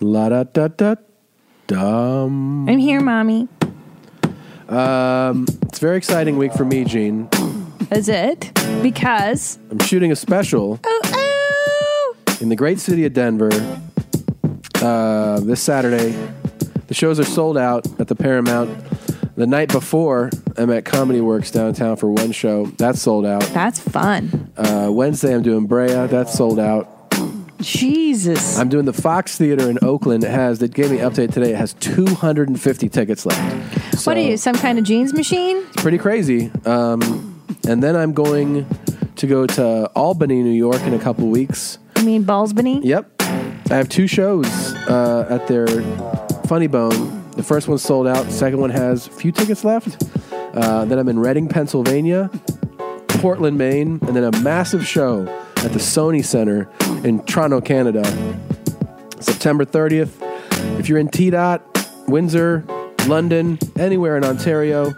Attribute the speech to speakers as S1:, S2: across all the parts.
S1: La da da da dum.
S2: I'm here, mommy.
S1: Um, it's a very exciting week for me, Gene.
S2: Is it? Because
S1: I'm shooting a special
S2: oh oh,
S1: in the great city of Denver uh, this Saturday. The shows are sold out at the Paramount. The night before, I'm at Comedy Works downtown for one show. That's sold out.
S2: that's fun.
S1: Uh, Wednesday, I'm doing Brea. That's sold out.
S2: Jesus,
S1: I'm doing the Fox Theater in Oakland. It has that gave me an update today. It has 250 tickets left. So
S2: what are you? Some kind of jeans machine?
S1: It's pretty crazy. Um, and then I'm going to go to Albany, New York, in a couple weeks.
S2: You mean balls beneath?
S1: Yep, I have two shows uh, at their Funny Bone. The first one's sold out. The second one has a few tickets left. Uh, then I'm in Reading, Pennsylvania, Portland, Maine, and then a massive show at the Sony Center in Toronto, Canada, September 30th. If you're in T Dot, Windsor, London, anywhere in Ontario,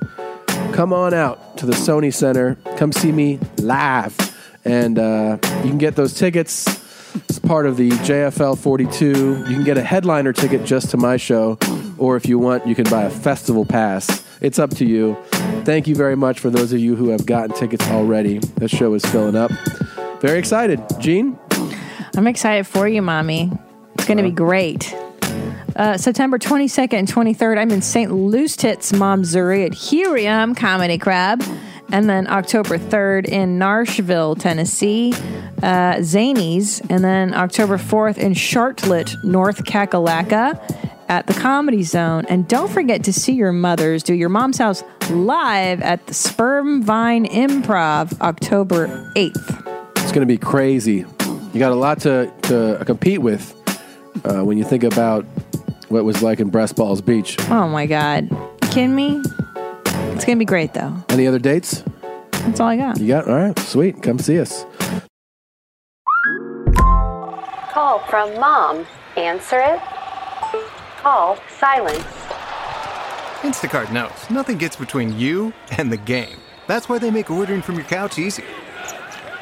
S1: come on out to the Sony Center. Come see me live. And uh, you can get those tickets. It's part of the JFL 42. You can get a headliner ticket just to my show, or if you want, you can buy a festival pass. It's up to you. Thank you very much for those of you who have gotten tickets already. This show is filling up. Very excited. Gene?
S2: I'm excited for you, mommy. It's going to be great. Uh, September 22nd and 23rd, I'm in St. Louis Tits, Missouri at Helium Comedy Crab. And then October 3rd in Nashville, Tennessee, uh, Zanies. And then October 4th in Charlotte, North Kakalaka at the Comedy Zone. And don't forget to see your mothers do your mom's house live at the Sperm Vine Improv October 8th.
S1: It's going to be crazy. You got a lot to, to compete with uh, when you think about what it was like in Breast Balls Beach.
S2: Oh my God. kidding me? It's going to be great, though.
S1: Any other dates?
S2: That's all I got.
S1: You got? All right, sweet. Come see us.
S3: Call from mom. Answer it. Call silence.
S4: Instacart knows nothing gets between you and the game. That's why they make ordering from your couch easy.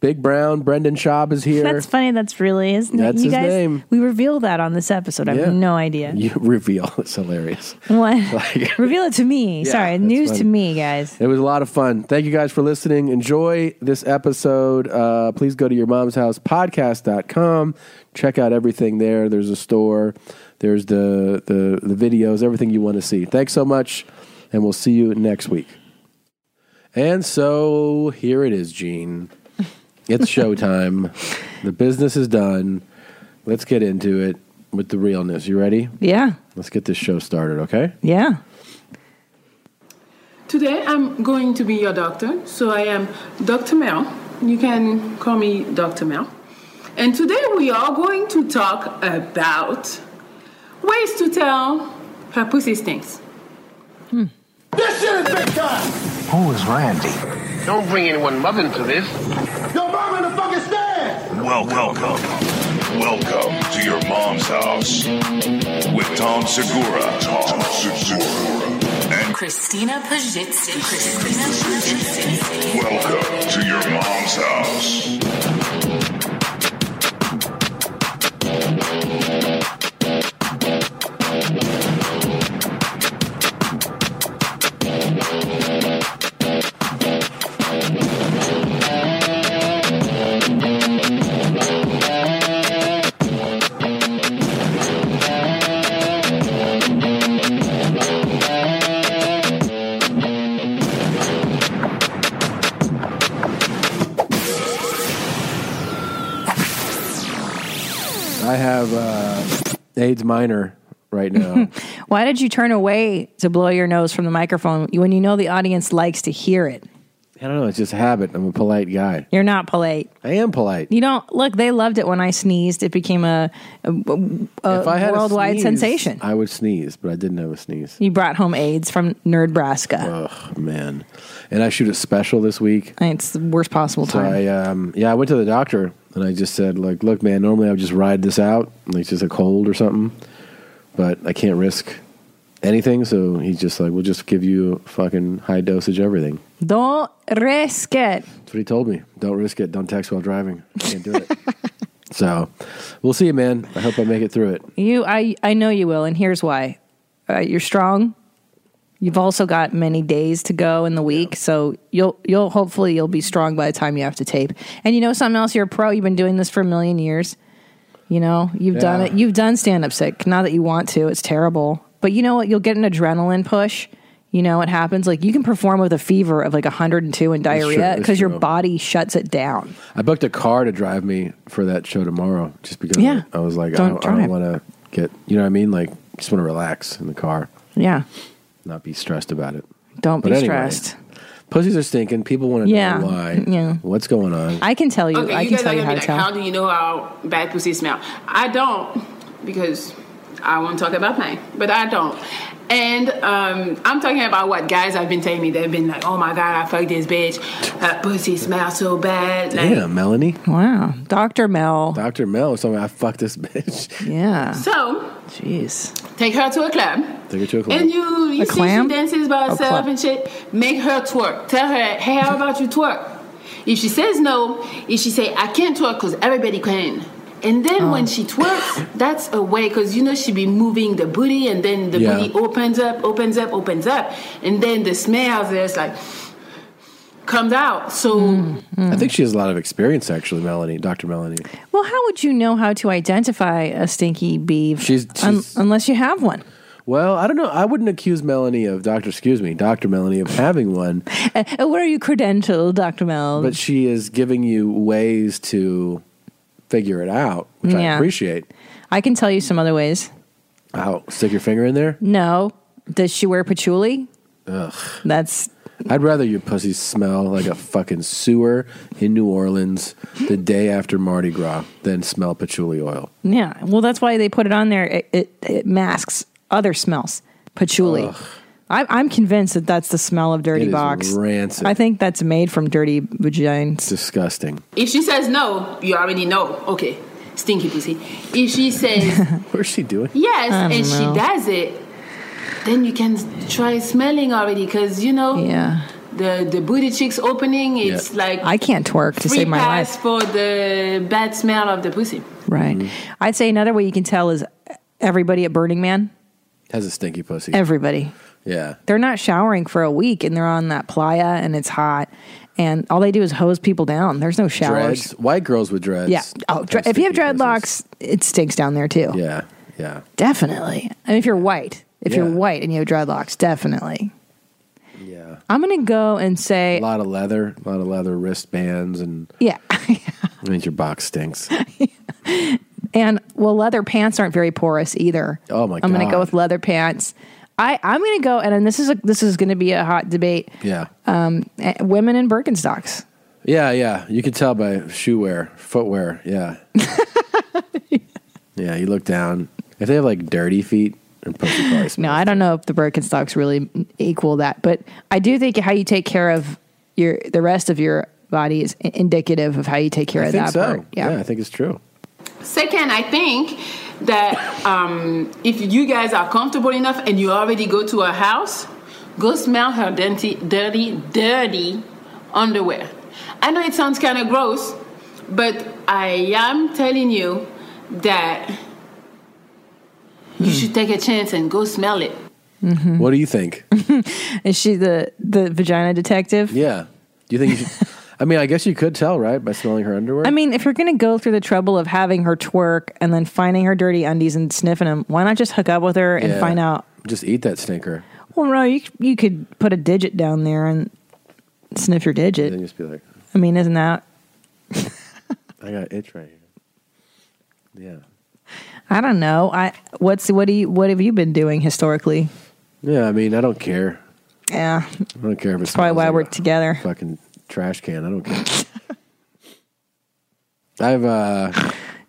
S1: Big Brown, Brendan Schaub is here.
S2: That's funny. That's really isn't it?
S1: That's
S2: you
S1: his
S2: guys,
S1: name.
S2: We reveal that on this episode. I
S1: Yeah.
S2: have no idea.
S1: you reveal. It's hilarious.
S2: What?
S1: Like-
S2: reveal it to me.
S1: Yeah,
S2: Sorry,
S1: that's
S2: news to
S1: funny.
S2: me, guys.
S1: It was a lot of fun. Thank you guys for listening. Enjoy this episode. Uh, please go to your mom's house podcast.com. Check out everything there. There's a store, there's the, the, the videos, everything you want to see. Thanks so much, and we'll see you next week. And so here it is, Gene. It's showtime. the business is done. Let's get into it with the realness. You ready?
S2: Yeah,
S1: Let's get this show started, okay?
S2: yeah.
S5: Today I'm going to be your doctor, so I am Dr. Mel. You can call me Dr. Mel. And today we are going to talk about ways to tell her pussy stinks.
S6: This shit is big time.
S7: Who is Randy?
S8: Don't bring anyone mother into this.
S6: Yo, mom in the fucking stand.
S9: Welcome, welcome to your mom's house with Tom Segura, Tom Segura, and
S10: Christina Pajitsin. Christina Pajitsin.
S9: welcome to your mom's house.
S1: I have uh, AIDS minor right now.
S2: Why did you turn away to blow your nose from the microphone when you know the audience likes to hear it?
S1: I don't know. It's just a habit. I'm a polite guy.
S2: You're not polite.
S1: I am polite.
S2: You don't look. They loved it when I sneezed. It became a, a, a
S1: if I had a
S2: worldwide
S1: sneeze,
S2: sensation.
S1: I would sneeze, but I didn't have a sneeze.
S2: You brought home AIDS from Nerdbraska.
S1: Oh man! And I shoot a special this week.
S2: It's the worst possible
S1: So
S2: time.
S1: I, um, yeah, I went to the doctor and I just said, like, look, man, normally I would just ride this out. Like, it's just a cold or something, but I can't risk anything. So he's just like, we'll just give you a fucking high dosage everything.
S2: Don't risk it.
S1: That's what he told me. Don't risk it. Don't text while driving. Can't do it. so we'll see, man. I hope I make it through it.
S2: You, I, I know you will, and here's why. Uh, you're strong. You've also got many days to go in the week, so you'll you'll hopefully you'll be strong by the time you have to tape. And you know something else, you're a pro. You've been doing this for a million years. You know you've done
S1: Yeah.
S2: it. You've done stand up sick. Not that you want to. It's terrible, but you know what? You'll get an adrenaline push. You know it happens. Like you can perform with a fever of like 102 and
S1: That's true.
S2: diarrhea
S1: That's
S2: because your
S1: true.
S2: body shuts it down.
S1: I booked a car to drive me for that show tomorrow just because
S2: Yeah.
S1: I was like,
S2: Don't
S1: I don't, I
S2: drive.
S1: don't want to get, you know what I mean? Like, just want to relax in the car,
S2: Yeah,
S1: not be stressed about it.
S2: don't
S1: But
S2: be
S1: anyway.
S2: stressed.
S1: Pussies are stinking. People want to
S2: Yeah.
S1: know why.
S2: Yeah.
S1: What's going on?
S2: I can tell you.
S5: Okay,
S2: I
S5: you
S2: can
S5: guys
S2: tell
S5: are
S2: you
S5: gonna
S2: how to
S5: be like,
S2: tell.
S5: how do you know how bad pussy smell? I don't because I won't talk about mine, but I don't. And um, I'm talking about what guys have been telling me. They've been like, "Oh my god, I fucked this bitch. That pussy smells so bad." Like,
S1: Damn, Melanie.
S2: Wow. Dr. Mel.
S1: Dr. Mel was telling me, I fucked this bitch.
S2: Yeah.
S5: So
S2: Jeez.
S5: take her to a club.
S1: Take her to a club.
S5: And you, you
S2: A
S5: see
S2: clam?
S5: she dances by
S2: A
S5: herself
S2: club.
S5: and shit. Make her twerk. Tell her, hey, how about you twerk? If she says no, if she say I can't twerk because everybody can. And then
S2: Oh.
S5: when she twerks, that's a way because you know she be moving the booty and then the
S1: Yeah.
S5: booty opens up, opens up, opens up, and then the smells there's like comes out. So
S2: Mm. Hmm.
S1: I think she has a lot of experience, actually, Melanie, Dr. Melanie.
S2: Well, how would you know how to identify a stinky bee?
S1: She's-
S2: un-
S1: she's-
S2: unless you have one.
S1: Well, I don't know. I wouldn't accuse Melanie of, Dr. Excuse me, Dr. Melanie of having one,
S2: Uh, uh, where are you credentialed, Dr. Mel?
S1: but she is giving you ways to figure it out, which I
S2: Yeah.
S1: appreciate.
S2: I can tell you some other ways.
S1: Ow, stick your finger in there?
S2: No. Does she wear patchouli?
S1: Ugh.
S2: That's
S1: I'd rather your pussy smell like a fucking sewer in New Orleans the day after Mardi Gras than smell patchouli oil.
S2: yeah. Well, that's why they put it on there. It it, it masks other smells. Patchouli. I, I'm convinced that that's the smell of dirty
S1: It is
S2: box.
S1: rancid.
S2: I think that's made from dirty vagines.
S1: Disgusting.
S5: if she says no, you already know. Okay, stinky pussy. If she says
S1: What is she doing?
S5: Yes, and
S2: know.
S5: she does it. Then you can try smelling already, because you know
S2: Yeah.
S5: the the booty cheeks opening. It's
S1: Yeah.
S5: like
S2: I can't twerk to
S5: free
S2: save my life.
S5: pass for the bad smell of the pussy.
S2: Right.
S1: Mm-hmm.
S2: I'd say another way you can tell is everybody at Burning Man,
S1: Has a stinky pussy.
S2: everybody.
S1: yeah.
S2: They're not showering for a week and they're on that playa and it's hot and all they do is hose people down. There's no showers.
S1: Dreads. White girls with dreads.
S2: Yeah. Oh, dre- if you have
S1: Stinky
S2: dreadlocks, it stinks down there too.
S1: pussies. Yeah. Yeah.
S2: Definitely. And if you're white, if you're
S1: Yeah.
S2: white and you have dreadlocks, definitely.
S1: Yeah.
S2: I'm going to go and
S1: A
S2: say,
S1: lot of leather, a lot of leather wristbands, and
S2: yeah.
S1: I mean, your box stinks.
S2: And well, leather pants aren't very porous either.
S1: Oh, my
S2: I'm gonna
S1: God.
S2: go with leather pants. I I'm gonna go and, and this is a, this is gonna be a hot debate.
S1: Yeah.
S2: Eh, Women in Birkenstocks.
S1: Yeah. Yeah. You can tell by shoe wear, footwear. Yeah. yeah. You look down. If they have like dirty feet and pussy probably
S2: No, I don't know if the Birkenstocks really equal that, but I do think how you take care of your the rest of your body is i- indicative of how you take care
S1: I
S2: of
S1: think
S2: that
S1: so.
S2: part.
S1: Yeah. I think it's true.
S5: Second, I think that um, if you guys are comfortable enough and you already go to her house, go smell her dirty, dirty, dirty underwear. I know it sounds kind of gross, but I am telling you that you should take a chance and go smell it.
S2: Mm-hmm.
S1: What do you think?
S2: Is she the the vagina detective?
S1: yeah. Do you think? You should, I mean, I guess you could tell, right, by smelling her underwear.
S2: I mean, if you're going to go through the trouble of having her twerk and then finding her dirty undies and sniffing them, why not just hook up with her and
S1: Yeah.
S2: find out?
S1: just eat that stinker.
S2: Well, no, you you could put a digit down there and sniff your
S1: Then
S2: digit.
S1: just be like,
S2: I mean, isn't that?
S1: I got itch right here.
S2: I don't know. I what's what do you what have you been doing historically?
S1: Yeah. Yeah. I mean, I don't care.
S2: Yeah,
S1: I don't care if it's
S2: probably why we're together.
S1: Fucking trash can. I don't care. I've uh,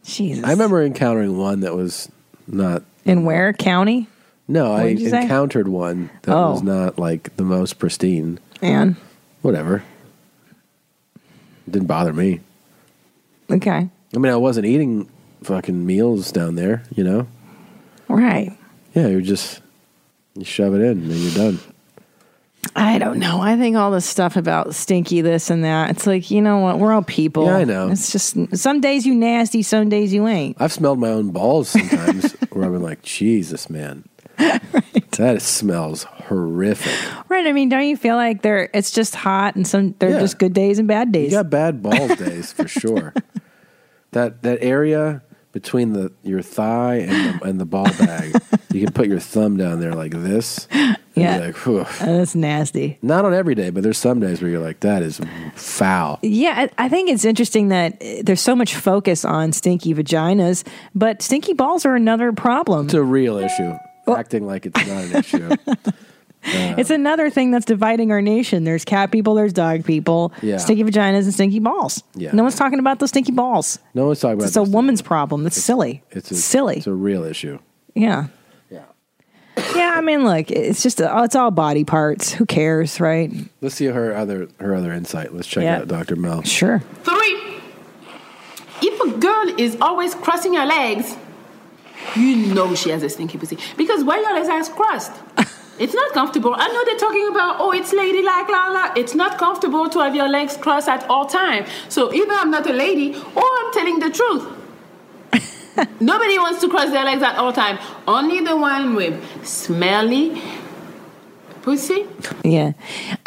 S2: Jesus.
S1: I remember encountering one that was not.
S2: in Ware County,
S1: No, I
S2: What'd you say?
S1: encountered one that
S2: Oh.
S1: was not like the most pristine.
S2: and
S1: Whatever. didn't bother me.
S2: okay,
S1: I mean, I wasn't eating fucking meals down there. You know.
S2: right.
S1: Yeah, you're just you shove it in and then you're done.
S2: I don't know. I think all this stuff about stinky this and that. It's like you know what? We're all people.
S1: Yeah, I know.
S2: It's just some days you nasty, some days you ain't.
S1: I've smelled my own balls sometimes where I've been like, Jesus, man. That smells horrific.
S2: Right? I mean, don't you feel like they're? It's just hot, and some they're
S1: Yeah.
S2: just good days and bad
S1: You
S2: days.
S1: got bad balls days for sure. that that area between the your thigh and the, and the ball bag, you can put your thumb down there like this. and you're
S2: Yeah.
S1: like, "Phew."
S2: Uh, that's nasty.
S1: Not on every day, but there's some days where you're like, that is foul.
S2: Yeah, I I think it's interesting that uh, there's so much focus on stinky vaginas, but stinky balls are another problem.
S1: It's a real issue. Acting like it's not an issue.
S2: It's another thing that's dividing our nation. There's cat people, there's dog people,
S1: Yeah.
S2: stinky vaginas, and stinky balls.
S1: Yeah.
S2: No one's talking about those stinky balls.
S1: No one's talking about
S2: It's a
S1: this.
S2: woman's problem. That's silly.
S1: It's a,
S2: silly.
S1: It's a real issue.
S2: yeah.
S1: Yeah.
S2: Yeah, I mean, look, it's just, uh, it's all body parts. Who cares, right?
S1: Let's see her other her other insight. Let's check
S2: Yeah.
S1: out Dr. Mel.
S2: Sure.
S5: Three, if a girl is always crossing her legs, you know she has a stinky pussy. Because why your legs are crossed? It's not comfortable. I know they're talking about, oh, it's ladylike, la la. It's not comfortable to have your legs crossed at all time. So either I'm not a lady or I'm telling the truth. Nobody wants to cross their legs at all time. Only the one with smelly pussy.
S2: Yeah.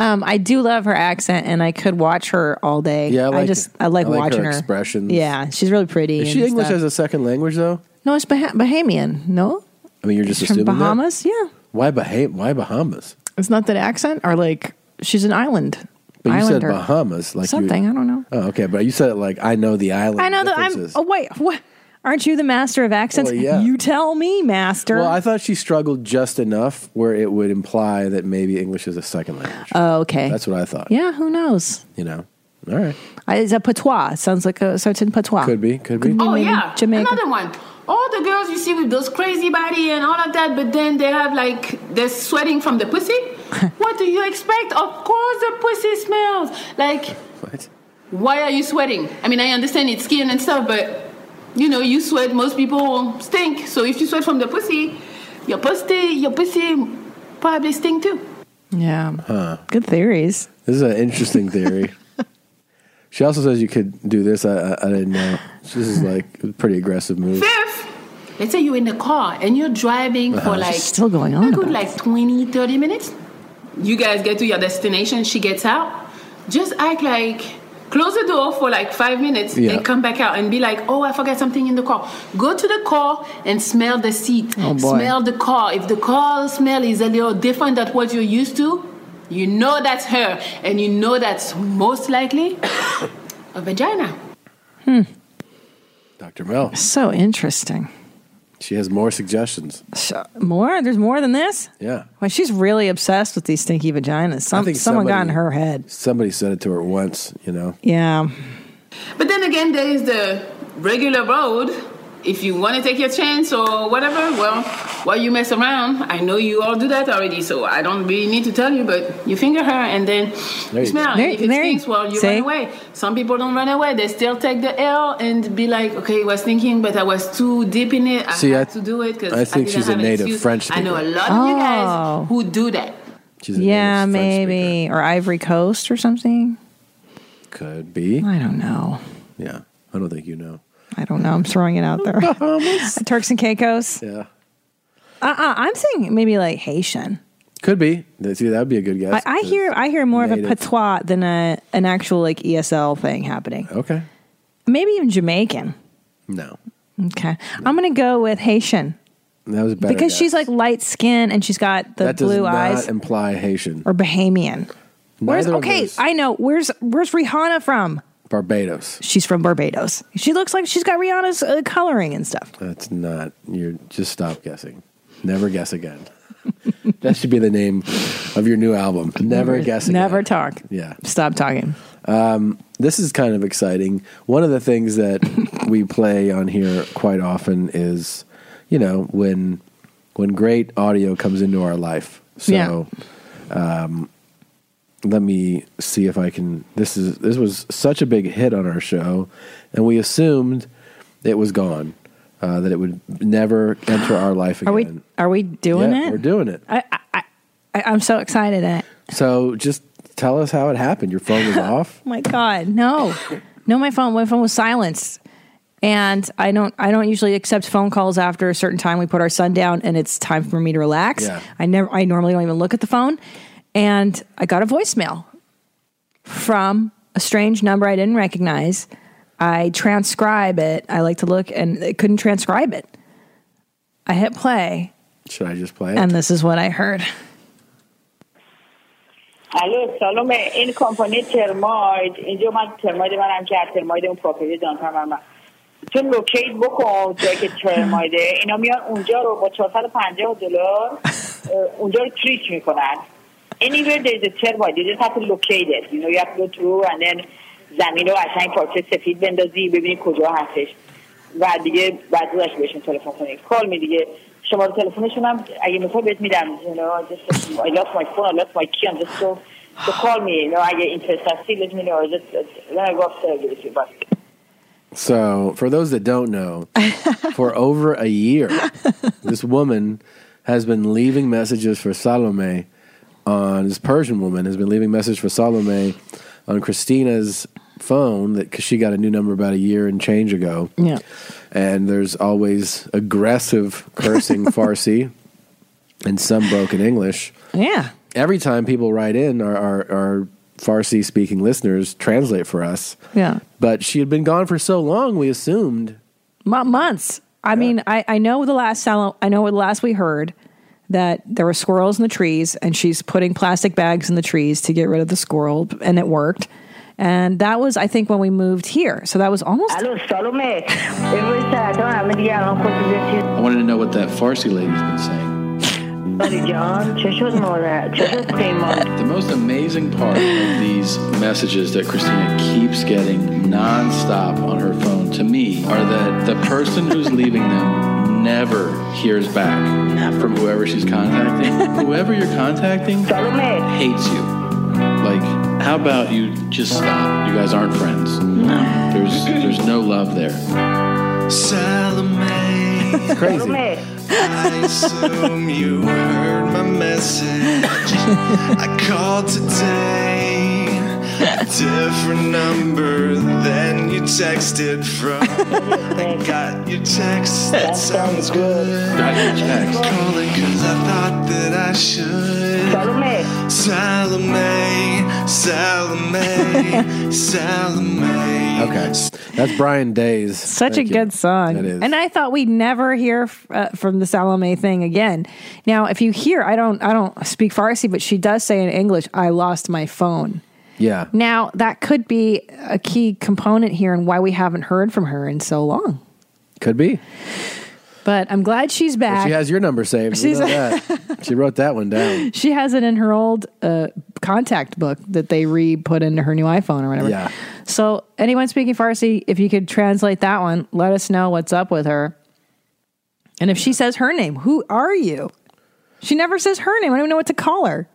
S2: Um, I do love her accent and I could watch her all day.
S1: Yeah, I like-
S2: just, I like,
S1: I like her
S2: watching her.
S1: expressions.
S2: Yeah, she's really pretty.
S1: Is
S2: and
S1: she English
S2: stuff.
S1: as a second language though?
S2: no, it's bah- Bahamian. No?
S1: I mean, you're just
S2: From
S1: assuming that?
S2: Bahamas? Yeah.
S1: Why Baham- Why Bahamas?
S2: It's not that accent or like she's an island.
S1: But you
S2: Islander.
S1: said Bahamas, like you-
S2: Something, I don't know.
S1: Oh, okay, but you said it like I know the island.
S2: I know that I'm.
S1: differences.
S2: Oh wait, what? Aren't you the master of accents?
S1: Well, yeah.
S2: You tell me, master.
S1: Well, I thought she struggled just enough where it would imply that maybe English is a second language.
S2: oh, okay.
S1: That's what I thought.
S2: yeah, who knows?
S1: You know. All right.
S2: I, it's a patois. It sounds like a certain patois.
S1: Could be. Could be.
S5: Oh
S2: maybe
S5: yeah,
S2: Jamaica.
S5: another one. All the girls you see with those crazy body and all of that, but then they have like they're sweating from the pussy. what do you expect? Of course the pussy smells. Like,
S1: What?
S5: why are you sweating? I mean, I understand it's skin and stuff, but you know, you sweat. Most people stink. So if you sweat from the pussy, your pussy, your pussy probably stink too.
S2: Yeah. Good theories.
S1: This is an interesting theory. she also says you could do this. I, I, I didn't know. This is like a pretty aggressive move.
S5: Fifth, let's say you're in the car and you're driving for like
S2: still going on
S5: a good
S2: about
S5: like 20, 30 minutes. You guys get to your destination, she gets out. Just act like close the door for like five minutes
S1: Yeah.
S5: and come back out and be like, oh, I forgot something in the car. Go to the car and smell the seat.
S2: Oh, boy.
S5: Smell the car. If the car smell is a little different than what you're used to, you know that's her. And you know that's most likely a vagina.
S1: Dr. Mel,
S2: So interesting.
S1: she has more suggestions.
S2: So, more? There's more than this?
S1: Yeah.
S2: Well, she's really obsessed with these stinky vaginas. Some,
S1: I think
S2: someone got in
S1: somebody-
S2: her head.
S1: Somebody said it to her once, you know.
S2: Yeah.
S5: But then again, there is the regular road. If you want to take your chance or whatever, well, while you mess around, I know you all do that already, so I don't really need to tell you, but you finger her and then
S1: There
S5: you
S1: you
S5: smell.
S2: go.
S5: And if it
S2: There- there-
S5: stinks, well, you
S2: see?
S5: run away. Some people don't run away. They still take the L and be like, okay, I was thinking, but I was too deep in it. I
S1: See,
S5: had
S1: I-
S5: to do it because
S1: I think
S5: didn't
S1: she's a
S5: have an
S1: native
S5: excuse.
S1: French
S5: I know a
S1: speaker.
S5: lot of you
S2: Oh.
S5: guys who do that.
S1: She's a
S2: Yeah,
S1: native French
S2: maybe. Or Ivory Coast or something.
S1: speaker. Could be.
S2: I don't know.
S1: Yeah. I don't think you know.
S2: I don't know. I'm throwing it out there. Turks and Caicos.
S1: Yeah.
S2: Uh, uh, I'm saying maybe like Haitian.
S1: Could be. That- See, that would be a good
S2: I,
S1: guess.
S2: I hear I hear more of a
S1: native.
S2: patois than a an actual like ESL thing happening.
S1: Okay.
S2: Maybe even Jamaican.
S1: No.
S2: Okay, I'm gonna go with Haitian
S1: That was a better.
S2: because
S1: guess.
S2: she's like light skin and she's got the
S1: that does
S2: blue
S1: not
S2: eyes
S1: imply Haitian.
S2: or Bahamian. Where's
S1: Neither of
S2: okay?
S1: those.
S2: I know where's where's Rihanna from?
S1: Barbados.
S2: She's from Barbados. She looks like she's got Rihanna's uh, coloring and stuff.
S1: That's not. You're just stop guessing. Never guess again. that should be the name of your new album. Never, guess. Again.
S2: Never talk.
S1: Yeah.
S2: Stop talking.
S1: Um, this is kind of exciting. One of the things that we play on here quite often is, you know, when when great audio comes into our life. So, um, let me see if I can. This is this was such a big hit on our show, and we assumed it was gone, uh, that it would never enter our life again.
S2: Are we are we doing
S1: Yeah,
S2: it?
S1: We're doing it.
S2: I, I, I, I- I'm so excited at it.
S1: So just tell us how it happened. Your phone was off.
S2: Oh my god, no, no, my phone, my phone was silenced, and I don't, I don't usually accept phone calls after a certain time. We put our son down, and it's time for me to relax.
S1: Yeah.
S2: I never, I normally don't even look at the phone, and I got a voicemail from a strange number I didn't recognize. I transcribe it. I like to look, and it couldn't transcribe it. I hit play,
S1: Should I just play it?
S2: and this is what I heard.
S7: الو سلام این کمپانی ترماید اینجا من ترماید منم که از ترماید اون پروپرتی دانتر من تو لوکیت بکن جایی که ترمایده اینا میان اونجا رو با 450 دلار اه، اونجا رو تریک میکنن anywhere there is a termite you just have to locate it you know you have to go through and then زمین رو قشنگ پارچه سفید بندازی ببینی کجا هستش و دیگه بعد ازش بهشون تلفن کنی کال می دیگه شماره تلفنشون هم اگه میخوای بهت میدم you know, I just, I lost my phone I lost my key I'm just so so call me you know اگه interest هستی let me know I just then I go upstairs and give it to you Bye.
S1: So, for those that don't know, for over a year, this woman has been leaving messages for Salome on this Persian woman has been leaving messages for Salome on Christina's phone that because she got a new number about a year and change ago.
S2: Yeah.
S1: And there's always aggressive cursing Farsi and some broken English.
S2: Yeah.
S1: Every time people write in, our, our, our Farsi speaking listeners translate for us.
S2: Yeah.
S1: But she had been gone for so long, we assumed.
S2: Mo- months. I mean, I, I know the last sal- I know the last we heard that there were squirrels in the trees, and she's putting plastic bags in the trees to get rid of the squirrel, and it worked. And that was, I think, when we moved here. So that was almost.
S7: الو سلامه امروز ساعتان همه دیگه الان خود چیز
S1: I wanted to know what that Farsi lady's been saying.
S7: باری جان چه شد مادر چه شد پیمان
S11: The most amazing part of these messages that Christina keeps getting nonstop on her phone to me are that the person who's leaving them never hears back from whoever she's contacting. whoever you're contacting hates you. Like, how about you just stop? You guys aren't friends. No. There's there's no love there.
S12: Salome.
S1: Crazy.
S12: I assume you heard my message. I called today. A different number than you texted from. I got your text. That sounds good.
S11: Got your text.
S12: Calling 'cause I thought that I should. Salome. Salome. Salome. Salome.
S1: Okay. That's Brian Day's.
S2: Such a good song.
S1: It is.
S2: And I thought we'd never hear f- uh, from the Salome thing again. Now, if you hear, I don't, I don't speak Farsi, but she does say in English, "I lost my phone."
S1: Yeah.
S2: Now, that could be a key component here and why we haven't heard from her in so long.
S1: Could be.
S2: But I'm glad she's
S1: But
S2: back.
S1: she has your number saved.
S2: She's-
S1: She's that. she wrote that one down.
S2: She has it in her old uh, contact book that they re put into her new iPhone or whatever.
S1: Yeah.
S2: So, anyone speaking Farsi, if you could translate that one, let us know what's up with her. And if she says her name, who are you? She never says her name. I don't even know what to call her.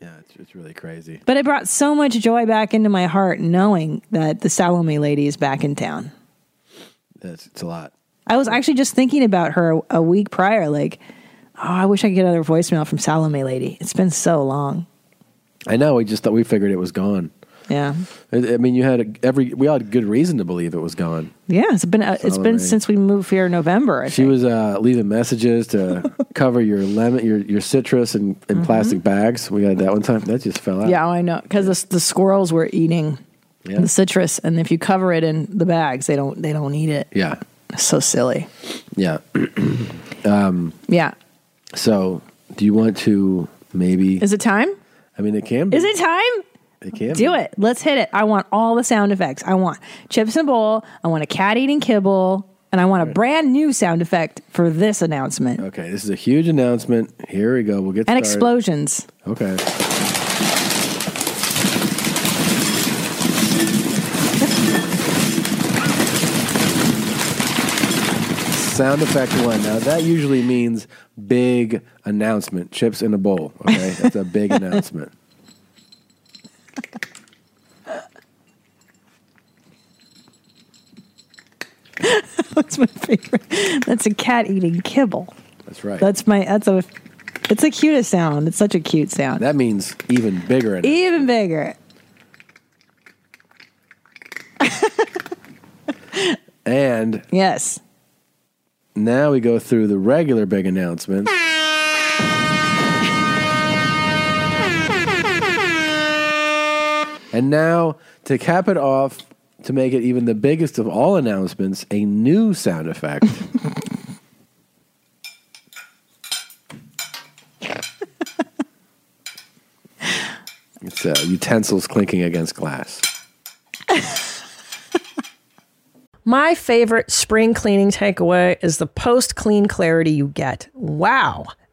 S1: Yeah, it's, it's really crazy.
S2: But it brought so much joy back into my heart knowing that the Salome lady is back in town.
S1: That's it's a lot.
S2: I was actually just thinking about her a week prior, like, oh, I wish I could get another voicemail from Salome Lady. It's been so long.
S1: I know. We just thought we figured it was gone.
S2: Yeah.
S1: I, I mean, you had a, every. We all had good reason to believe it was gone.
S2: Yeah, it's been uh, it's
S1: Salome.
S2: been since we moved here in November. I
S1: She was uh, leaving messages to cover your lemon, your your citrus, and, and plastic bags. We had that one time. That just fell out.
S2: think. Mm-hmm. yeah, I know because the, the squirrels were eating
S1: Yeah.
S2: the citrus, and if you cover it in the bags, they don't they don't eat it.
S1: Yeah.
S2: So silly.
S1: Yeah. um,
S2: Yeah.
S1: so, do you want to maybe?
S2: Is it time?
S1: I mean, it can. Be.
S2: Is it time?
S1: It can.
S2: Do
S1: be.
S2: it. Let's hit it. I want all the sound effects. I want chips and bowl. I want a cat eating kibble. and I want a brand new sound effect for this announcement
S1: Okay, this is a huge announcement. Here we go. We'll get
S2: and
S1: started.
S2: explosions.
S1: Okay. Sound effect one. Now that usually means big announcement. Chips in a bowl. Okay, that's a big announcement.
S2: that's my favorite. That's a cat eating kibble.
S1: That's right.
S2: That's my. That's a. It's the cutest sound. It's such a cute sound.
S1: That means even bigger. announcement.
S2: Even bigger.
S1: And
S2: yes.
S1: Now we go through the regular big announcements. And now to cap it off, to make it even the biggest of all announcements, a new sound effect. it's uh, utensils clinking against glass.
S13: My favorite spring cleaning takeaway is the post clean clarity you get. Wow,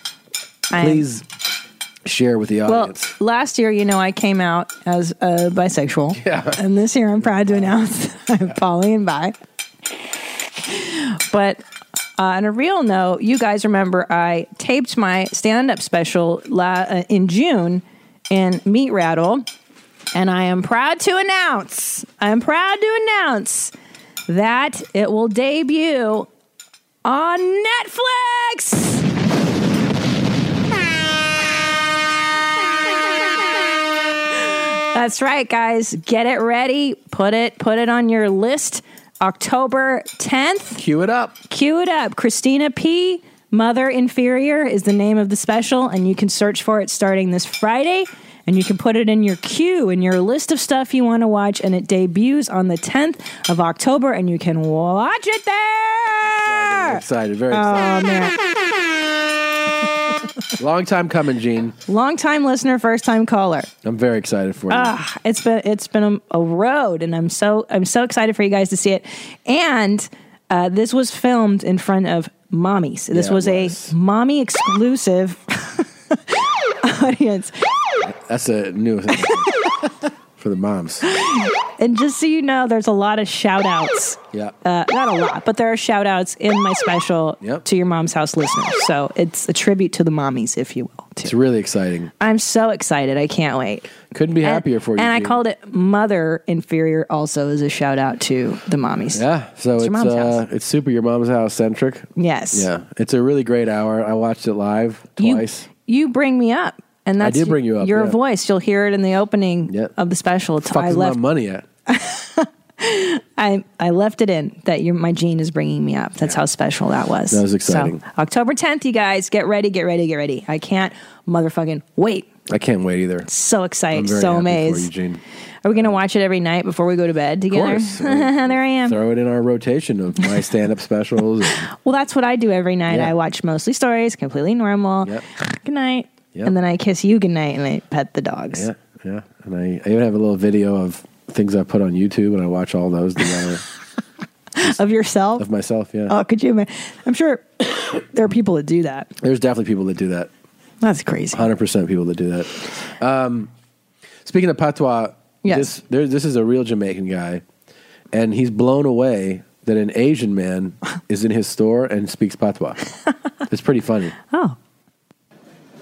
S2: I am-
S1: Please share with the audience.
S2: Well, last year, you know, I came out as uh, bisexual. Yeah. And this year, I'm proud to announce I'm poly and bi. But uh, on a real note, you guys remember I taped my stand up special la- uh, in June in Meat Rattle. And I am proud to announce, I'm proud to announce that it will debut on Netflix. That's right, guys. Get it ready. Put it put it on your list. October 10th.
S1: Cue it up.
S2: Cue it up. Christina P. Mother Inferior is the name of the special, and you can search for it starting this Friday. And you can put it in your queue in your list of stuff you want to watch, and it debuts on the 10th of October, and you can watch it there.
S1: excited. Very
S2: Oh
S1: excited.
S2: man.
S1: Long time coming, Gene.
S2: Long time listener, first time caller.
S1: I'm very excited for you.
S2: Ah, it's been it's been a, a road, and I'm so I'm so excited for you guys to see it. And uh, this was filmed in front of mommies. This
S1: Yeah, it
S2: was, a mommy exclusive. audience.
S1: That's a new thing for the moms.
S2: And just so you know, there's a lot of shout outs.
S1: Yeah.
S2: Uh, not a lot, but there are shout outs in my special to your mom's house listeners. So it's a tribute to the mommies, if you will.
S1: It's really exciting.
S2: I'm so excited. I can't wait.
S1: Couldn't be happier for you.
S2: And I
S1: Gene.
S2: called it Mother Inferior also as a shout out to the mommies.
S1: Yeah, so it's
S2: your mom's
S1: uh,
S2: house.
S1: it's super your mom's house centric.
S2: Yes.
S1: Yeah, it's a really great hour. I watched it live twice.
S2: You bring me up. And
S1: I
S2: that's
S1: did bring you up,
S2: your
S1: yeah.
S2: voice. You'll hear it in the opening of the special. It's
S1: Fuck
S2: I
S1: is
S2: left
S1: my money at?
S2: I, I left it in that your my gene is bringing me up. That's how special that was.
S1: That was exciting.
S2: So, October 10th, you guys, get ready, get ready, get ready. I can't motherfucking wait.
S1: I can't wait either.
S2: So excited,
S1: I'm very
S2: so
S1: happy
S2: amazed.
S1: For you, Gene.
S2: Are we going to watch it every night before we go to bed together?
S1: course.
S2: there I am.
S1: Throw it in our rotation of my stand up specials. and-
S2: Well, that's what I do every night.
S1: Yeah.
S2: I watch mostly stories, completely normal.
S1: Yep.
S2: Good night.
S1: Yep.
S2: And then I kiss you good night and I pet the dogs.
S1: yeah, yeah. And I, I even have a little video of things I put on YouTube, and I watch all those together
S2: Of yourself?
S1: of myself. Yeah,
S2: Oh, could you imagine? I'm sure there are people that do that.
S1: there's definitely people that do that.
S2: That's crazy.
S1: Hundred percent people that do that. Um, speaking of patois,
S2: Yes.
S1: this, there, this is a real Jamaican guy, and he's blown away that an Asian man is in his store and speaks patois. it's pretty funny.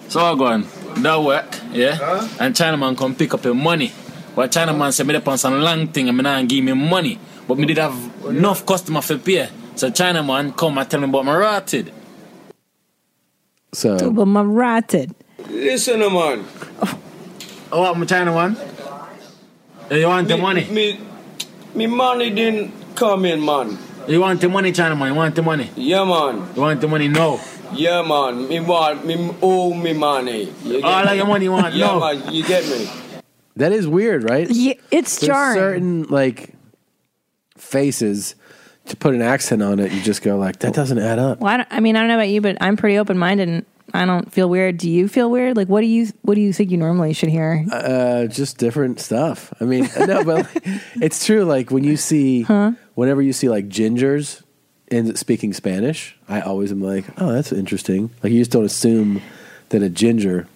S14: So I go on, that work, yeah? And Chinaman come pick up your money. But Chinaman say, me dey on some long thing and me not give me money. But me did have enough customer for pay. So Chinaman come and tell me about my rotted.
S1: So.
S2: But my rotted.
S14: Listen, man. Oh, what, my Chinaman? You want the money?
S15: Me, me money didn't come in, man.
S14: You want the money, Chinaman? You want the money?
S15: Yeah, man.
S14: You want the money now?
S15: Yeah, man. Me want me owe me money. You get
S14: All of your money you want
S15: Yeah,
S14: now.
S15: man. You get me.
S1: That is weird, right?
S2: Yeah, it's
S1: There's
S2: jarring.
S1: Certain like faces to put an accent on it, you just go like that doesn't add up.
S2: Well, I, don't, I mean, I don't know about you, but I'm pretty open minded, and I don't feel weird. Do you feel weird? Like, what do you what do you think you normally should hear?
S1: Uh, just different stuff. I mean, no, but like, it's true. Like when you see, whenever you see like gingers and speaking Spanish, I always am like, oh, that's interesting. Like you just don't assume that a ginger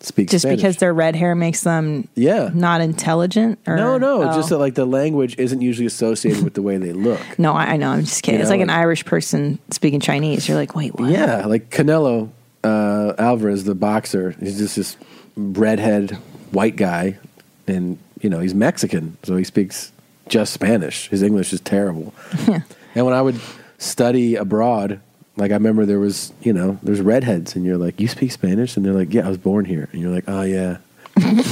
S1: speaks
S2: Just
S1: Spanish.
S2: because their red hair makes them
S1: yeah
S2: not intelligent? Or,
S1: no, no,
S2: Oh.
S1: just that like the language isn't usually associated with the way they look.
S2: no. I, I know. I'm just kidding.
S1: You
S2: it's
S1: know,
S2: like an
S1: like-
S2: Irish person speaking Chinese. You're like, wait, what?
S1: Yeah, like Canelo uh, Alvarez, the boxer, he's just this redhead white guy, and you know he's Mexican, so he speaks just Spanish. His English is terrible. and when I would study abroad, like I remember there was you know there's redheads, and you're like, you speak Spanish, and they're like, yeah, I was born here, and you're like, oh yeah,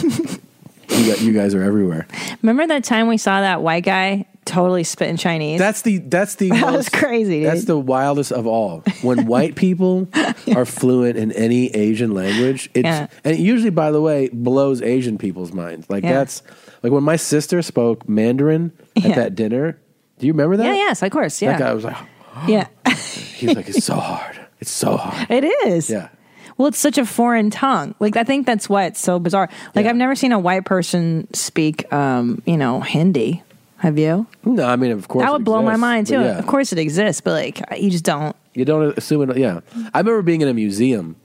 S1: you, got, you guys are everywhere.
S2: Remember that time we saw that white guy totally spit in Chinese?
S1: That's the that's the
S2: that was
S1: most-
S2: crazy. Dude.
S1: That's the wildest of all. When white people are fluent in any Asian language, it's
S2: Yeah.
S1: and it usually, by the way, blows Asian people's minds. Like
S2: Yeah.
S1: that's like when my sister spoke Mandarin
S2: Yeah.
S1: at that dinner. Do you remember that?
S2: yeah, yes, of course, yeah.
S1: That guy was like,
S2: yeah,
S1: he's like, it's so hard. It's so hard.
S2: it is.
S1: Yeah.
S2: Well, it's such a foreign tongue. Like I think that's why it's so bizarre. Like I've never seen a white person speak, um, you know, Hindi. Have you?
S1: No, I mean, of course,
S2: that
S1: it
S2: would blow my
S1: exists,
S2: mind
S1: but
S2: too.
S1: yeah.
S2: Of course, it exists, but like you just don't.
S1: You don't assume it. Yeah, I remember being in a museum,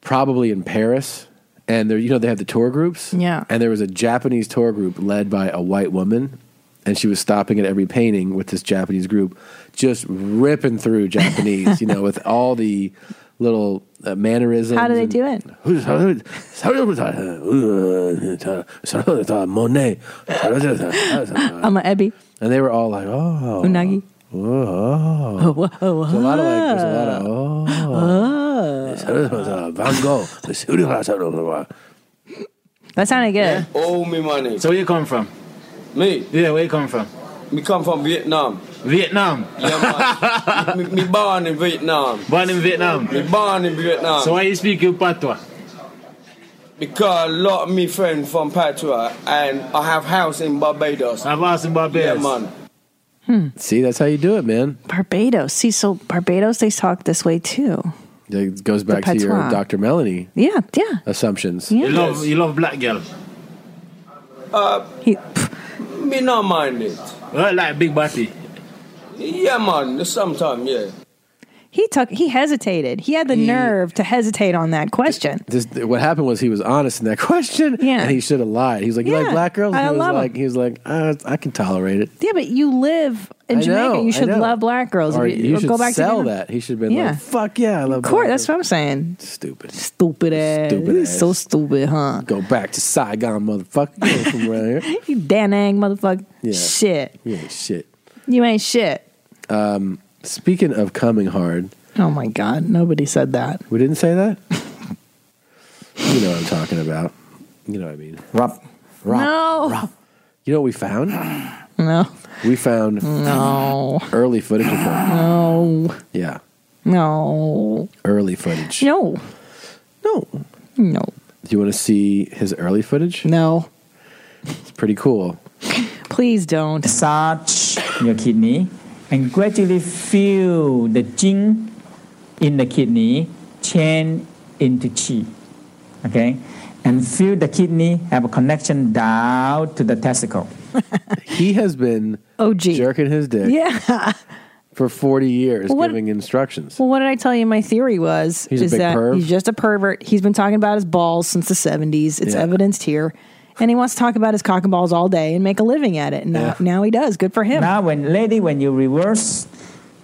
S1: probably in Paris, and there, you know, they have the tour groups.
S2: Yeah.
S1: and there was a Japanese tour group led by a white woman, and she was stopping at every painting with this Japanese group, just ripping through Japanese, you know, with all the little uh, mannerisms.
S2: How do they
S1: and-
S2: do it?
S1: Monet.
S2: I'm a Ebby
S1: And they were all like, "Oh,
S2: Unagi.
S1: Whoa.
S2: whoa,
S1: There's a lot of like, there's a lot of, oh.
S2: Oh.
S1: Van Gogh.
S2: That sounded good.
S15: Owe oh, me money.
S14: So where you come from?
S15: Me?
S14: Yeah, where you come from?
S15: Me come from Vietnam.
S14: Vietnam?
S15: Yeah, man. me, me born in Vietnam.
S14: Born in Vietnam?
S15: Me born in Vietnam.
S14: So why you speak your patois?
S15: Because a lot of me friends from Patwa and I have house in Barbados. I
S16: Ah,
S14: have house in
S15: Barbados. Yeah, man.
S1: See, that's how you do it, man.
S2: Barbados. See, so Barbados they talk this way too.
S1: It goes back to your
S2: patois.
S1: Dr. Melanie
S2: Yeah, yeah.
S1: assumptions.
S2: Yeah.
S14: You love you love black girl.
S15: Uh, me not mind it.
S14: Well, like big body.
S15: Yeah, man. Sometime, yeah.
S2: He took. He hesitated. He had the nerve to hesitate on that question.
S1: This, what happened was he was honest in that question,
S2: Yeah.
S1: and he should have lied. He was like, "You
S2: Yeah,
S1: like black girls?" And
S2: I
S1: he was
S2: love 'em.
S1: like, "He was like, uh, I can tolerate it."
S2: Yeah, but you live in
S1: I
S2: Jamaica.
S1: know,
S2: you
S1: I
S2: should
S1: know.
S2: love black girls.
S1: Or
S2: If
S1: you should
S2: go back
S1: sell
S2: to Jamaica-
S1: that. He should have been
S2: Yeah.
S1: like, "Fuck yeah, I love."
S2: Of course,
S1: black
S2: that's what I'm saying.
S1: Stupid.
S2: Stupid ass.
S1: Stupid ass.
S2: So stupid, huh?
S1: Go back to Saigon, motherfucker. You ain't from around here.
S2: you danang motherfucker.
S1: Yeah.
S2: Shit.
S1: You ain't shit.
S2: You ain't shit.
S1: Um, speaking of coming hard.
S2: Oh my god, nobody said that.
S1: We didn't say that? you know what I'm talking about. You know what I mean. Ruff.
S2: No.
S1: You know what we found?
S2: No.
S1: We found
S2: no
S1: early footage of her.
S2: No.
S1: Yeah,
S2: No.
S1: early footage.
S2: No.
S1: No.
S2: No.
S1: Do you want to see his early footage?
S2: No.
S1: It's pretty cool.
S2: Please don't.
S17: Massage your kidney and gradually feel the jing in the kidney change into qi. Okay? And feel the kidney have a connection down to the testicle.
S1: He has been jerking his dick
S2: Oh, Yeah.
S1: for 40 years
S2: Well, what-
S1: giving instructions.
S2: Well, what did I tell you? My theory was
S1: He's a
S2: is
S1: big
S2: that
S1: perv.
S2: he's just a pervert. He's been talking about his balls since the seventies. It's
S1: Yeah.
S2: evidenced here, and he wants to talk about his cock and balls all day and make a living at it. And now, now he does. Good for him.
S17: Now, when lady, when you reverse,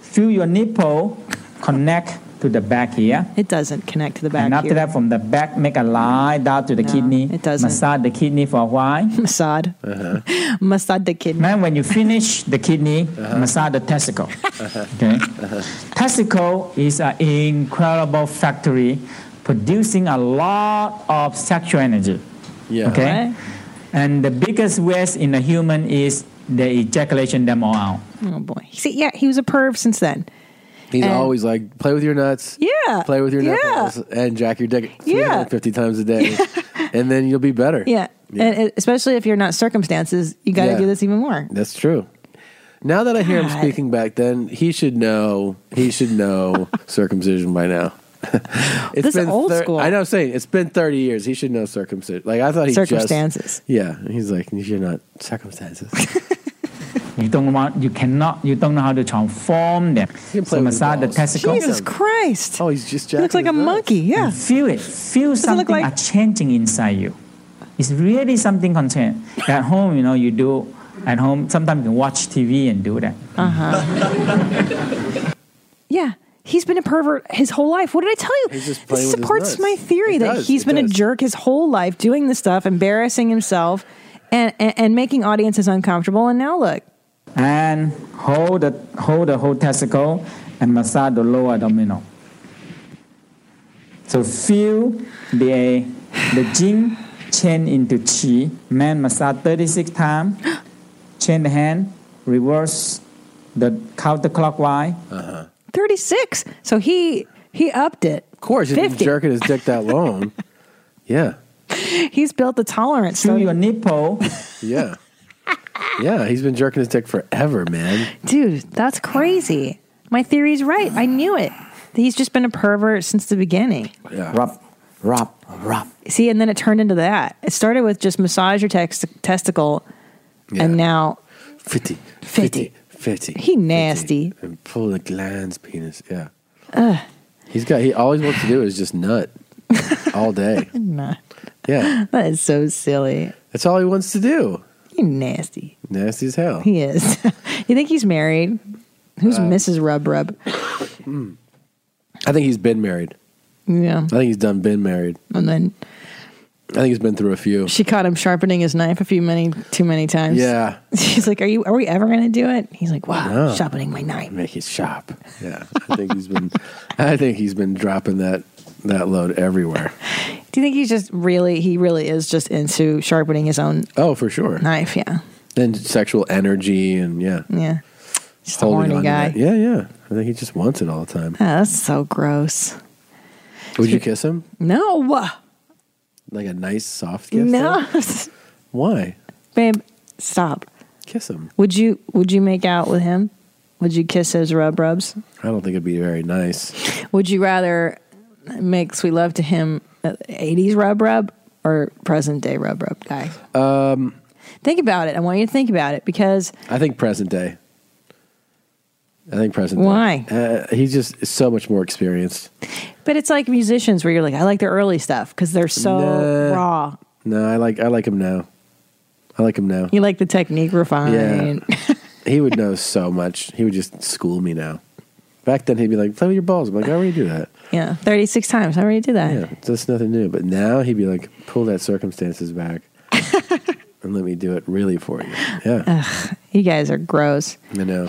S17: feel your nipple connect to the back here.
S2: It doesn't connect to the back
S17: And after
S2: here.
S17: that, from the back, make a line down to the
S2: No,
S17: kidney.
S2: it doesn't.
S17: Massage the kidney for a while.
S2: Massage.
S17: Uh-huh.
S2: Massage the kidney.
S17: Then when you finish the kidney, massage the testicle. Okay. Testicle is an incredible factory producing a lot of sexual energy.
S1: Yeah.
S17: Okay.
S1: Right.
S17: And the biggest waste in the human is the ejaculation them all out.
S2: Oh boy. See, yeah, he was a perv since then.
S1: He's
S2: And-
S1: always like, play with your nuts.
S2: Yeah.
S1: Play with your
S2: Yeah.
S1: nipples and jack your dick
S2: Yeah.
S1: 350 times a day. and then you'll be better.
S2: Yeah. And it- especially if you're not circumstances, you got to
S1: Yeah.
S2: do this even more.
S1: That's true. Now that I hear him
S2: God.
S1: speaking back then, he should know. He should know circumcision by now. It's
S2: This is old school.
S1: I know. I'm saying it's been 30 years. He should know circumcision. Like I thought he just-
S17: Circumstances.
S1: yeah, he's like you're not circumstances.
S17: You don't want, you cannot, you don't know how to transform them. So massage the testicle.
S2: Jesus Christ.
S1: Oh, he's just
S2: He looks like a monkey. Yeah.
S17: Feel it. Feel
S2: Doesn't look
S17: something
S2: like-
S17: are changing inside you. It's really something content. at home, you know, you do at home. Sometimes you can watch TV and do that.
S2: Uh huh. yeah. He's been a pervert his whole life. What did I tell you?
S17: He's just playing
S2: This
S17: with his
S2: supports
S17: nuts.
S2: my theory
S17: It
S2: that
S17: does,
S2: he's
S17: it
S2: been
S17: does.
S2: a jerk his whole life doing this stuff, embarrassing himself and, and, and making audiences uncomfortable. And now look.
S17: And hold the hold the whole testicle and massage the lower abdominal. So feel the the jing change into qi. Man massage 36 times. Change the hand, reverse the counterclockwise. Uh-huh.
S2: 36. So he he upped it. Of
S1: course, he's been jerking his dick that long. yeah,
S2: He's built the tolerance.
S17: Through
S13: Hmm.
S17: your nipple.
S1: yeah, yeah. He's been jerking his dick forever, man.
S2: Dude, that's crazy. My theory's right. I knew it. He's just been a pervert since the beginning.
S1: Yeah.
S17: Rub, rub, rub.
S2: See, and then it turned into that. It started with just massage your tex- testicle, and now
S1: 50,
S2: 50.
S1: 50.
S2: He nasty.
S1: And pull the glands, penis. Yeah.
S2: Ugh,
S1: He's got. He always wants to do is just nut all day.
S2: nah.
S1: Yeah.
S2: That is so silly.
S1: That's all he wants to do.
S2: You nasty.
S1: Nasty as hell.
S2: He is. you think he's married? Who's
S1: Um,
S2: Mrs. Rub Rub?
S1: Mm. I think he's been married.
S2: Yeah.
S1: I think he's done been married.
S2: And then
S1: I think he's been through a few.
S2: she caught him sharpening his knife a few many too many times.
S1: Yeah.
S2: She's like, "Are you? Are we ever gonna do it?" He's like, "Wow,
S1: No.
S2: sharpening my knife."
S1: Make it sharp. Yeah. I think he's been. I think he's been dropping that that load everywhere.
S2: Do you think he's just really? He really is just into sharpening his own.
S1: Oh, for sure.
S2: Knife. Yeah.
S1: And sexual energy and yeah.
S2: Yeah. Just a
S1: Holding
S2: horny
S1: on to
S2: guy.
S1: that. Yeah, yeah. I think he just wants it all the time.
S2: Ah, that's so gross.
S1: Would you kiss him?
S2: No.
S1: Like a nice soft kiss?
S2: No.
S1: Why?
S2: Babe, stop.
S1: Kiss him.
S2: Would you would you make out with him? Would you kiss his rub rubs?
S1: I don't think it'd be very nice.
S2: Would you rather make sweet love to him at 80s rub rub or present day rub rub guy?
S1: Um,
S2: Think about it. I want you to think about it because
S1: I think present day. I think Preston.
S2: Why?
S1: Uh, he's just so much more experienced.
S2: But it's like musicians where you're like, I like their early stuff because they're so
S1: Nah.
S2: raw.
S1: No, I like I like him now. I like him now.
S2: You like the technique refined.
S1: he would know so much. He would just school me now. Back then, he'd be like, "Play with your balls." I'm like, "I already do that."
S2: Yeah. 36 times. I already did that.
S1: Yeah, that's nothing new. But now he'd be like, "Pull that circumstances back, and let me do it really for you."
S2: Uh.
S1: Yeah,
S2: Ugh, you guys are gross.
S1: I know.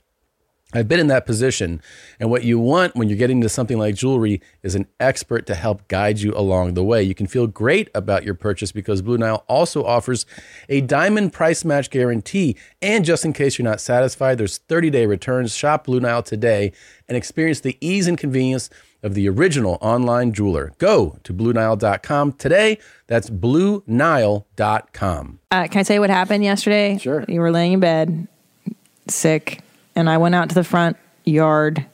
S16: I've been in that position. And what you want when you're getting into something like jewelry is an expert to help guide you along the way. You can feel great about your purchase because Blue Nile also offers a diamond price match guarantee. And just in case you're not satisfied, there's 30 day returns. Shop Blue Nile today and experience the ease and convenience of the original online jeweler. Go to BlueNile.com today. That's BlueNile.com.
S2: Uh, can I tell you what happened yesterday? Sure. You were laying in bed, sick, and I went out to the front yard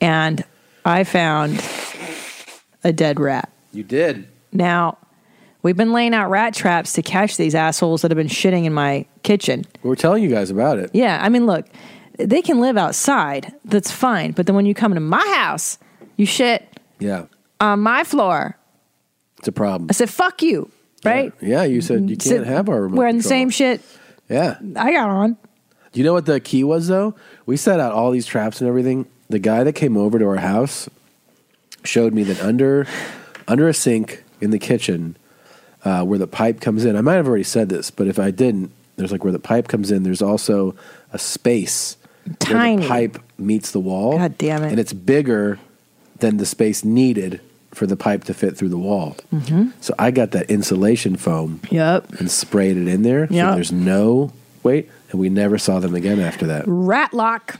S2: and I found a dead rat.
S1: You did.
S2: Now, we've been laying out rat traps to catch these assholes that have been shitting in my kitchen.
S1: We were telling you guys about it.
S2: Yeah, I mean, look, they can live outside. That's fine. But then when you come to my house, you shit
S1: Yeah,
S2: on my floor.
S1: it's a problem.
S2: I said, fuck you, right?
S1: Yeah, you said you
S2: So
S1: can't have our remote.
S2: Wearing the
S1: control.
S2: same shit
S1: Yeah.
S2: I got on.
S1: Do you know what the key was though? We set out all these traps and everything. The guy that came over to our house showed me that under under a sink in the kitchen, uh, where the pipe comes in. I might have already said this, but if I didn't, there's like where the pipe comes in. There's also a space where
S2: Tiny.
S1: the pipe meets the wall.
S2: God damn it.
S1: And it's bigger than the space needed for the pipe to fit through the wall.
S2: Mm-hmm.
S1: So I got that insulation foam
S2: Yep.
S1: and sprayed it in there.
S2: Yep.
S1: So there's no wait, and we never saw them again after that.
S2: Rat lock.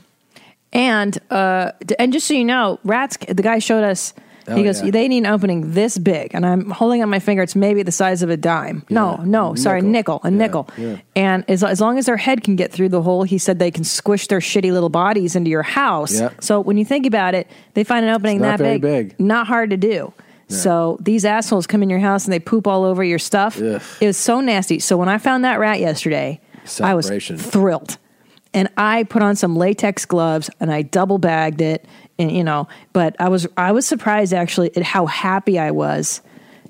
S2: And uh, d- and just so you know, rats. The guy showed us.
S1: Oh,
S2: he goes,
S1: yeah.
S2: they need an opening this big, and I'm holding on my finger. It's maybe the size of a dime. No, no, sorry, nickel, a nickel.
S1: yeah.
S2: And as as long as their head can get through the hole, he said they can squish their shitty little bodies into your house.
S1: Yeah.
S2: So when you think about it, they find an opening
S1: It's not
S2: that
S1: very
S2: big, not hard to do. So these assholes come in your house and they poop all over your stuff. It was so nasty. So when I found that rat yesterday, I was
S1: Celebration.
S2: thrilled and I put on some latex gloves and I double bagged it and you know but I was I was surprised actually at how happy I was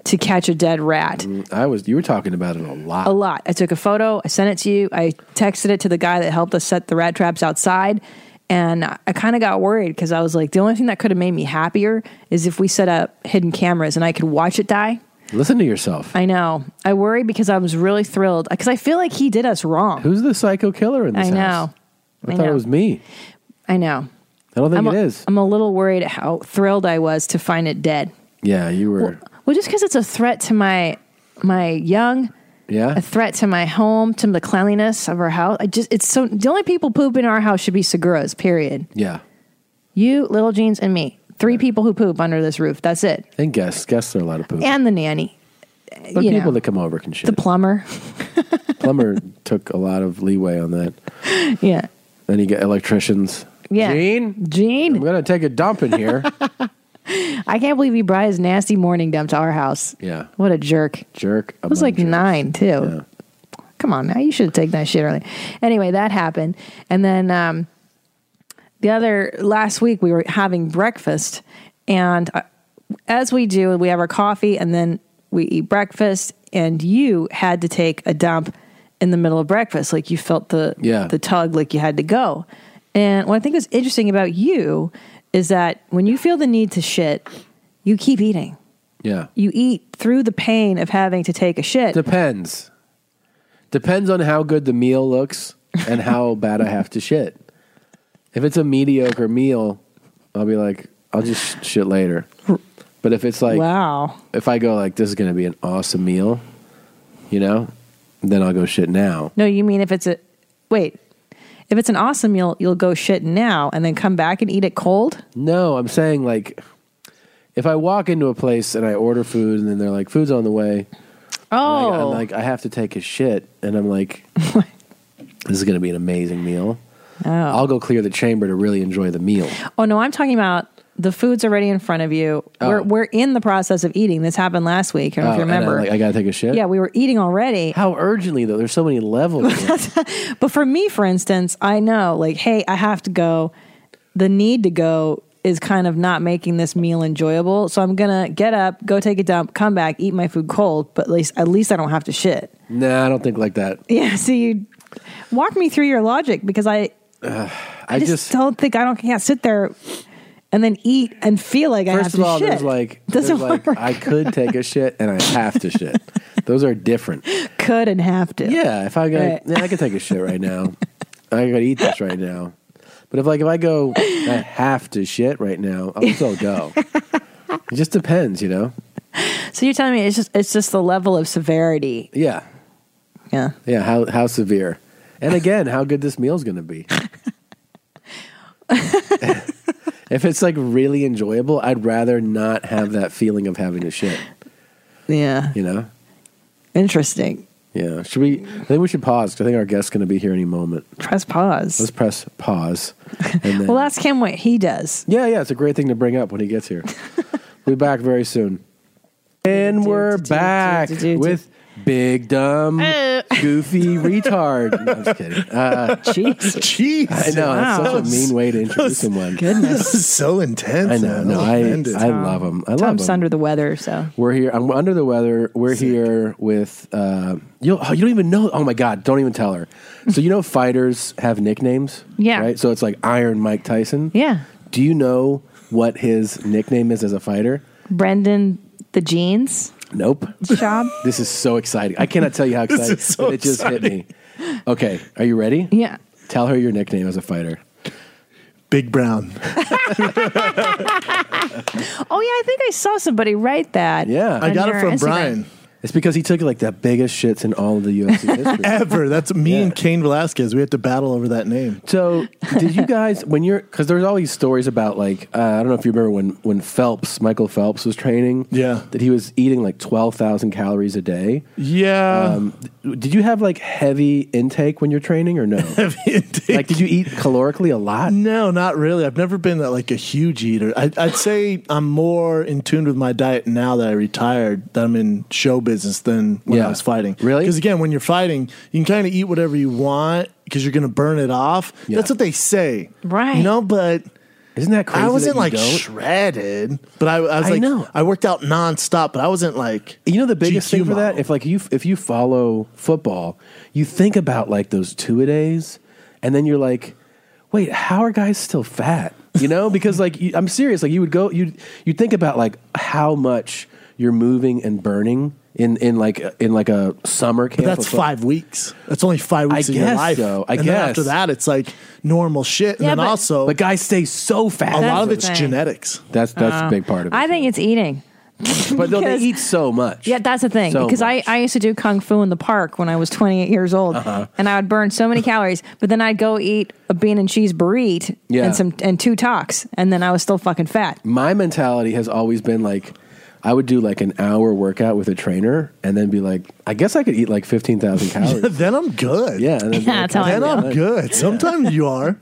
S2: to catch a dead rat
S1: I was you were talking about it a lot.
S2: a lot I took a photo I sent it to you I texted it to the guy that helped us set the rat traps outside and I kind of got worried because I was like the only thing that could have made me happier is if we set up hidden cameras and I could watch it die
S1: Listen to yourself.
S2: I know I worry because I was really thrilled because I feel like he did us wrong
S1: Who's the psycho killer in this
S2: I know
S1: house? I,
S2: I
S1: thought
S2: know.
S1: it was me.
S2: I know
S1: I don't think
S2: I'm
S1: it
S2: a,
S1: is.
S2: I'm a little worried how thrilled I was to find it dead.
S1: Yeah, you were.
S2: Well, just because it's a threat to my my young,
S1: yeah.
S2: a threat to my home, to the cleanliness of our house. I just it's so the only people poop in our house should be seguros. Period.
S1: Yeah.
S2: You, Little Jeans, and me. Three people who poop under this roof. That's it.
S1: And guests. Guests are a lot of poop.
S2: And the nanny.
S1: But
S2: you
S1: people
S2: know,
S1: that come over can shit.
S2: the plumber.
S1: plumber took a lot of leeway on that.
S2: yeah.
S1: Then you get electricians.
S2: Yeah.
S1: Gene?
S2: Gene?
S1: I'm going to take a dump in here.
S2: I can't believe he brought his nasty morning dump to our house.
S1: yeah.
S2: What a jerk.
S1: Jerk.
S2: It was like nine too. Come on now, you should have taken that shit early. Anyway, that happened, and then um, the other last week we were having breakfast, and uh, as we do, we have our coffee, and then we eat breakfast, and you had to take a dump in the middle of breakfast, like you felt the
S10: Yeah.
S2: the tug, like you had to go. And what I think is interesting about you is that when you feel the need to shit, you keep eating.
S1: Yeah.
S2: You eat through the pain of having to take a shit.
S1: Depends. Depends on how good the meal looks and how bad I have to shit. If it's a mediocre meal, I'll be like, I'll just shit later. But if it's like,
S2: wow,
S1: if I go like, this is going to be an awesome meal, you know, then I'll go shit now.
S2: No, you mean if it's a wait. If it's an awesome meal, you'll go shit now and then come back and eat it cold.
S1: No, I'm saying like, if I walk into a place and I order food and then they're like, food's on the way,
S2: Oh,
S1: Like, I'm like, I have to take a shit, and I'm like, this is going to be an amazing meal.
S2: Oh.
S1: I'll go clear the chamber to really enjoy the meal.
S2: oh no, I'm talking about the food's already in front of you. We're we're in the process of eating. This happened last week. I don't know
S1: Oh,
S2: if you
S1: and I'm
S2: remember.
S1: like, I got to take a shit.
S2: Yeah, we were eating already.
S1: How urgently though? There's so many levels.
S2: But for me, for instance, I know like, hey, I have to go. The need to go is kind of not making this meal enjoyable. So I'm gonna get up, go take a dump, come back, eat my food cold. But at least at least I don't have to shit.
S1: nah, I don't think like that.
S2: Yeah, so you walk me through your logic because I
S1: Ugh,
S2: I, just, don't think I don't can't sit there and then eat and feel like I have
S1: First of
S2: to
S1: all,
S2: shit.
S1: there's like, there's
S2: doesn't
S1: like
S2: work.
S1: I could take a shit and I have to shit. Those are different.
S2: could and have to.
S1: Yeah, if I go,
S2: Right.
S1: yeah, I could take a shit right now. I gotta eat this right now. But if like if I go, I have to shit right now. I'll still go. it just depends, you know.
S2: So you're telling me it's just it's just the level of severity.
S1: Yeah.
S2: Yeah.
S1: Yeah. How how severe? And again, how good this meal's gonna be. if it's like really enjoyable, I'd rather not have that feeling of having to shit.
S2: Yeah.
S1: You know.
S2: Interesting.
S1: Yeah. Should we? I think we should pause. 'cause I think our guest's gonna be here any moment.
S2: Press pause.
S1: Let's press pause. And then,
S2: Well, ask him what he does.
S1: Yeah, yeah, it's a great thing to bring up when he gets here. we'll be back very soon. And we're back with Big Dumb Goofy Retard. No, I'm just kidding. Uh,
S2: Jeez.
S1: I know,
S18: Wow.
S1: that's such a mean way to introduce someone.
S18: This is so intense.
S1: I know,
S18: I'm
S1: no, I-
S18: offended.
S1: I love 'em. I love
S2: Tom's
S1: 'em.
S2: under the weather, so
S1: We're here. I'm under the weather. We're here with uh, you. Oh, you don't even know. Oh my God! Don't even tell her. So you know fighters have nicknames.
S2: Yeah.
S1: Right. So it's like Iron Mike Tyson.
S2: Yeah.
S1: Do you know what his nickname is as a fighter?
S2: Brendan the jeans
S1: Nope.
S2: job.
S1: This is so exciting. I cannot tell you how
S2: This
S1: exciting,
S2: is so
S1: but it just hit me. Okay, are you ready?
S2: Yeah.
S1: Tell her your nickname as a fighter. Big Brown.
S2: Oh yeah, I think I saw somebody write that.
S1: Yeah.
S2: on your Instagram.
S1: It's because he took like the biggest shits in all of the UFC history.
S18: Ever. That's me and Kane Velasquez. We had to battle over that name.
S1: So, did you guys when you're because there's all these stories about like uh, I don't know if you remember when when Phelps Michael Phelps was training yeah that he was eating like twelve thousand calories a day
S18: Yeah.
S1: um, did you have like heavy intake when you're training or no heavy intake like did you eat calorically a lot
S18: No, not really. I've never been that like a huge eater. I, I'd say I'm more in tune with my diet now that I retired, that I'm in show business than when
S1: Yeah.
S18: I was fighting. Really? Because again, when you're fighting, you can kind of eat whatever you want because you're going to burn it off. That's what they say,
S2: right?
S18: You know, but
S1: isn't that crazy
S18: I
S1: that
S18: wasn't
S1: you
S18: like
S1: don't?
S18: shredded, but I, I was
S1: I
S18: like,
S1: know.
S18: I worked out nonstop, but I wasn't like
S1: you know the biggest
S18: GQ
S1: thing for that if like you if you follow football you think about like those two a days and then you're like wait how are guys still fat you know because like you, i'm serious like you would go you you think about like how much you're moving and burning in in like a- in like a summer camp
S18: But that's
S1: of football.
S18: five weeks. That's only five
S1: I
S18: weeks of your
S1: guess
S18: life.
S1: so. I
S18: and then
S1: guess.
S18: after that, it's like normal shit. And
S2: Yeah,
S18: then
S2: but-
S18: also, but
S1: guys stay so fast.
S18: A lot
S2: That's
S18: of Uh,
S2: the
S18: it's
S2: thing.
S18: genetics.
S1: That's
S2: Oh. I think it's eating.
S1: but no, they
S2: Because-
S1: eat so much
S2: Yeah, that's the thing.
S1: So
S2: because I, I used to do kung fu in the park when I was 28 years old,
S1: Uh-huh.
S2: and I would burn so many calories. But then I'd go eat a bean and cheese burrito
S1: Yeah.
S2: and some and two talks, and then I was still fucking fat.
S1: my mentality has always been like I would do like an hour workout with a trainer and then be like, I guess I could eat like 15,000 calories.
S18: then I'm good.
S1: Yeah. And then,
S18: That's how I Then I'm feel. good. Sometimes you are.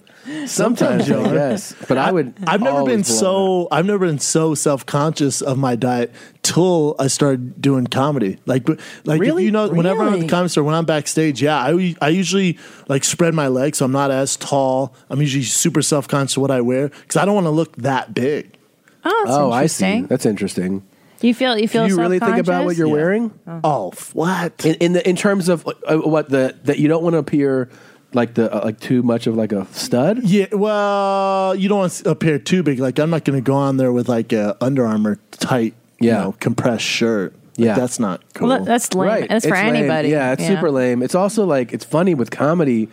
S1: Sometimes you are. Yes. But I would.
S18: I've never been
S1: always blow
S18: so I've never been so self conscious of my diet till I started doing comedy. Like, but- like if you know, whenever I'm at the
S1: Really?
S18: comedy store, when I'm backstage, yeah, I u- I usually like spread my legs, so I'm not as tall. I'm usually super self conscious of what I wear because I don't want to look that big.
S2: Oh, that's
S1: Oh, I
S2: interesting.
S1: see. That's interesting.
S2: You feel you feel
S1: Do you really think about what
S2: self-conscious?
S1: you're wearing?
S18: Oh, what
S1: in, in the in terms of uh, what the that you don't want to appear like the uh, like too much of like a stud.
S18: Yeah, well, you don't want to appear too big. Like, I'm not going to go on there with like a Under Armour tight, you know, compressed shirt. Like,
S1: Yeah.
S18: that's not cool.
S2: Well, that- that's lame.
S1: Right.
S2: That's for
S1: It's lame.
S2: anybody.
S1: Yeah, it's
S2: Yeah.
S1: super lame. It's also like it's funny with comedy.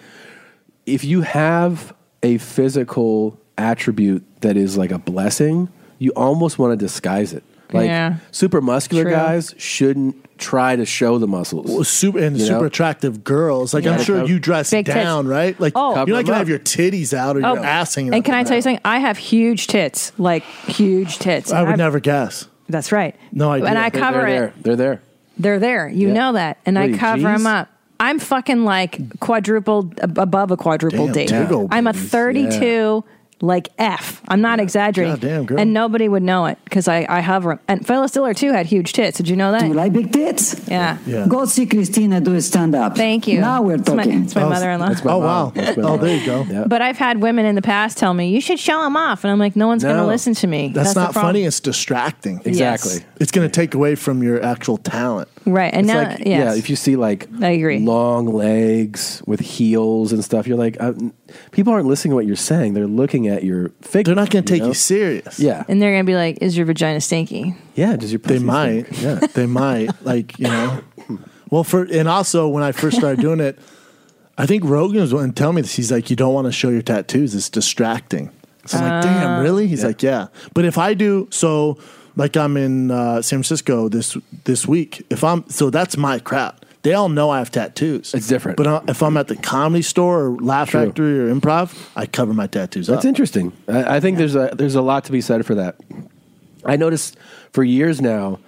S1: If you have a physical attribute that is like a blessing, you almost want to disguise it. Like
S18: Yeah.
S1: super muscular
S18: True.
S1: guys shouldn't try to show the muscles.
S18: Well, super and
S1: You know?
S18: super attractive girls. Like, I'm
S1: Yeah.
S18: sure you dress
S1: Big tits.
S18: down, right? Like,
S1: Oh. Cover
S18: you're not
S1: them
S18: going to
S1: up.
S18: have your titties out or your
S2: Oh.
S18: ass hanging
S2: And
S18: out
S2: can
S18: the
S2: I tell you something? I have huge tits, like huge tits.
S18: I would
S2: I've-
S18: never guess.
S2: That's right.
S18: No idea.
S2: And I They're- cover they're it. there.
S1: They're there.
S2: They're there. You
S18: Yeah.
S2: know that. And
S18: What are
S2: I
S18: you,
S2: cover
S18: Gs?
S2: them up. I'm fucking like quadruple ab- above a quadruple
S18: Damn,
S2: date.
S18: big old
S2: I'm a
S18: boobies.
S2: 32 like F. I'm not exaggerating.
S18: Goddamn, girl.
S2: And nobody would know it because I, I hover them. And Phyllis Diller too had huge tits. Did you know that? Do you
S19: like big tits?
S2: Yeah.
S19: Go see Christina do stand up.
S2: Thank you.
S19: Now we're
S2: It's my-
S19: talking.
S2: it's my Oh, mother-in-law. that's my
S19: oh,
S2: mom.
S19: wow.
S2: That's my Oh, mom. there you
S18: go.
S2: But I've had women in the past tell me, you should show them off. And I'm like, no one's going to
S18: No.
S2: listen to me.
S18: That's,
S2: the
S18: not
S2: problem.
S18: funny. It's distracting.
S1: Exactly. Yes.
S18: It's going to take away from your actual talent.
S2: Right. And
S1: It's
S2: now,
S1: like,
S2: yes.
S1: yeah, if you see like
S2: I agree.
S1: long legs with heels and stuff, you're like, uh, n- people aren't listening to what you're saying. They're looking at your figure. They're
S18: not going to take you serious.
S1: Yeah,
S2: and they're going to be like, is your vagina stinky?
S1: yeah. Does your
S18: they might? Yeah, they might. Like you know, well, for and also when I first started doing it, I think Rogan was one telling me this. He's like, you don't want to show your tattoos. It's distracting. So I'm like, damn, really? He's like, Ah. yeah. But if I do, so like I'm in uh, San Francisco this this week. If I'm so that's my crowd. They all know I have tattoos. It's different. But uh, if I'm at the comedy store or Laugh
S1: True.
S18: Factory or Improv, I cover my tattoos
S1: That's
S18: up.
S1: interesting. I, I think there's a there's a lot to be said for that. I noticed for years now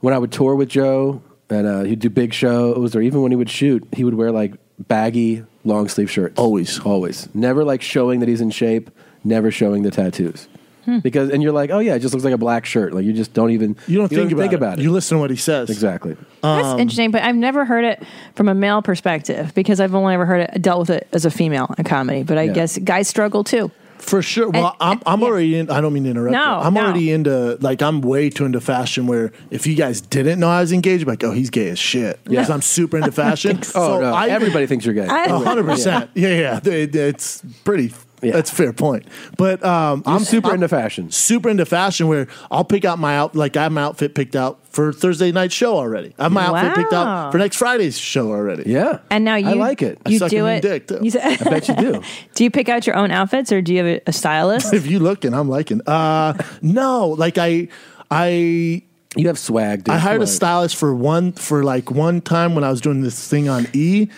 S1: when I would tour with Joe and uh, he'd do big shows or even when he would shoot, he would wear like baggy long sleeve shirts.
S18: Always,
S1: always, never like showing that he's in shape, never showing the tattoos.
S2: Hmm.
S1: Because and you're like, oh yeah, it just looks like a black shirt. Like you just don't even
S18: You don't think about it.
S1: You
S18: listen to what he says
S1: exactly.
S2: That's
S1: Um,
S2: interesting, but I've never heard it from a male perspective because I've only ever heard it dealt with it as a female in comedy. But I
S18: Yeah.
S2: guess guys struggle too.
S18: For sure. Well, I'm, I'm already in. I don't mean to interrupt.
S2: No,
S18: you. I'm
S2: no.
S18: already into like I'm way too into fashion. Where if you guys didn't know I was engaged, I'm like oh he's gay as shit.
S1: Yeah.
S18: Because I'm super into fashion.
S1: Oh, no. Everybody thinks you're gay. I-
S18: A hundred percent. Yeah, yeah. They- they- It's pretty. That's a fair point. But um, I'm super into
S1: fashion.
S18: Super into fashion. Where I'll pick out my out like I have my outfit picked out for Thursday night show already. I have my outfit picked
S2: Wow.
S18: out for next Friday's show already.
S1: Yeah.
S2: And now you
S18: I like it. I
S2: You
S18: suck
S2: do
S18: a mean
S2: it.
S18: dick, too.
S2: You say-
S18: I bet you do.
S2: do you pick out your own outfits or do you have a, a stylist?
S18: if you looking, I'm liking. Uh, no, like I, I.
S1: You have swag. Dude.
S18: I hired
S1: Come
S18: a
S1: on.
S18: stylist for one for like one time when I was doing this thing on E.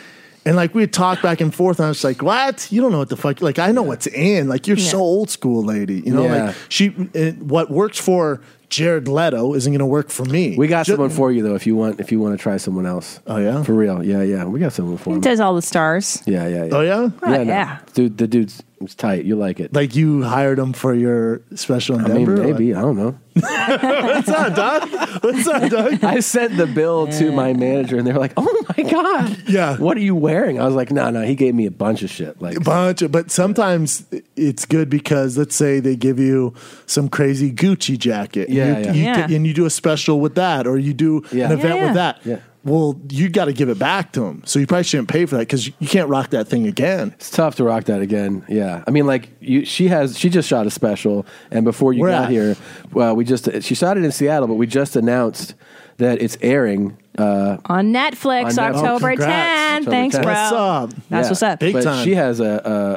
S18: And like we would talk back and forth, and I was like, "What? You don't know what the fuck? Like I know what's in. Like you're so old school, lady. You know,
S1: Yeah.
S18: like she. It, what works for Jared Leto isn't going to work for me.
S1: We got someone for you though if you want if you want to try someone else. Oh yeah, for real. Yeah, yeah. We got someone for
S2: He
S1: him.
S2: does all the stars.
S1: Yeah, yeah, yeah.
S18: Oh, yeah? Oh,
S1: no.
S2: yeah.
S1: Dude, the dude's it's tight. You like it?
S18: Like you hired him for your special
S1: I mean,
S18: endeavor.
S1: maybe I don't know.
S18: What's up, Doc? What's up, Doc?
S1: I sent the bill to my manager, and they were like, "Oh my god,
S18: yeah,
S1: what are you wearing?" I was like, "No, no." He gave me a bunch of shit. Like,
S18: A bunch of, but sometimes it's good because let's say they give you some crazy Gucci jacket. and
S1: Yeah,
S18: you,
S1: yeah.
S18: You
S1: Yeah.
S18: t- and you do a special with that, or you do
S1: Yeah.
S18: an event
S1: Yeah, yeah.
S18: with that.
S1: Yeah.
S18: Well, you got to give it back to them. So you probably shouldn't pay for that because you can't rock that thing again.
S1: it's tough to rock that again. Yeah, I mean, like, you, she has she just shot a special, and before you
S18: Where
S1: got
S18: at?
S1: here, well, we just she shot it in Seattle, but we just announced that it's airing. Uh,
S2: On Netflix,
S1: On Netflix.
S2: October 10.
S1: October
S2: Thanks,
S1: 10th.
S2: bro. That's
S1: Yeah.
S2: what's up.
S1: but She has a,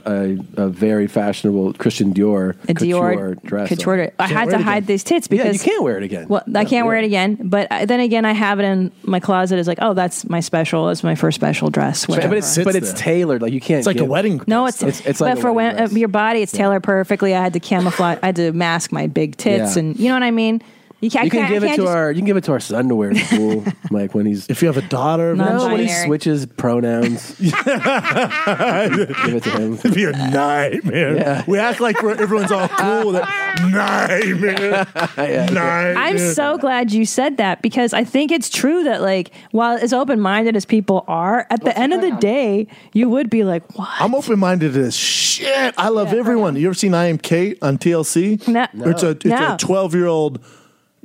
S1: a a a very fashionable Christian Dior
S2: a Dior
S1: couture dress.
S2: couture
S1: on.
S2: dress. I
S1: Can't
S2: had
S1: wear
S2: to
S1: it
S2: hide
S1: again.
S2: these tits
S1: Yeah, you
S2: because-
S1: can't wear it again.
S2: Well, I can't wear it again, but I, then again, I have it in my closet. It's like, oh, that's my special. It's my first special dress.
S1: But-
S2: whatever.
S1: but it's but it's tailored. Like you can't.
S18: It's like a
S1: give-
S18: wedding
S2: No, it's
S1: It's, it's like
S2: but
S1: a
S2: for
S1: wedding
S2: when, uh, your body, it's tailored perfectly. I had to camouflage. I had to mask my big tits,
S1: Yeah.
S2: and you know what I mean. You, ca- I
S1: you can
S2: can't- I
S1: give it
S2: can't
S1: to
S2: just-
S1: our you can give it to our son to wear to school, like when he's if you have a daughter, no, when he
S2: Non-binary.
S1: switches pronouns. give it to him. It'd be a nightmare.
S18: We act like we're, everyone's all cool. That nightmare, nightmare.
S2: I'm so glad you said that because I think it's true that like while as open minded as people are, at the end of the day, you would be like, "What?"
S18: I'm open minded to this shit. I love everyone. You ever seen I Am Kate on TLC?
S2: No.
S18: It's a it's
S2: No.
S18: a 12 year old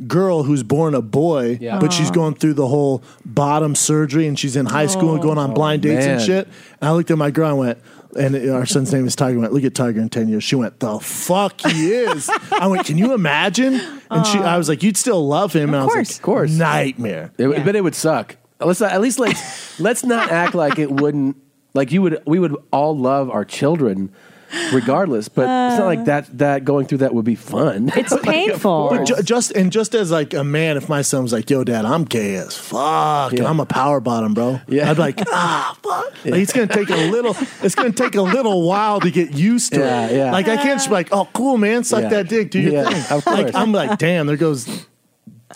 S18: girl who's born a boy,
S1: Yeah.
S18: but she's
S1: Aw.
S18: going through the whole bottom surgery and she's in high school and going on blind dates and
S1: man.
S18: shit. And I looked at my girl and went, and our son's name is Tiger. I went, look at Tiger in 10 years. She went, the fuck he is. I went, can you imagine? And she, I was like, you'd still love him. and I was like, Uh. of course. Nightmare.
S1: It, But it would suck. Let's not, at least like let's not act like it wouldn't. Like you would, we would all love our children, regardless. But it's
S2: Uh.
S1: not like that. That going through that would be fun. Like, of
S18: But
S1: course.
S18: ju- just and just as like a man, if my son was like, "Yo, dad, I'm gay as fuck, and I'm a power bottom, bro," yeah. I'd be like, "Ah, fuck." Like, it's gonna take a little. It's gonna take a little while to get used to
S1: Yeah,
S18: it.
S1: yeah.
S18: Like I can't just be like, "Oh, cool, man, suck
S1: Yeah.
S18: that dick, do your
S1: Yeah,
S18: thing."
S1: of course.
S18: Like I'm like, "Damn, there goes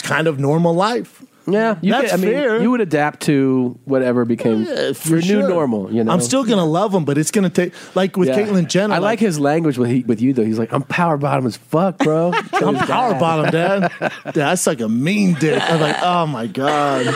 S18: kind of normal life."
S1: Yeah, you
S18: that's
S1: could- I mean,
S18: fair.
S1: You would adapt to whatever became
S18: Yeah, for
S1: your new
S18: sure.
S1: normal. You know,
S18: I'm still gonna love him, but it's gonna take like with
S1: Yeah.
S18: Caitlyn Jenner.
S1: I like, his language with he, with you though. He's like, I'm power bottom as fuck, bro.
S18: I'm power bottom, dad. dad. That's like a mean dick. I'm like, oh my god.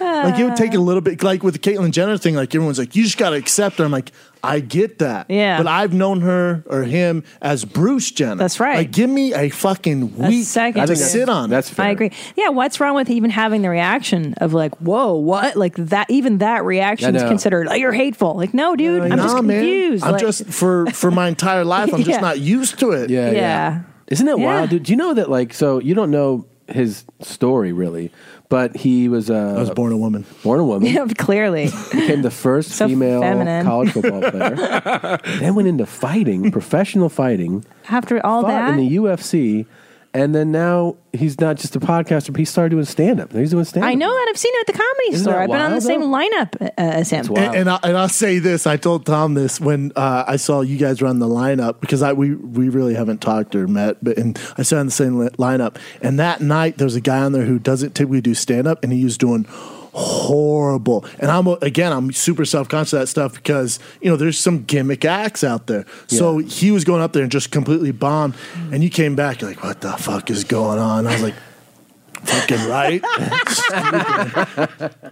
S18: Like it would take a little bit. Like with the Caitlyn Jenner thing, like everyone's like, you just got to accept her. I'm like, I get that.
S2: Yeah.
S18: But I've known her or him as Bruce Jenner. That's right. Like, give me a fucking
S2: A
S18: week
S2: second
S18: to
S2: to-
S18: sit on. That's
S2: I agree. Yeah, what's wrong with even having the reaction of like, "Whoa, what?" Like that. Even that reaction is
S18: know.
S2: considered. Oh, you're hateful. Like, no, dude, I'm
S18: nah,
S2: just
S18: man.
S2: confused.
S18: I'm
S2: Like-
S18: just for for my entire life. I'm
S2: Yeah.
S18: just not used to it.
S1: Yeah, yeah.
S2: Yeah.
S1: Isn't it
S2: Yeah.
S1: wild, dude? Do you know that? Like, so you don't know his story really, but he was. Uh, I was
S18: born a woman.
S1: Born a woman.
S2: Yeah, clearly.
S1: Became the first female
S2: feminine.
S1: college football player. then went into fighting, professional fighting.
S2: After all
S1: fought
S2: that,
S1: in the UFC, and then now he's not just a podcaster. But he started doing stand up. He's doing stand up.
S2: I know that I've seen him at the comedy
S1: Isn't
S2: store.
S1: that
S2: I've been on the
S1: wild,
S2: same lineup uh, as him.
S18: And, and, I, and I'll say this: I told Tom this when uh, I saw you guys run the lineup because I we we really haven't talked or met, but and I saw in the same li- lineup. And that night there was a guy on there who doesn't typically do stand up, and he was doing horrible. And I'm again, I'm super self conscious of that stuff because you know there's some gimmick acts out there. So he was going up there and just completely bombed, and you came back you're like, what the fuck is going on? I was like. Fucking right.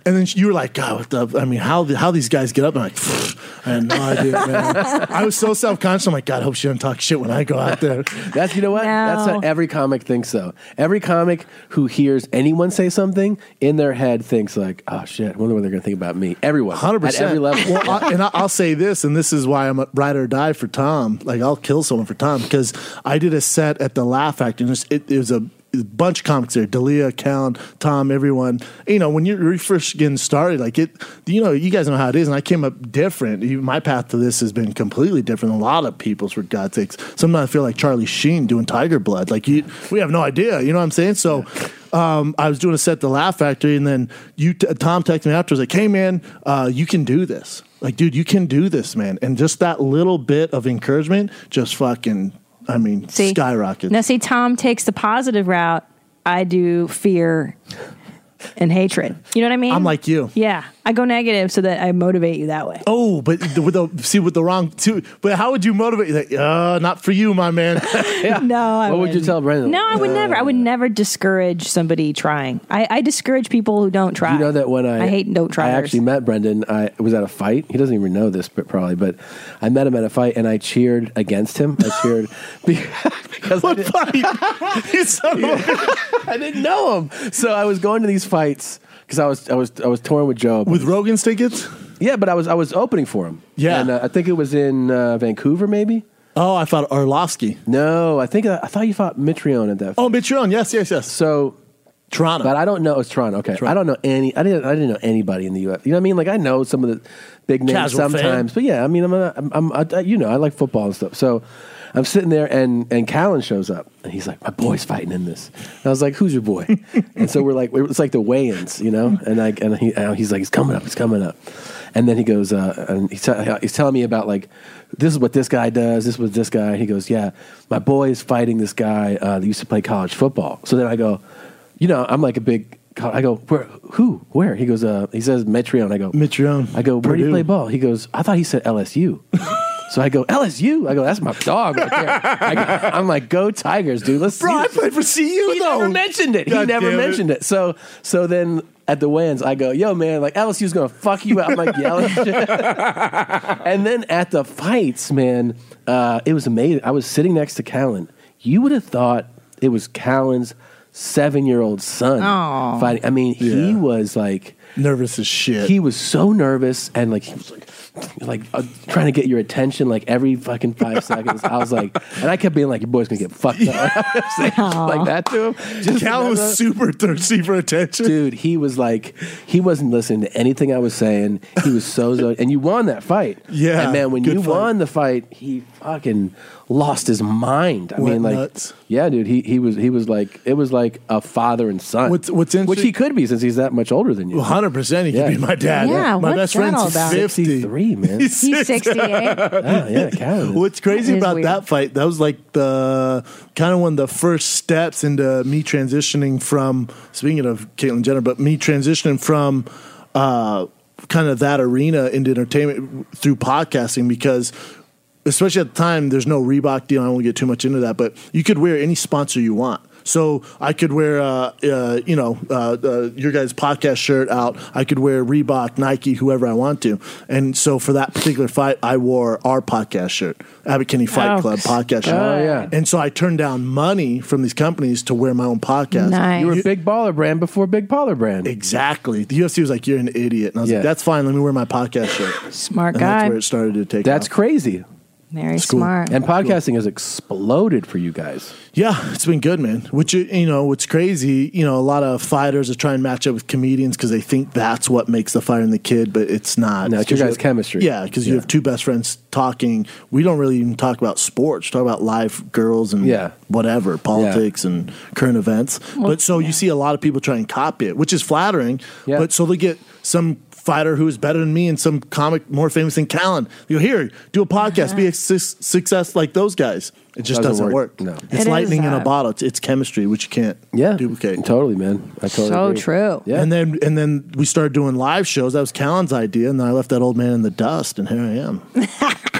S18: And then you were like, God, what the, I mean, how the, how these guys get up? I'm like, "Pfft, I had no idea, man. I was so self conscious. I'm like, God, I hope she doesn't talk shit when I go out there.
S1: That's you know what? That's how every comic thinks though. Every comic who hears anyone say something in their head thinks like, "Oh shit, I wonder what they're going to think about me." Everyone,
S18: Hundred
S1: at
S18: percent.
S1: every level.
S18: Well, I, and I, I'll say this, and this is why I'm a ride or die for Tom. Like I'll kill someone for Tom because I did a set at the Laugh Factory. And it's- it, it was a bunch of comics there: Dalia, Count, Tom, everyone. You know, when you're first getting started, like it, you know, you guys know how it is. And I came up different. Even my path to this has been completely different. than A lot of people's, for God's sakes. Sometimes I feel like Charlie Sheen doing Tiger Blood. Like you, we have no idea. You know what I'm saying? So um, I was doing a set at the Laugh Factory, and then you, t- Tom, texted me afterwards like, "Hey, man, uh, you can do this. Like, dude, you can do this, man." And just that little bit of encouragement, just fucking, I mean,
S2: See?
S18: skyrockets.
S2: Now, see, Tom takes the positive route. I do fear and hatred. You know what I mean?
S18: I'm like you.
S2: yeah, I go negative so that I motivate you that way.
S18: Oh, but the, with the see with the wrong too. But how would you motivate? Like, uh, not for you, my man.
S2: No, I
S1: What would you
S2: wouldn't.
S1: tell Brendan?
S2: No, I would
S1: Uh,
S2: never. I would never discourage somebody trying. I, I discourage people who don't try.
S1: You know that when I,
S2: I hate don't
S1: I
S2: tryers.
S1: actually met Brendan. I was at a fight. He doesn't even know this, but probably. But I met him at a fight, and I cheered against him. I cheered because, because I didn't- I didn't know him, so I was going to these fights because I was I was I was touring with Joe
S18: with Rogan's tickets.
S1: Yeah, but I was I was opening for him. Yeah, and uh, I think it was in uh, Vancouver, maybe.
S18: Oh, I thought Orlovsky.
S1: No, I think uh, I thought you fought Mitrione at that.
S18: Oh, Mitrione, yes, yes, yes.
S1: So
S18: Toronto,
S1: but I don't know. It's Toronto. Okay, I don't know any. I didn't. I didn't know anybody in the U.S. You know what I mean? Like I know some of the big names
S18: Casual fan.
S1: sometimes, but yeah, I mean, I'm, a, I'm, I'm I, you know, I like football and stuff. So I'm sitting there, and and Callan shows up, and he's like, "My boy's fighting in this." And I was like, "Who's your boy?" and so we're like, it's like the weigh-ins, you know. And I and he and he's like, "He's coming up. He's coming up." And then he goes, uh, and he's, t- he's telling me about like, this is what this guy does. This was this guy. He goes, "Yeah, my boy is fighting this guy uh, that used to play college football." So then I go you know, I'm like a big. I go, where, who, where? He goes, uh, he says Metreon. I go, Metreon. I go, where do you
S18: Purdue.
S1: play ball? Oh, He goes, I thought he said LSU. so I go, LSU. I go, that's my dog right there. I go, I'm like, go Tigers, dude. Let's
S18: Bro, I played for CU
S1: He
S18: though.
S1: never mentioned it. he
S18: God
S1: never
S18: damn it.
S1: mentioned it. So, so then at the weigh-ins, I go, yo, man, like LSU's gonna fuck you up. I'm like yelling. and then at the fights, man, uh, it was amazing. I was sitting next to Callan. You would have thought it was Callan's seven-year-old son
S18: Aw.
S1: fighting. I mean, he was like
S18: nervous as shit.
S1: He was so nervous and like he was like like uh, trying to get your attention like every fucking five seconds. I was like, and I kept being like, your boy's gonna get fucked up like that to him.
S18: Cal was
S1: super thirsty for attention, dude. He was like, he wasn't listening to anything I was saying. He was so zoned, and you won that fight.
S18: Yeah,
S1: and man, when
S18: good
S1: you
S18: fight.
S1: won the fight, he fucking lost his mind. I
S18: Went
S1: mean, like,
S18: nuts.
S1: yeah, dude. He he was he was like it was like a father and son.
S18: What's- what's interesting-
S1: which he could be since he's that much older than you.
S18: Well, 100% he could be my dad. Yeah, My what's best that friend's all about? 50.
S1: Sixty-three, man.
S18: He's
S2: 68.
S1: Oh, yeah, Cal.
S18: What's crazy
S1: It is
S18: about
S1: weird.
S18: that fight? That was like the kind of one of the first steps into me transitioning from speaking of Caitlyn Jenner, but me transitioning from uh, kind of that arena into entertainment through podcasting because. Especially at the time, there's no Reebok deal. I won't get too much into that, but you could wear any sponsor you want. So I could wear, uh, uh, you know, uh, uh, your guys' podcast shirt out. I could wear Reebok, Nike, whoever I want to. And so for that particular fight, I wore our podcast shirt, Abbott Kinney Fight
S1: Oh,
S18: Club podcast shirt.
S1: oh, yeah.
S18: And so I turned down money from these companies to wear my own podcast.
S1: Nice. You were Big Baller Brand before Big Baller Brand.
S18: Exactly. The UFC was like, "You're an idiot," and I was
S1: Yeah.
S18: like, "That's fine. Let me wear my podcast shirt."
S2: Smart
S18: And
S2: guy.
S18: That's where it started to take.
S1: That's crazy.
S2: Very smart.
S1: And podcasting has exploded for you guys.
S18: Yeah, it's been good, man. Which you- you know, what's crazy, you know, a lot of fighters are trying to match up with comedians because they think that's what makes the fighter and the kid, but it's not.
S1: No, it's your
S18: 'cause you
S1: guys'
S18: have-
S1: chemistry.
S18: Yeah, because you
S1: Yeah.
S18: have two best friends talking. We don't really even talk about sports. We talk about live girls and
S1: Yeah.
S18: whatever politics and current events.
S1: Well,
S18: but so you see a lot of people try and copy it, which is flattering.
S1: Yeah.
S18: But so they get some. Fighter who is better than me and some comic more famous than Callan. You go, here, do a podcast, be a su- success like those guys. It just doesn't, work.
S1: No.
S18: It's
S1: It
S18: lightning
S1: is,
S18: in
S1: uh,
S18: a bottle. It's, it's chemistry, which you can't
S1: yeah,
S18: duplicate.
S1: Totally, man. I totally So agree. true. Yeah.
S18: And then and then we started doing live shows. That was Callan's idea, and then I left that old man in the dust, and here I am.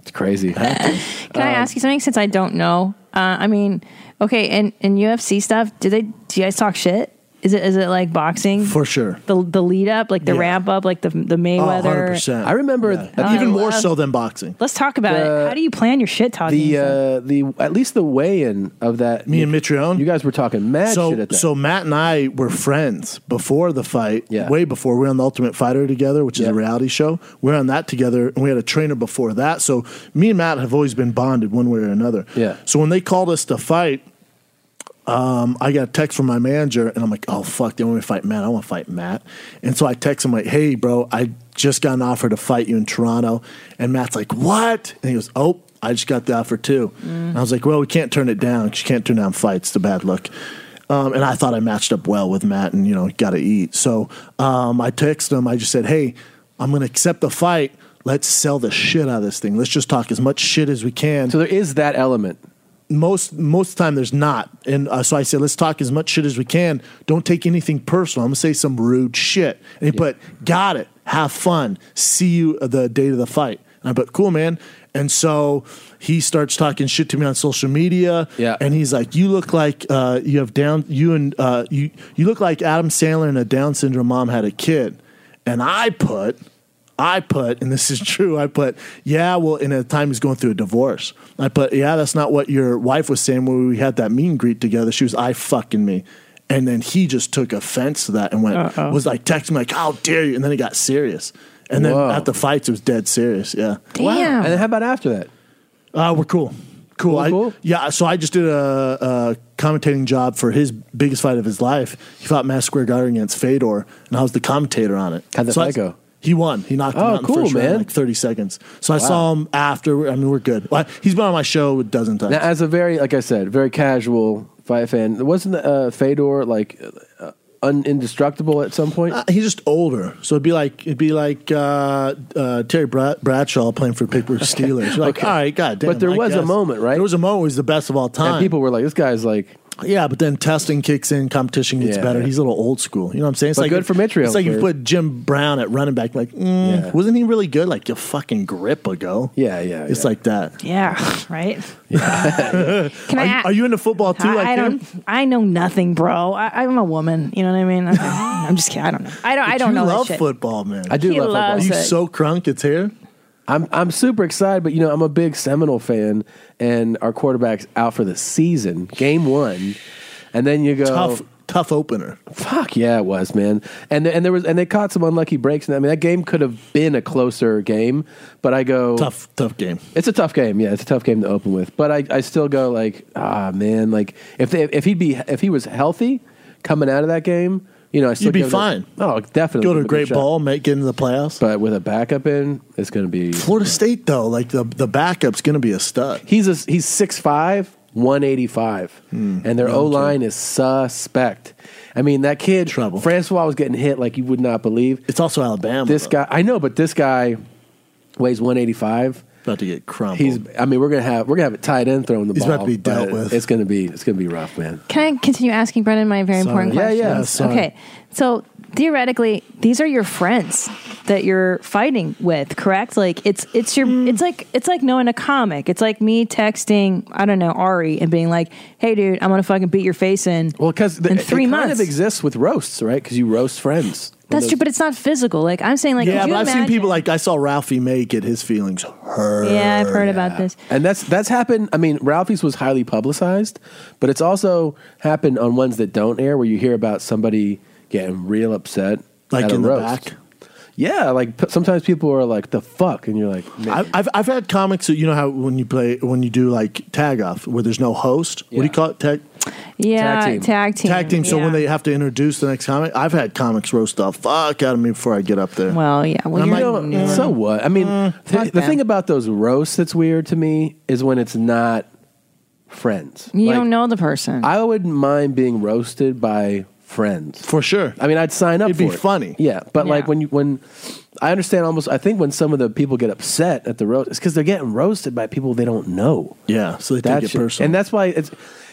S1: it's crazy.
S2: Can
S18: Um,
S2: I ask you something since I don't know? Uh, I mean, okay, and in UFC stuff, do they do you guys talk shit? Is it is it like boxing?
S18: For sure.
S2: The the lead up, like the
S18: Yeah. Oh,
S2: ramp up, like the the Mayweather.
S18: 100%.
S1: I remember
S2: Oh,
S18: even
S2: I
S18: more
S2: love-
S18: so than boxing.
S2: Let's talk about
S1: The-
S2: it. How do you plan your shit talking?
S1: The uh, the at least the weigh in of that.
S18: Me and Mitrione.
S1: You guys were talking mad
S18: so,
S1: shit at that.
S18: So Matt and I were friends before the fight,
S1: Yeah.
S18: way before. We were on The Ultimate Fighter together, which is a reality show. We were on that together, and we had a trainer before that. So me and Matt have always been bonded one way or another.
S1: Yeah.
S18: So when they called us to fight, um, I got a text from my manager, and I'm like, oh, fuck, they want me to fight Matt. I want to fight Matt. And so I text him, like, hey, bro, I just got an offer to fight you in Toronto. And Matt's like, what? And he goes, oh, I just got the offer too. And I was like, well, we can't turn it down 'cause you can't turn down fights. It's a bad look. Um, and I thought I matched up well with Matt and, you know, got to eat. So um, I texted him. I just said, hey, I'm going to accept the fight. Let's sell the shit out of this thing. Let's just talk as much shit as we can. So
S1: there is that element.
S18: Most most of the time there's not, and uh, so I said, let's talk as much shit as we can. Don't take anything personal. I'm gonna say some rude shit. And he put, got it. Have fun. See you the date of the fight. And I put, cool, man. And so he starts talking shit to me on social media.
S1: Yeah.
S18: And he's like, you look like uh, you have down. You and uh, you you look like Adam Sandler and a Down syndrome mom had a kid. And I put, I put, and this is true, I put, yeah, well, and at the time he's going through a divorce. I put, yeah, that's not what your wife was saying when we had that meet and greet together. She was, I fucking me. And then he just took offense to that and went,
S1: Uh-oh.
S18: was like texting me, like, how dare you? And then it got serious. And then
S1: Whoa.
S18: at the fights, it was dead serious. Yeah.
S1: Wow. And then how about after that?
S18: Uh, we're cool. Cool. I, Yeah. So I just did a, a commentating job for his biggest fight of his life. He fought Mass Square Garden against Fedor, and I was the commentator on it.
S1: How'd that
S18: so I-
S1: fight go?
S18: He won. He knocked him
S1: Oh,
S18: out in
S1: cool,
S18: the first
S1: man.
S18: round, like thirty seconds. So I
S1: Wow.
S18: saw him after. I mean, we're good. Well, He's been on my show a dozen times.
S1: Now, as a very, like I said, very casual fight fan, wasn't uh, Fedor like uh, un- indestructible at some point?
S18: he's just older, so it'd be like it'd be like uh, uh, Terry Bra- Bradshaw playing for Pittsburgh Steelers. You're like,
S1: Okay.
S18: all right, goddamn.
S1: But there
S18: I
S1: was a
S18: guess."
S1: moment, right?
S18: There was a moment. He was the best of all time.
S1: And people were like, this guy's like,
S18: Yeah, but then testing kicks in, competition gets
S1: Yeah.
S18: better. He's a little old school. You know what I'm saying? It's
S1: But
S18: like
S1: good for Mitrione
S18: It's like you
S1: for-
S18: put Jim Brown at running back. Like, mm,
S1: Yeah.
S18: wasn't he really good? Like your fucking grip ago. Yeah, yeah. It's like that.
S2: Yeah, right. Can I?
S18: Are you into football too?
S2: I,
S18: like
S2: I
S18: him?
S2: don't. I know nothing, bro. I, I'm a woman. You know what I mean? I, am just kidding. I don't know. I don't. I
S18: But
S2: don't
S18: you
S2: know. that
S18: love
S2: shit.
S18: football, man.
S1: I do
S2: He
S1: love football.
S2: loves it.
S18: crunk it's here?
S1: I'm I'm super excited, but you know I'm a big Seminole fan, and our quarterback's out for the season, game one, and then you go
S18: Tough- tough opener.
S1: Fuck yeah, it was man, and and there was and they caught some unlucky breaks, and I mean that game could have been a closer game, but I go
S18: tough tough game.
S1: It's a tough game, yeah, it's a tough game to open with, but I I still go like ah man, like if they if he'd be if he was healthy coming out of that game. You know, I still
S18: You'd be
S1: give it a-
S18: fine.
S1: oh, definitely
S18: Go to
S1: give
S18: a
S1: it
S18: great
S1: shot.
S18: ball, make get into the playoffs.
S1: But with a backup in, it's going to be
S18: Florida State though, like the the backup's going to be a stud.
S1: He's a, he's 6'5", 185, and their O line is suspect. I mean, that kid Francois was getting hit like you would not believe.
S18: It's also Alabama.
S1: This guy, I know, but this guy weighs one eighty five.
S18: About to get crumbled.
S1: He's. I mean, we're gonna have we're gonna have it tight end throwing the
S18: He's
S1: ball.
S18: about to be
S1: but
S18: dealt with.
S1: It's gonna be it's gonna be rough, man.
S2: Can I continue asking Brendan my very
S1: Sorry.
S2: important
S1: Yeah,
S2: questions?
S1: yeah, sorry.
S2: Okay. So theoretically, these are your friends that you're fighting with, correct? Like it's it's your it's like it's like knowing a comic. It's like me texting I don't know Ari and being like, "Hey, dude, I'm gonna fucking beat your face in."
S1: Well, because
S2: in three
S1: it
S2: months.
S1: kind of exists with roasts, right? Because you roast friends.
S2: That's true, but it's not physical. Like I'm saying, like
S18: yeah,
S2: could you
S18: but I've
S2: imagine-
S18: seen people like I saw Ralphie May get his feelings hurt.
S2: Yeah, I've heard about this.
S1: And that's that's happened. I mean, Ralphie's was highly publicized, but it's also happened on ones that don't air, where you hear about somebody getting real upset,
S18: Like
S1: at a
S18: in the
S1: roast.
S18: back?
S1: Yeah, like p- sometimes people are like, "The fuck," and you're like,
S18: I- I've I've had comics that you know how when you play when you do like tag off where there's no host. What do you call it? Tag.
S2: Yeah, tag team. Tag team.
S18: Tag team. So
S2: yeah.
S18: when they have to introduce the next comic, I've had comics roast the fuck out of me before I get up there.
S2: Well, yeah. Well,
S18: And I'm
S2: you're-
S18: like, "Mm,
S2: you're-
S1: So what? I mean, th- the
S2: them.
S1: thing about those roasts that's weird to me is when it's not friends.
S2: You don't know the person.
S1: I wouldn't mind being roasted by friends
S18: for sure.
S1: I mean, I'd sign up.
S18: It'd be
S1: for it.
S18: funny.
S1: Yeah, but
S18: Yeah.
S1: like when you when I understand almost. I think when some of the people get upset at the roast, it's because they're getting roasted by people they don't know.
S18: Yeah, so they take
S1: That
S18: it
S1: shit-
S18: personal.
S1: and that's why it's.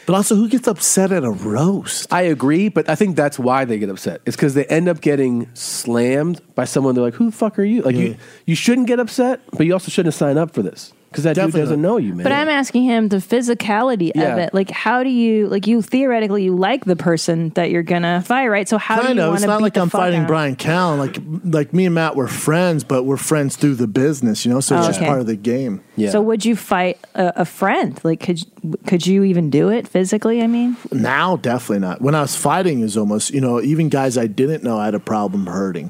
S18: But also, who gets upset at a roast?
S1: I agree, but I think that's why they get upset. It's because they end up getting slammed by someone. They're like, "Who the fuck are you?" Like you, you shouldn't get upset, but you also shouldn't sign up for this because that
S2: Definitely.
S1: dude doesn't know you, man.
S2: But I'm asking him the physicality
S1: Yeah.
S2: of it. Like, how do you like you theoretically you like the person that you're gonna fight, right? So how do
S18: kind
S2: you
S18: of.
S2: want
S18: It's
S2: to
S18: not like I'm fighting
S2: out?
S18: Brian Callen. Like like me and Matt were friends, but we're friends through the business. You know, so it's
S2: Oh,
S18: just
S2: okay.
S18: part of the game.
S2: So would you fight a, a friend? Like, could could you even do it physically? I mean,
S18: now, definitely not. When I was fighting, is almost you know even guys I didn't know I had a problem hurting.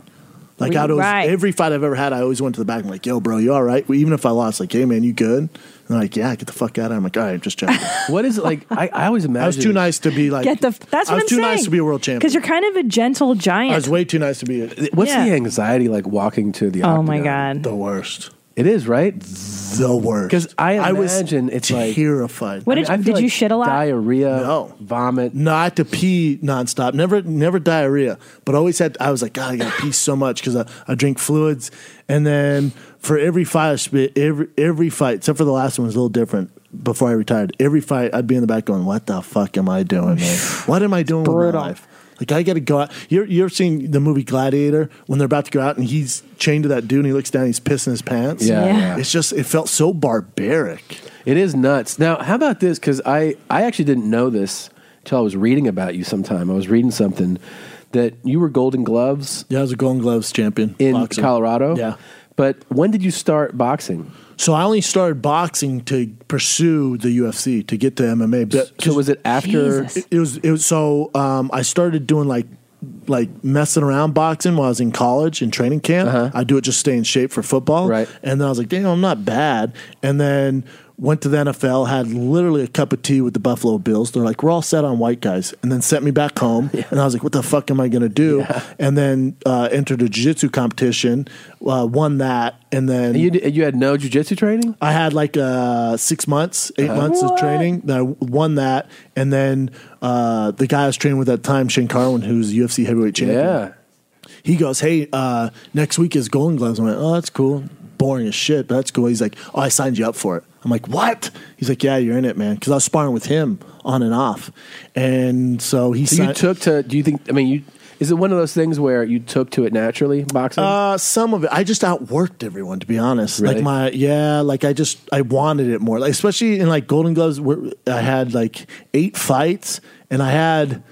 S18: Like
S2: Well,
S18: I always
S2: right.
S18: every fight I've ever had, I always went to the back and like, yo, bro, you all right? Even if I lost, like, hey man, you good? And they're like, yeah, get the fuck out of here. I'm like, all right, I'm just checking.
S1: what is it like? I, I always imagine
S18: I was too nice to be like.
S2: get the. That's
S18: I
S2: what
S18: was
S2: I'm saying.
S18: too nice to be a world champion.
S2: because you're kind of a gentle giant.
S18: I was way too nice to be. A,
S1: What's
S2: Yeah.
S1: the anxiety like walking to the?
S2: Oh my
S1: octagon?
S2: God.
S18: The worst.
S1: It is right.
S18: The worst.
S1: Because I
S18: I was
S1: imagine it's like
S18: terrified.
S2: What did-
S1: I feel
S2: did you shit a lot?
S1: Diarrhea.
S18: No.
S1: Vomit.
S18: No, I had to pee nonstop. Never, never diarrhea, but always had. I was like, God, I gotta pee so much because I, I drink fluids, and then for every fight, I spit- every every fight except for the last one was a little different. Before I retired, every fight I'd be in the back going, "What the fuck am I doing, man? What am I doing with my
S2: Brutal.
S18: life?" Like I gotta go out. You're you're seeing the movie Gladiator when they're about to go out and he's chained to that dude and he looks down, he's pissing his pants.
S1: Yeah. Yeah.
S18: it's just it felt so barbaric.
S1: It is nuts. Now, how about this? Because I, I actually didn't know this until I was reading about you sometime. I was reading something that you were Golden Gloves
S18: Yeah, I was a Golden Gloves champion
S1: in
S18: boxing.
S1: Colorado.
S18: Yeah.
S1: But when did you start boxing?
S18: So I only started boxing to pursue the UFC to get to MMA. But
S1: So was it after- Jesus.
S18: It, it was. It was. So um, I started doing like like messing around boxing while I was in college in training camp.
S1: Uh-huh.
S18: I do it just to stay in shape for football. Right. And then I was like, damn, I'm not bad. And then. Went to the NFL, had literally a cup of tea with the Buffalo Bills. They're like, we're all set on white guys. And then sent me back home. And I was like, what the fuck am I going to do? And then uh, entered a jiu jitsu competition, uh, won that. And then
S1: And you, d- you had no jujitsu training?
S18: I had like uh, six months, 8
S1: Uh-huh.
S18: months
S1: What?
S18: of training. That I won that, and then uh, the guy I was training with at the time, Shane Carwin, who's UFC heavyweight champion.
S1: Yeah.
S18: He goes, "Hey, uh, next week is Golden Gloves." I went, "Oh, that's cool. Boring as shit, but that's cool." He's like, "Oh, I signed you up for it." I'm I'm like, what? He's like, yeah, you're in it, man. Because I was sparring with him on and off, and so he.
S1: So you
S18: signed-
S1: took to? Do you think? I mean, you is it one of those things where you took to it naturally? Boxing.
S18: Uh, some of it. I just outworked everyone, to be honest.
S1: Really?
S18: Like my, yeah, like I just, I wanted it more. Like, especially in like Golden Gloves, where I had like eight fights and I had,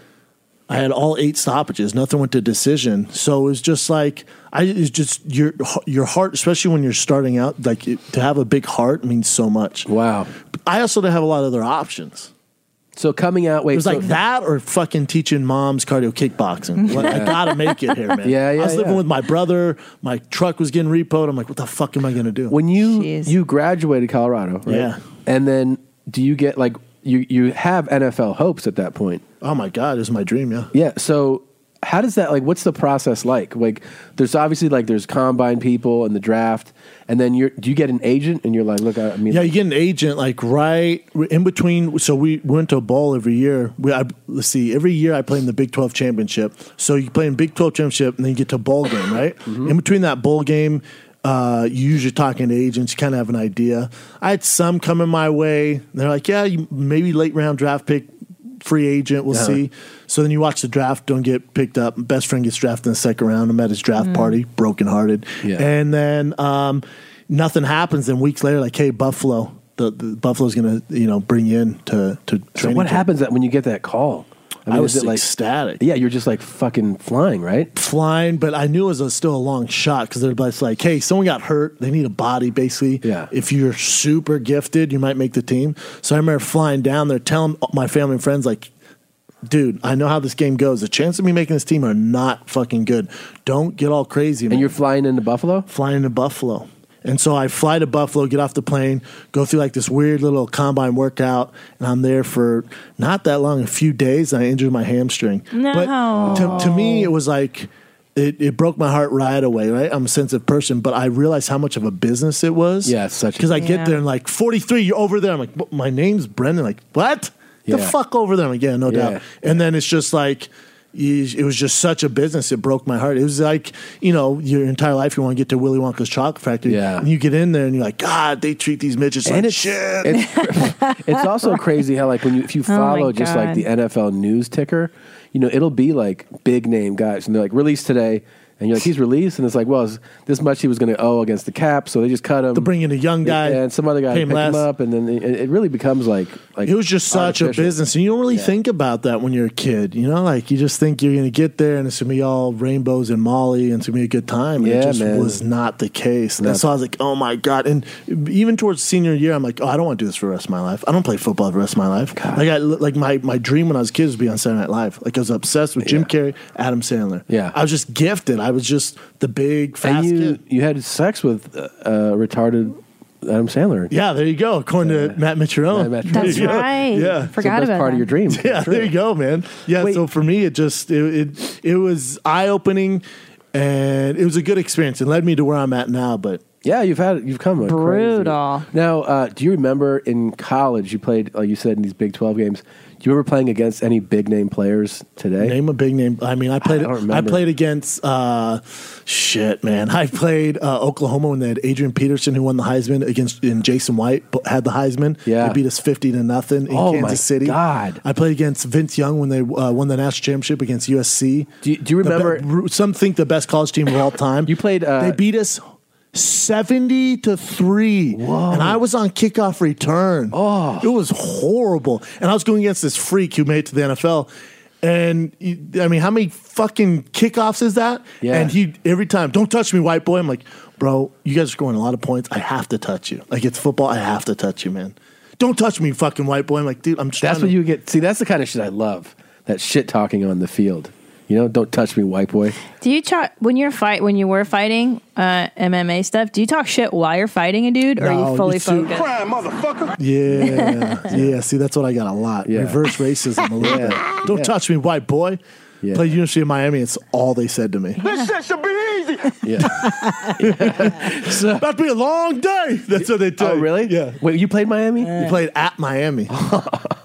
S18: I had all eight stoppages. Nothing went to decision. So it was just like, I, it's just your, your heart, especially when you're starting out, like it, to have a big heart means so much.
S1: Wow.
S18: I also didn't have a lot of other options.
S1: So coming out, wait,
S18: it was
S1: so-
S18: like that or fucking teaching mom's cardio kickboxing. Like, I
S1: Yeah.
S18: gotta make it here, man.
S1: Yeah, yeah,
S18: I was living
S1: yeah.
S18: with my brother. My truck was getting repoed. I'm like, what the fuck am I gonna do?
S1: when you you graduated Colorado, right?
S18: Yeah.
S1: and then do you get like you you have NFL hopes at that point?
S18: Oh my god, it was my dream. Yeah,
S1: yeah. So how does that like? What's the process like? Like, there's obviously like there's combine people and the draft, and then you're do you get an agent and you're like, look, I, I mean,
S18: Yeah, you get an agent like right in between. So we went to a bowl every year. We, I, let's see, every year I play in the Big Twelve championship. So you play in Big Twelve championship, and then you get to a bowl game, right?
S1: Mm-hmm.
S18: In between that bowl game, uh, you usually talking to agents, you kind of have an idea. I had some coming my way. and They're like, yeah, you, maybe late round draft pick, free agent. We'll
S1: Uh-huh.
S18: see. So then you watch the draft, don't get picked up. Best friend gets drafted in the second round. I'm at his draft
S1: Mm.
S18: party, brokenhearted.
S1: Yeah.
S18: And then um, nothing happens. Then weeks later, like, hey, Buffalo, the, the Buffalo's going to you know bring you in to to
S1: so
S18: training.
S1: what
S18: camp.
S1: happens that when you get that call?
S18: I was
S1: is it,
S18: ecstatic.
S1: Yeah, you're just like fucking flying, right?
S18: Flying, but I knew it was a, still a long shot because they're both like, hey, someone got hurt. They need a body, basically. Yeah. If you're super gifted, you might make the team. So I remember flying down there, telling my family and friends, like, dude, I know how this game goes. The chances of me making this team are not fucking good. Don't get all crazy. And you're
S1: flying into Buffalo?
S18: Flying into Buffalo. And so I fly to Buffalo, get off the plane, go through like this weird little combine workout, and I'm there for not that long, a few days, and I injured my hamstring.
S13: No.
S18: But to, to me, it was like, it, it broke my heart right away, right? I'm a sensitive person, but I realized how much of a business it was.
S1: Yeah, it's such a-
S18: Because I get
S1: Yeah.
S18: there and like, 43, you're over there. I'm like, "What? my name's Brendan. Like, what? The
S1: Yeah.
S18: fuck over there? I'm like, yeah, no
S1: Yeah.
S18: doubt. And then it's just like, you- it was just such a business. It broke my heart. It was like, you know, your entire life you want to get to Willy Wonka's chocolate factory.
S1: Yeah.
S18: And you get in there and you're like, God, they treat these midgets
S1: And
S18: like
S1: it's-
S18: shit.
S1: it's also crazy how like when you if you
S18: Oh my
S1: follow just like
S18: God.
S1: the NFL news ticker, you know it'll be like big name guys, and they're like released today, and you're like he's released, and it's like well it's this much he was going to owe against the cap, so they just cut him. They bring
S18: in a young
S1: guy and some other guy
S18: pay him
S1: pick him
S18: less.
S1: up, and then it, it really becomes like like
S18: it was just such a
S1: artificial.
S18: business, and you don't really think about that when you're a kid. You know, like you just think you're going to get there, and it's going to be all rainbows and Molly, and it's going to be a good time. And
S1: Yeah,
S18: it just
S1: man.
S18: was not the case. And
S1: No.
S18: so I was like, oh my god! And even towards senior year, I'm like, oh, I don't want to do this for the rest of my life. I don't play football the rest of my life. Like, I, like my my dream when I was a kid was to be on Saturday Night Live. Like I was obsessed with Jim Carrey, Adam Sandler.
S1: Yeah.
S18: I was just gifted. I was just the big fast
S1: And you
S18: kid.
S1: you had sex with uh, uh, retarded Adam Sandler.
S18: Yeah, there you go. According to Matt Mitchell.
S1: That's right.
S18: Yeah,
S1: Forgot So that's about part of that. your dream.
S18: Yeah, there you go, man. Yeah. So for me, it just it it, it was eye opening, and it was a good experience. It led me to where I'm at now. But
S1: yeah, you've had you've come like crazy. Now, uh, do you remember in college you played like you said in these Big Twelve games? Do you remember playing against any big name players today?
S18: Name a big name. I mean, I played.
S1: I, don't
S18: I
S1: remember.
S18: played against uh, shit, man. I played uh, Oklahoma when they had Adrian Peterson, who won the Heisman, against and Jason White bu- had the Heisman.
S1: Yeah.
S18: they beat us fifty to nothing in
S1: Oh,
S18: Kansas
S1: my
S18: City.
S1: God.
S18: I played against Vince Young when they uh, won the national championship against USC.
S1: Do you, do you remember?
S18: some think the best college team of all time.
S1: you played. Uh,
S18: they beat us seventy to three, and I was on kickoff return. Oh, it was horrible, and I was going against this freak who made it to the NFL. And you- I mean, how many fucking kickoffs is that?
S1: Yeah.
S18: And he every time, don't touch me, white boy. I'm like, bro, you guys are scoring a lot of points. I have to touch you. Like it's football. I have to touch you, man. Don't touch me, fucking white boy. I'm like, dude, I'm just.
S1: that's
S18: trying
S1: what
S18: to-
S1: you get. See, that's the kind of shit I love. That shit talking on the field. You know, don't touch me, white boy.
S2: Do you talk when you're fight when you were fighting uh, MMA stuff? Do you talk shit while you're fighting a dude, or
S18: No,
S2: are
S18: you
S2: you fully
S18: see-
S2: focused?
S6: motherfucker.
S18: Yeah, yeah. See, that's what I got a lot. Reverse racism a little bit. Don't touch me, white boy. Played University of Miami. It's all they said to me.
S6: This shit should be easy.
S18: About to be a
S1: Oh,
S18: long day. That's what they tell. Oh, really? Yeah.
S1: Wait, you played Miami?
S18: You played at Miami.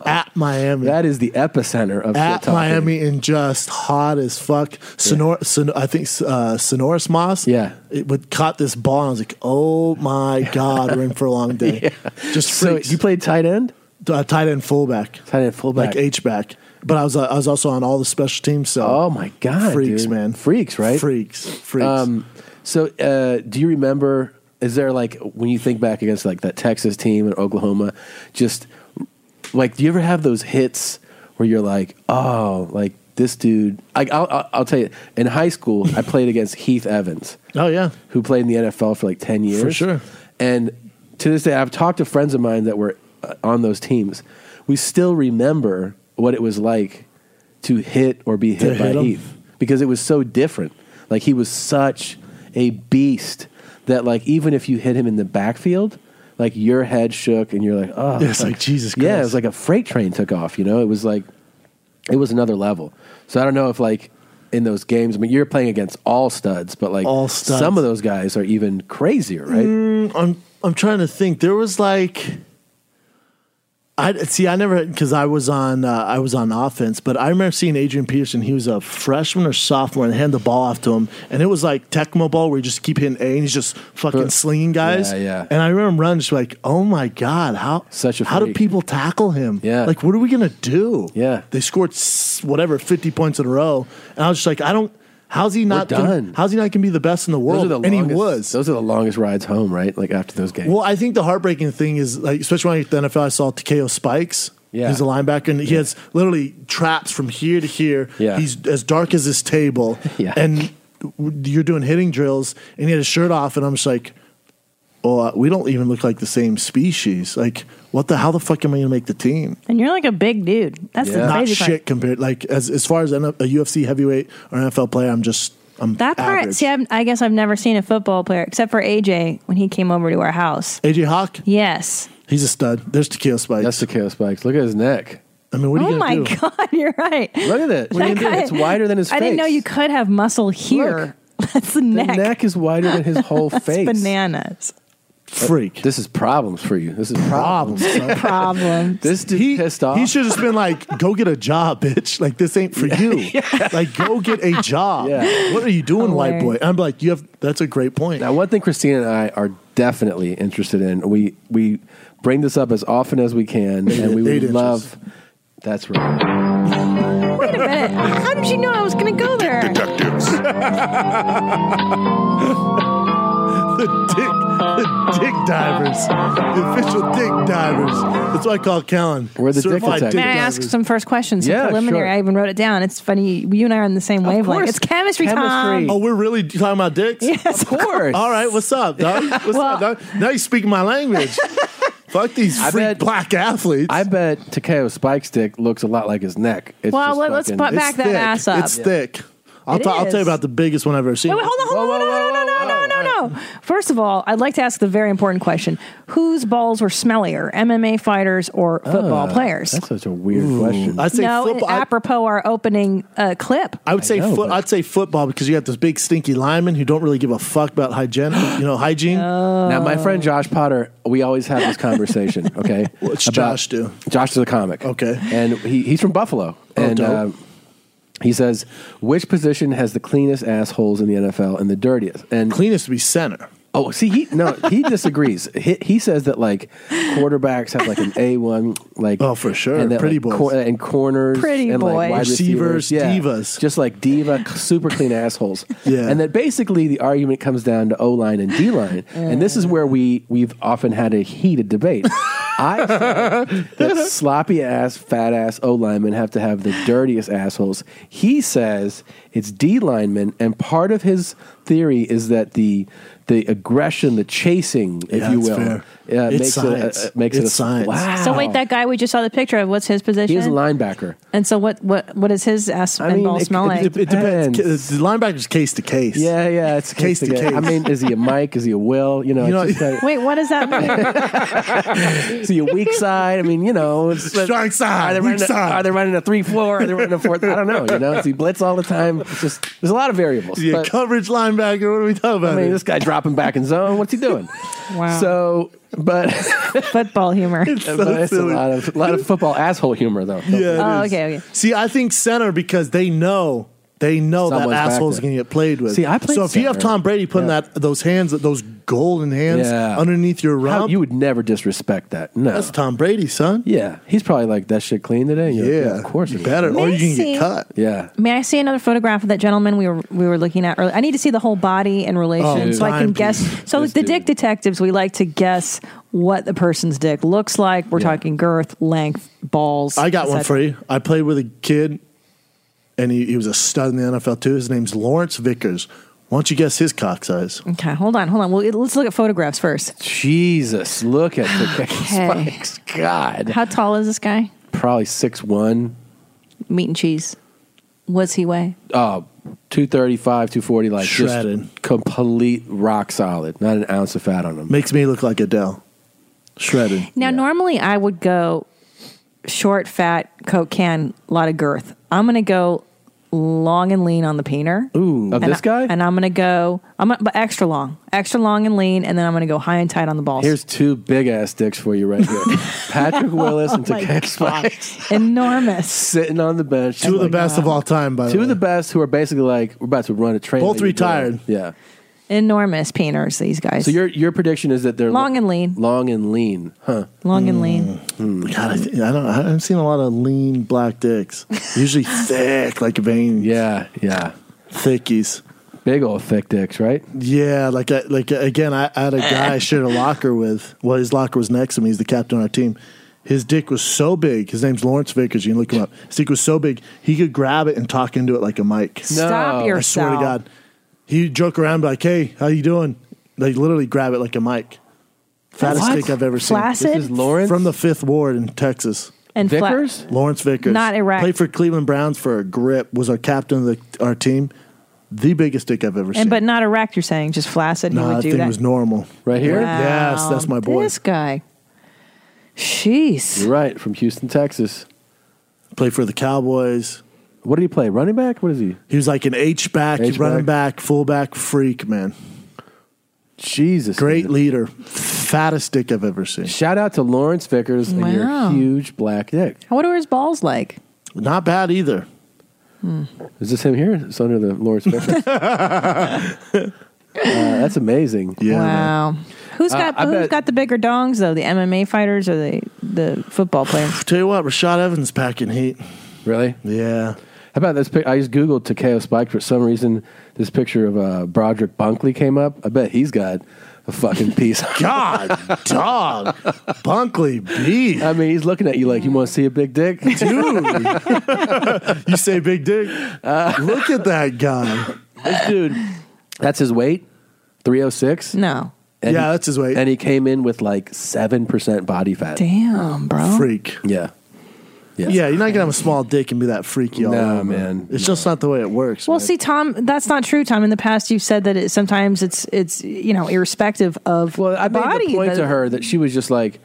S18: at Miami.
S1: Eh. That is the epicenter of
S18: at
S1: shit talking.
S18: Miami and just hot as fuck. Sonor, Son- I think uh, Sonoris Moss. Yeah, it would caught this ball. and I was like, oh my god, we're in for a long day. Just
S1: So
S18: you
S1: played tight end,
S18: uh, tight end fullback,
S1: tight end fullback,
S18: like H back. But I was uh, I was also on all the special teams. So
S1: Oh my god,
S18: freaks,
S1: dude.
S18: man,
S1: freaks, right?
S18: Freaks, freaks.
S1: Um, so, uh, do you remember? Is there like when you think back against like that Texas team and Oklahoma, just like do you ever have those hits where you're like, oh, like this dude? I, I'll, I'll, I'll tell you. In high school, I played against Heath Evans.
S18: Oh yeah,
S1: who played in the NFL for like ten years
S18: For sure.
S1: And to this day, I've talked to friends of mine that were uh, on those teams. We still remember what it was like to hit or be
S18: To
S1: hit by
S18: hit 'em.
S1: Heath because it was so different. Like he was such a beast that like even if you hit him in the backfield, like your head shook and you're like, oh,
S18: Yeah, it's like, Jesus
S1: Yeah, it
S18: Christ.
S1: was like a freight train took off. You know, it was like it was another level. So I don't know if like in those games, I mean, you're playing against all studs, but like all
S18: studs.
S1: some of those guys are even crazier, right?
S18: Mm, I'm I'm trying to think. There was like, I see. I never because I was on uh, I was on offense, but I remember seeing Adrian Peterson. He was a freshman or sophomore, and they hand the ball off to him, and it was like Tecmo ball where you just keep hitting A, and he's just fucking slinging guys.
S1: Yeah, yeah.
S18: And I remember him running, just like, oh my god, how
S1: Such a
S18: how do
S1: freak.
S18: people tackle him? Yeah, like what are we gonna do? Yeah, they scored s- whatever fifty points in a row, and I was just like, I don't. How's he
S1: We're
S18: not? Gonna,
S1: done.
S18: how's he not gonna be the best in the
S1: Those
S18: world?
S1: are the
S18: and he
S1: longest-
S18: was.
S1: Those are the longest rides home, right? Like after those games.
S18: Well, I think the heartbreaking thing is like, especially when I get to the NFL, I saw Takeo Spikes.
S1: Yeah.
S18: He's a linebacker, and he has literally traps from here to here.
S1: Yeah.
S18: He's as dark as this table.
S1: Yeah.
S18: And w- you're doing hitting drills, and he had his shirt off, and I'm just like, oh, we don't even look like the same species. Like, what the, how the fuck am I going to make the team?
S2: And you're like a big dude. That's the
S18: Not
S2: crazy part.
S18: shit compared, like, as, as far as a UFC heavyweight or NFL player, I'm just, I'm
S2: That part,
S18: average.
S2: see, I've, I guess I've never seen a football player except for AJ when he came over to our house.
S18: AJ Hawk?
S2: Yes.
S18: He's a stud. There's Takeo Spikes. That's
S1: Takeo Spikes. Look at his neck.
S18: I mean, what are
S2: oh
S18: you
S2: my
S18: going to do?
S2: God, you're right.
S1: Look at that. What are you gonna do? It's wider than his
S2: I didn't know
S1: face.
S2: you could have muscle here. That's the, neck.
S1: neck is wider than his whole
S2: That's
S1: face.
S2: bananas.
S18: Freak.
S1: This is problems for you. This is problems.
S2: Problem.
S1: This dude pissed off.
S18: He should have just been like, "Go get a job, bitch! Like this ain't for you. Like go get a job.
S1: Yeah.
S18: What are you doing, white boy?"
S1: Hilarious.
S18: I'm like, "You have that's a great point."
S1: Now, one thing Christina and I are definitely interested in, we we bring this up as often as we can, and we would love. That's right.
S2: Wait a minute. How did you know I was going to go there?
S1: Detectives.
S18: The dick, the dick divers, the official dick divers. That's what I call Callan. We're
S1: the dick
S2: May I ask some first questions? Some
S18: Yeah,
S2: preliminary.
S18: sure.
S2: I even wrote it down. It's funny. You and I are on the same wavelength.
S18: course.
S2: It's chemistry, time.
S18: Oh, we're really talking about dicks?
S2: Yes, of course.
S18: All right, what's up, dog? What's up, dog? Now you speak my language. Fuck these freak black athletes.
S1: I bet Takeo Spike's dick looks a lot like his neck. It's
S2: Well,
S1: just
S2: let- let's
S1: fucking-
S2: butt back It's that thick. ass up.
S18: It's
S2: Yeah.
S18: thick. I'll,
S2: It
S18: ta- I'll
S2: is.
S18: tell you about the biggest one I've ever seen.
S2: Wait, wait, hold on, hold on, no, no, no, no, no, no. First of all, I'd like to ask the very important question: Whose balls were smellier, MMA fighters or football
S1: Ah,
S2: players?
S1: That's such a weird question.
S18: I say
S2: no,
S18: football-
S2: and apropos our opening uh, clip.
S18: I would say foot, I'd say football because you got those big stinky linemen who don't really give a fuck about hygiene. you know, hygiene.
S1: Now, my friend Josh Potter, we always have this conversation, okay? What's
S18: Josh do?
S1: Josh is a comic. Okay. And he, he's from Buffalo.
S18: Oh,
S1: and
S18: dope.
S1: um, he says, which position has the cleanest assholes in the NFL and the dirtiest? And
S18: Cleanest would be center.
S1: Oh, see, he no, he disagrees. He, he says that like quarterbacks have like an A one, like oh for sure, and that,
S18: Pretty
S1: like,
S18: boys.
S1: cor- and corners,
S18: Pretty
S1: and like
S18: boys.
S1: wide
S18: Receivers,
S1: receivers, divas, just like diva, super clean assholes. Yeah, and that basically the argument comes down to O line and D line, and this is where we we've often had a heated debate. I say that sloppy ass, fat ass O linemen have to have the dirtiest assholes. He says it's D linemen, and part of his theory is that the the aggression, the chasing, if
S18: Yeah,
S1: you
S18: it's
S1: will, uh,
S18: fair. It's
S1: makes
S18: science.
S1: it a, makes it a
S18: It's science.
S1: Wow.
S2: So wait, that guy we just saw the picture of. What's his position?
S1: he is a linebacker.
S2: And so what? What? What is his ass and ball smell like?
S18: It, it depends. Ca- The linebacker's case to case.
S1: Yeah, yeah, it's
S18: Case to case.
S1: I mean, is he a Mike? Is he a Will? You know,
S18: You know-
S1: it's just
S2: Wait, what does that mean?
S1: that- is he a weak side? I mean, you know, it's, strong
S18: side,
S1: Are they
S18: weak
S1: running a,
S18: side.
S1: Are they running a three four? Are they running a four? I don't know. You know, is he blitz all the time? It's just there's a lot of variables.
S18: Is he a
S1: but-
S18: coverage linebacker?
S1: linebacker? What are we talking about? I mean, this guy dropping back in zone. What's he doing?
S2: Wow.
S1: So, but
S2: football humor.
S1: It's, a lot of lot of football asshole humor though.
S18: Yeah.
S2: Oh,
S18: it is.
S2: okay, okay.
S18: See, I think center because they know they know that
S1: Someone's back
S18: asshole's
S1: there.
S18: going to get played with.
S1: See, I played
S18: so if you have
S1: center.
S18: Tom Brady putting
S1: Yeah.
S18: that those hands, those golden hands
S1: Yeah.
S18: underneath your rump,
S1: How- you would never disrespect that. No,
S18: that's Tom Brady, son.
S1: Yeah, he's probably like that shit clean today. You're like,
S18: Yeah,
S1: of course you
S18: better, or you can get Messy. cut.
S1: Yeah,
S2: May I see another photograph of that gentleman we were we were looking at earlier? I need to see the whole body in relation
S1: Oh,
S2: so I can
S1: time,
S2: guess.
S1: please.
S2: So the dick detectives, we like to guess what the person's dick looks like. We're talking girth, length, balls.
S18: I got
S2: et
S18: one
S2: cetera.
S18: for you. I played with a kid, and he, he was a stud in the NFL too. His name's Lawrence Vickers. Why don't you guess his cock size?
S1: Mm-hmm.
S2: Okay, hold on, hold on. Well, it- let's look at photographs first.
S1: Jesus, look at the
S2: Okay.
S1: God.
S2: How tall is this guy?
S1: probably six one.
S2: Meat and cheese. What's he weigh?
S1: Oh, 235, 240, like
S18: Shredded.
S1: just complete rock solid. Not an ounce of fat on him.
S18: Makes me look like
S1: Oh
S18: Adele. Shredded.
S2: Now, normally I would go short, fat, Coke can, lot of girth. I'm going to go long and lean on the peener.
S1: Ooh, of
S2: And
S1: this
S2: I-
S1: guy?
S2: And I'm going to go, I'm gonna, but extra long, extra long and lean, and then I'm going to go high and tight on the balls.
S1: Here's two big ass dicks for you right here. Patrick Willis and
S2: Oh my
S1: Takei Spikes
S2: enormous.
S1: sitting on the bench.
S18: Two of the best of all time, by the
S1: Two of the best who are basically like, we're about to run a train.
S18: Both
S1: league, bro."
S18: retired.
S1: Yeah.
S2: Enormous peeners, these guys.
S1: So your your prediction is that they're
S2: Long and lean.
S1: Long and lean, huh?
S2: long and lean.
S18: God, I, th- I don't. I haven't seen a lot of lean black dicks. Usually thick, like veins.
S1: Yeah, yeah.
S18: Thickies.
S1: Big old thick dicks, right?
S18: Yeah, like I, like again, I, I had a guy I shared a locker with. Well, his locker was next to me. He's the captain on our team. His dick was so big. His name's Lawrence Vickers. You can look him up. His dick was so big he could grab it and talk into it like a mic.
S2: Stop
S18: I swear to
S2: yourself.
S18: God, he joke around like, "Hey, how you doing?" Like literally grab it like a mic. Fattest
S2: What?
S18: dick I've ever seen.
S2: Flaccid? This is
S18: Lawrence from the Fifth Ward in Texas.
S2: And fla- Vickers?
S18: Lawrence Vickers,
S2: Not erect.
S18: Played for Cleveland Browns for a grip. Was our captain of the, our team. The biggest dick I've ever seen.
S2: And but not erect, you're saying, just flaccid.
S18: No,
S2: he would
S18: that
S2: do
S18: thing
S2: that.
S18: was normal.
S1: Right here?
S2: Wow.
S18: Yes, that's my boy.
S2: This guy. Jeez.
S1: You're right. From Houston, Texas.
S18: Play for the Cowboys.
S1: What did he play? Running back? What is he?
S18: He was like an H back,
S1: H-back.
S18: running back, fullback freak, man.
S1: Jesus.
S18: Great leader. Fattest dick I've ever seen.
S1: Shout out to Lawrence Vickers and
S2: Wow.
S1: your huge black dick.
S2: What are his balls like?
S18: Not bad either.
S1: Is this him here? It's under the Lawrence Vickers. uh, that's amazing.
S2: wow. Who's
S1: Uh,
S2: got
S1: I
S2: who's
S1: bet-
S2: got the bigger dongs though? The MMA fighters or the the football players?
S18: Tell you what, Rashad Evans packing heat.
S1: Really?
S18: Yeah.
S1: How about this pic? I just Googled Takeo Spike for some reason. This picture of uh, Broderick Bunkley came up. I bet he's got a fucking piece.
S18: God, dog. Bunkley B.
S1: I mean, he's looking at you like, you want to see a big dick?
S18: Dude. you say big dick? Look at that guy.
S1: This dude, that's his weight?
S2: Mm-hmm.
S1: 306?
S2: No.
S18: Yeah, that's his weight.
S1: And he came in with like 7% body fat.
S2: Damn, bro.
S18: Freak.
S1: Yeah.
S18: Yeah.
S1: Yeah.
S18: you're not going to have a small dick and be that freaky all
S1: No,
S18: over.
S1: man.
S18: It's just not the way it works.
S2: Well,
S18: man.
S2: see, Tom, that's not true. Tom, in the past, you've said that it, sometimes it's it's you know irrespective of well,
S1: I made
S2: body.
S1: the point
S2: but-
S1: to her that she was just like,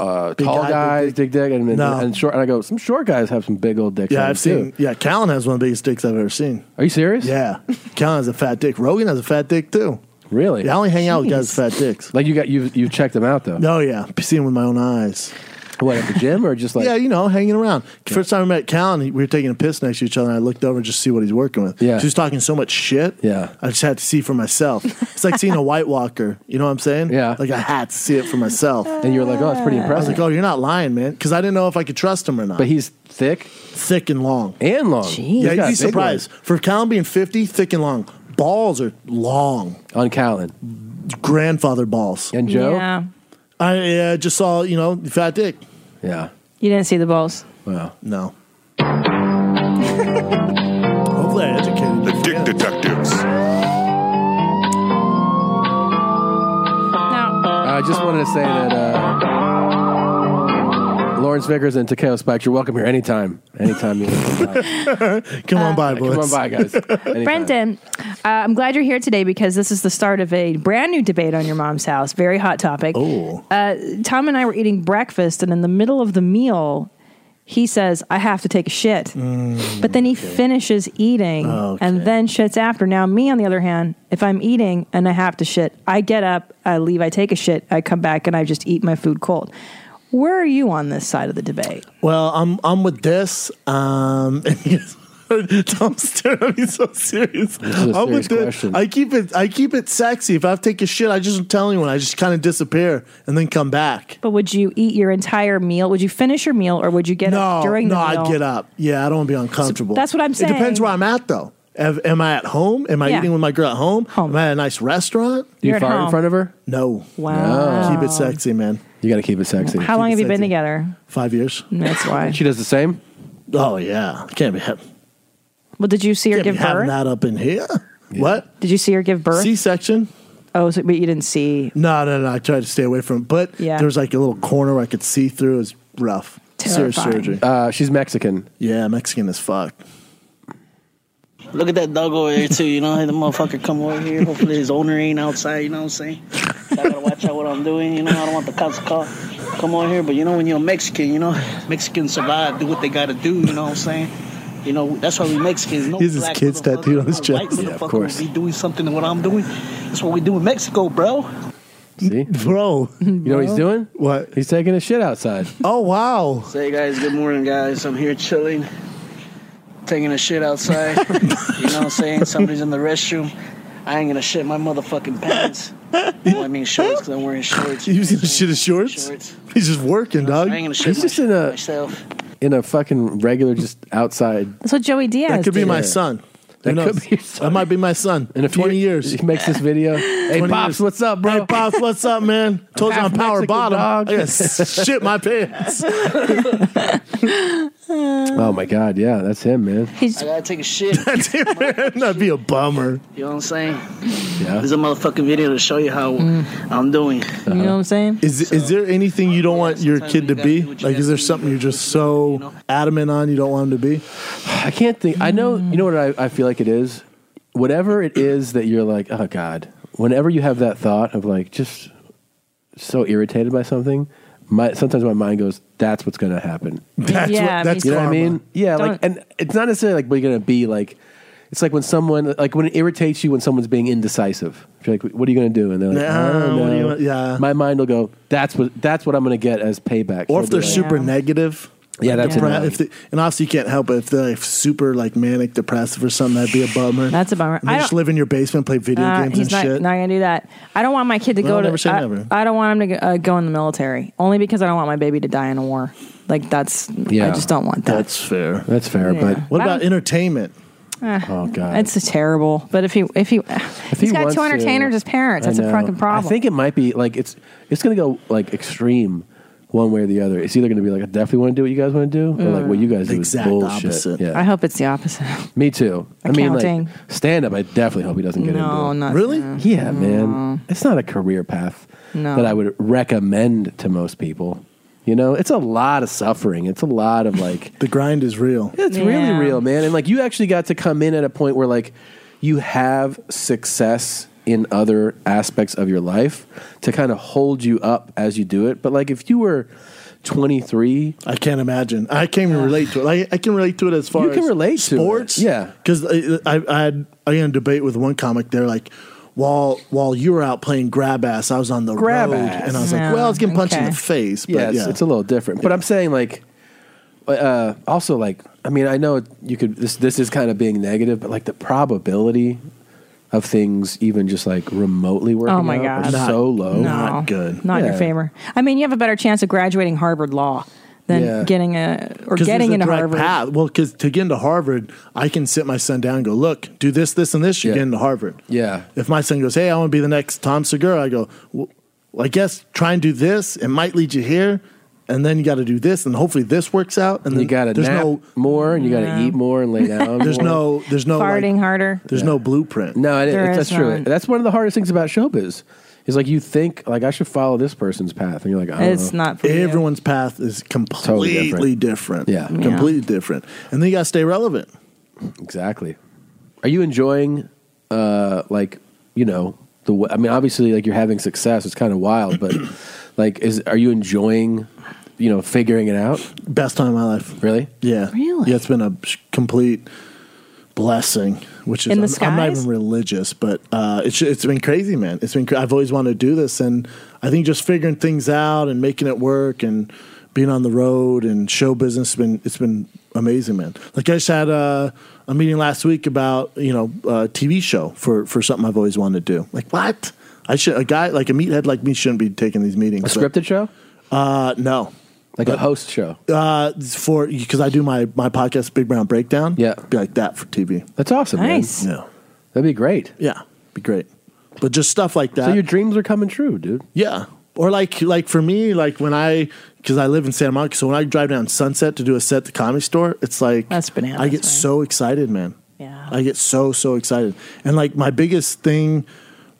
S1: uh,
S18: Big
S1: tall
S18: guy, big
S1: guys, big dick, and, and,
S18: No.
S1: and short. And I go, some short guys have some big old dicks.
S18: Yeah,
S1: on
S18: I've
S1: them,
S18: seen.
S1: too."
S18: Yeah, Callan has one of the biggest dicks I've ever seen.
S1: Are you serious?
S18: Yeah, Callan has a fat dick. Rogan has a fat dick too.
S1: Really?
S18: Yeah, I only hang out with guys with fat dicks.
S1: Like you got you you checked them out though.
S18: No, yeah, seen with my own eyes.
S1: What at the gym or just like?
S18: yeah, you know, hanging around. First time I met Callan, we were taking a piss next to each other, and I looked over just to see what he's working with.
S1: Yeah.
S18: she was talking so much shit.
S1: Yeah.
S18: I just had to see for myself. It's like seeing a White Walker. You know what I'm saying?
S1: Yeah.
S18: Like I had to see it for myself.
S1: And you're like, oh, that's pretty
S18: I was
S1: impressive.
S18: like, oh, you're not lying, man, because I didn't know if I could trust him or not.
S1: but he's thick
S18: thick and long.
S1: and long. He's
S18: Yeah,
S1: got
S18: you'd be
S1: big
S18: surprised. For Callan being 50, thick and long. Balls are long.
S1: ones. on Callan
S18: Grandfather balls.
S1: and Joe. Yeah.
S2: Yeah,
S18: I uh, just saw, you know, fat dick.
S2: you didn't see the balls.
S1: Wow.
S18: No. Hopefully I educated you.
S9: The Dick Detectives.
S2: Now,
S1: Uh, I just wanted to say that uh, Lawrence Vickers and Takeo Spikes, you're welcome here anytime. Anytime you want to come by.
S18: Come
S2: Uh,
S18: on by, boys.
S1: Come on by, guys. Anytime.
S2: Brendan, uh, I'm glad you're here today because this is the start of a brand new debate on your mom's house. Very hot topic.
S18: Oh.
S2: Uh, Tom and I were eating breakfast, and in the middle of the meal, he says, I have to take a shit.
S18: Mm,
S2: but then he finishes eating and then shits after. Now, me, on the other hand, if I'm eating and I have to shit, I get up, I leave, I take a shit, I come back and I just eat my food cold. Where are you on this side of the debate?
S18: Well, I'm I'm with this. Um, Tom staring at me so serious.
S1: This is a
S18: I'm
S1: serious
S18: with
S1: question.
S18: this. I keep it. I keep it sexy. If I take a shit, I just don't tell anyone. I just kind of disappear and then come back.
S2: But would you eat your entire meal? Would you finish your meal or would you get up
S18: Oh,
S2: during
S18: no,
S2: the meal?
S18: I'd get up. Yeah, I don't want to be uncomfortable.
S2: that's what I'm
S18: It depends
S2: saying.
S18: where I'm at though. Am, am I at home? Am I
S2: Yeah.
S18: eating with my girl at home? Am I at a nice restaurant?
S1: Do you You're at fart in home. front of her?
S18: No.
S2: Wow.
S18: Keep it sexy, man.
S1: You got to keep it sexy.
S2: How long have you been together?
S18: Five years.
S2: That's why.
S1: She does the same?
S18: Oh, yeah. Can't be having,
S2: Well, did you see her
S18: can't be
S2: give
S18: having
S2: birth?
S18: that up in here. What?
S2: Did you see her give birth?
S18: C-section?
S2: Oh, so, but you didn't see.
S18: No, no, no. I tried to stay away from it. But
S2: Yeah.
S18: there was like a little corner where I could see through. It was rough. Serious
S2: Terrifying.
S18: surgery.
S1: Uh, she's Mexican.
S18: Yeah, Mexican as fuck.
S20: Look at that dog over there too. You know, had the motherfucker come over here. Hopefully his owner ain't outside. You know what I'm saying? So I gotta watch out what I'm doing. You know, I don't want the cops to call. Come over here, but you know when you're Mexican, you know Mexicans survive, do what they gotta do. You know what I'm saying? You know that's why we Mexicans. No
S18: Here's his
S20: black
S18: kid's
S20: motherfucker,
S18: tattooed on his
S20: no
S18: chest.
S20: White
S18: Yeah, of
S20: motherfucker
S18: course.
S20: Would be doing something to what I'm doing. That's what we do in Mexico, bro.
S1: See?
S18: Bro. You
S1: know what he's doing?
S18: What?
S1: He's taking a shit outside.
S18: Oh wow!
S20: Say guys, good morning, guys. I'm here chilling, taking a shit outside. you know what I'm saying? Somebody's in the restroom. I ain't gonna shit my motherfucking pants. Well, I mean shorts because I'm wearing shorts.
S18: He was gonna shit his shorts. He's just working, dog.
S20: I ain't gonna shit
S1: He's just in
S18: uh,
S1: a,
S20: myself.
S1: in a fucking regular, just outside.
S2: That's what Joey Diaz.
S18: That could be
S2: did.
S18: my son.
S1: That
S18: Who
S1: could
S18: knows?
S1: be your
S18: That might be my son. In a 20 years.
S1: He makes this video. Hey,
S18: 20
S1: Pops,
S18: years.
S1: what's up, bro?
S18: Hey, Pops, what's up, man? Told you
S1: half
S18: I'm power
S1: Mexican,
S18: bottom.
S1: dog.
S18: I gotta shit my pants.
S1: Oh my God, yeah, that's him, man.
S20: I gotta take a shit.
S18: That'd be a bummer.
S20: You know what I'm saying?
S1: Yeah.
S20: There's a motherfucking video to show you how
S2: Mm.
S20: I'm doing.
S2: You know what I'm saying?
S18: Is is there anything you don't want your kid to be? Like, is there something you're just so adamant on you don't want him to be?
S1: I can't think. I know. You know what I, I feel like it is. Whatever it is that you're like, oh God. Whenever you have that thought of like just so irritated by something, my sometimes my mind goes, "That's what's going to happen."
S18: That's
S2: Yeah, what- me that's
S1: you know what I
S2: karma.
S1: mean. Yeah, like, and it's not necessarily like we're going to be like. It's like when someone like when it irritates you when someone's being indecisive. You're like, "What are you going to do?" And they're like,
S18: Nah,
S1: "I don't
S18: what do you
S1: know."
S18: want- yeah.
S1: My mind will go, "That's what that's what I'm going to get as payback."
S18: Or
S1: So
S18: if they're
S1: it'll be like-
S18: super negative.
S1: Yeah, that's a
S18: Depre-
S1: no.
S18: if they, and obviously you can't help it if they're like super like manic depressive or something. That'd be a bummer. That's
S2: a bummer.
S18: And they
S2: I
S18: just
S2: don't-
S18: live in your basement, play video
S2: Uh,
S18: games
S2: he's
S18: and
S2: not,
S18: shit.
S2: not gonna do that. I don't want my kid to
S18: Well,
S2: go
S18: never
S2: to.
S18: say
S2: I,
S18: never.
S2: I don't want him to go- uh, go in the military only because I don't want my baby to die in a war. Like that's. I just don't want that.
S18: That's fair.
S1: That's fair.
S2: Yeah. but-
S18: what
S2: I
S18: about
S2: don't-
S18: entertainment?
S2: Eh,
S1: Oh God.
S2: it's terrible. But if he if he,
S1: If
S2: he's
S1: he
S2: got
S1: wants
S2: two
S1: to-
S2: entertainers as parents.
S1: I
S2: That's a
S1: know.
S2: fucking problem.
S1: I think it might be like it's it's going to go like extreme one way or the other. It's either going to be like I definitely want to do what you guys want to do, or like what you guys do is
S2: Exact
S1: bullshit.
S2: opposite.
S1: Yeah,
S2: Mm. I hope it's the opposite.
S1: me too. I mean,
S2: Accounting.
S1: like stand up. I definitely hope he doesn't get into.
S2: No,
S1: it.
S2: not-
S1: really. Yeah, man. It's not a career path
S2: No.
S1: that I would recommend to most people. You know, it's a lot of suffering. It's a lot of like
S18: the grind is real.
S1: It's really
S2: Yeah.
S1: real, man. And like you actually got to come in at a point where like you have success in other aspects of your life to kind of hold you up as you do it. But like if you were 23,
S18: I can't imagine. I can't even relate to it. I, I can relate to it as far
S1: You
S18: as
S1: can relate to it.
S18: sports.
S1: Yeah.
S18: because I, I I had I had a debate with one comic. They're like, while while you were out playing grab ass, I was on the
S1: Grab
S18: road,
S1: ass.
S18: and I was like,
S1: Yeah,
S18: well, I was getting punched in
S1: okay.
S18: the face. But
S1: yeah, it's,
S18: yeah.
S1: it's a little different. But I'm saying like uh, also like I mean I know you could this this is kind of being negative, but like the probability of things even just like remotely working
S2: Oh my
S1: out
S2: God.
S1: are
S2: Not-
S1: so low.
S2: no. Not
S18: Oh, good.
S2: Not in
S1: Yeah.
S2: your favor. I mean, you have a better chance of graduating Harvard Law than
S18: Yeah.
S2: getting a or
S18: 'Cause
S2: getting
S18: there's a
S2: into
S18: direct
S2: Harvard.
S18: Path. Well, because to get into Harvard, I can sit my son down and go, look, do this, this, and this. You get into Harvard.
S1: Yeah.
S18: If my son goes, hey, I want to be the next Tom Segura, I go, well, I guess try and do this. It might lead you here. And then you got to do this, and hopefully this works out. And
S1: You
S18: then
S1: gotta
S18: there's
S1: nap
S18: no
S1: more, and you gotta
S18: Yeah.
S1: eat more, and lay down.
S18: There's
S1: more.
S18: no, there's no, like,
S2: farting harder.
S18: there's no blueprint.
S1: No, it,
S2: There
S1: it's-
S2: is
S1: that's true.
S2: not.
S1: That's one of the hardest things about showbiz. Is like you think like I should follow this person's path, and you're like, I don't know.
S18: Everyone's path is completely different.
S1: Yeah. Yeah.
S18: completely different. And then you got to stay relevant.
S1: Exactly. Are you enjoying, uh, like you know the? w- I mean, obviously, like you're having success. It's kind of wild, but like, is are you enjoying you know, figuring it out?
S18: Best time of my life.
S1: Really?
S18: Yeah. Really? Yeah, it's been a sh- complete blessing, which is
S1: In the
S18: I'm, I'm not
S1: skies?
S18: even religious, but uh, it's it's been crazy, man. It's been cra- I've always wanted to do this, and I think just figuring things out and making it work and being on the road and show business has been it's been amazing, man. Like I just had a, a meeting last week about you know a TV show for for something I've always wanted to do. Like what? I should a guy like a meathead like me shouldn't be taking these meetings.
S1: A scripted show?
S18: Uh, no.
S1: Like a host show.
S18: Uh, for because I do my my podcast, Big Brown Breakdown. Yeah, be like that for TV.
S1: That's awesome. man. Nice.
S18: Yeah,
S1: that'd be great.
S18: Yeah, be great. But just stuff like that.
S1: So your dreams are coming true, dude.
S18: yeah, or like like for me, like when I because I live in Santa Monica, so when I drive down Sunset to do a set at the Comedy Store, it's like that's bananas. I get so excited, man. Yeah, I get so so excited, and like my biggest thing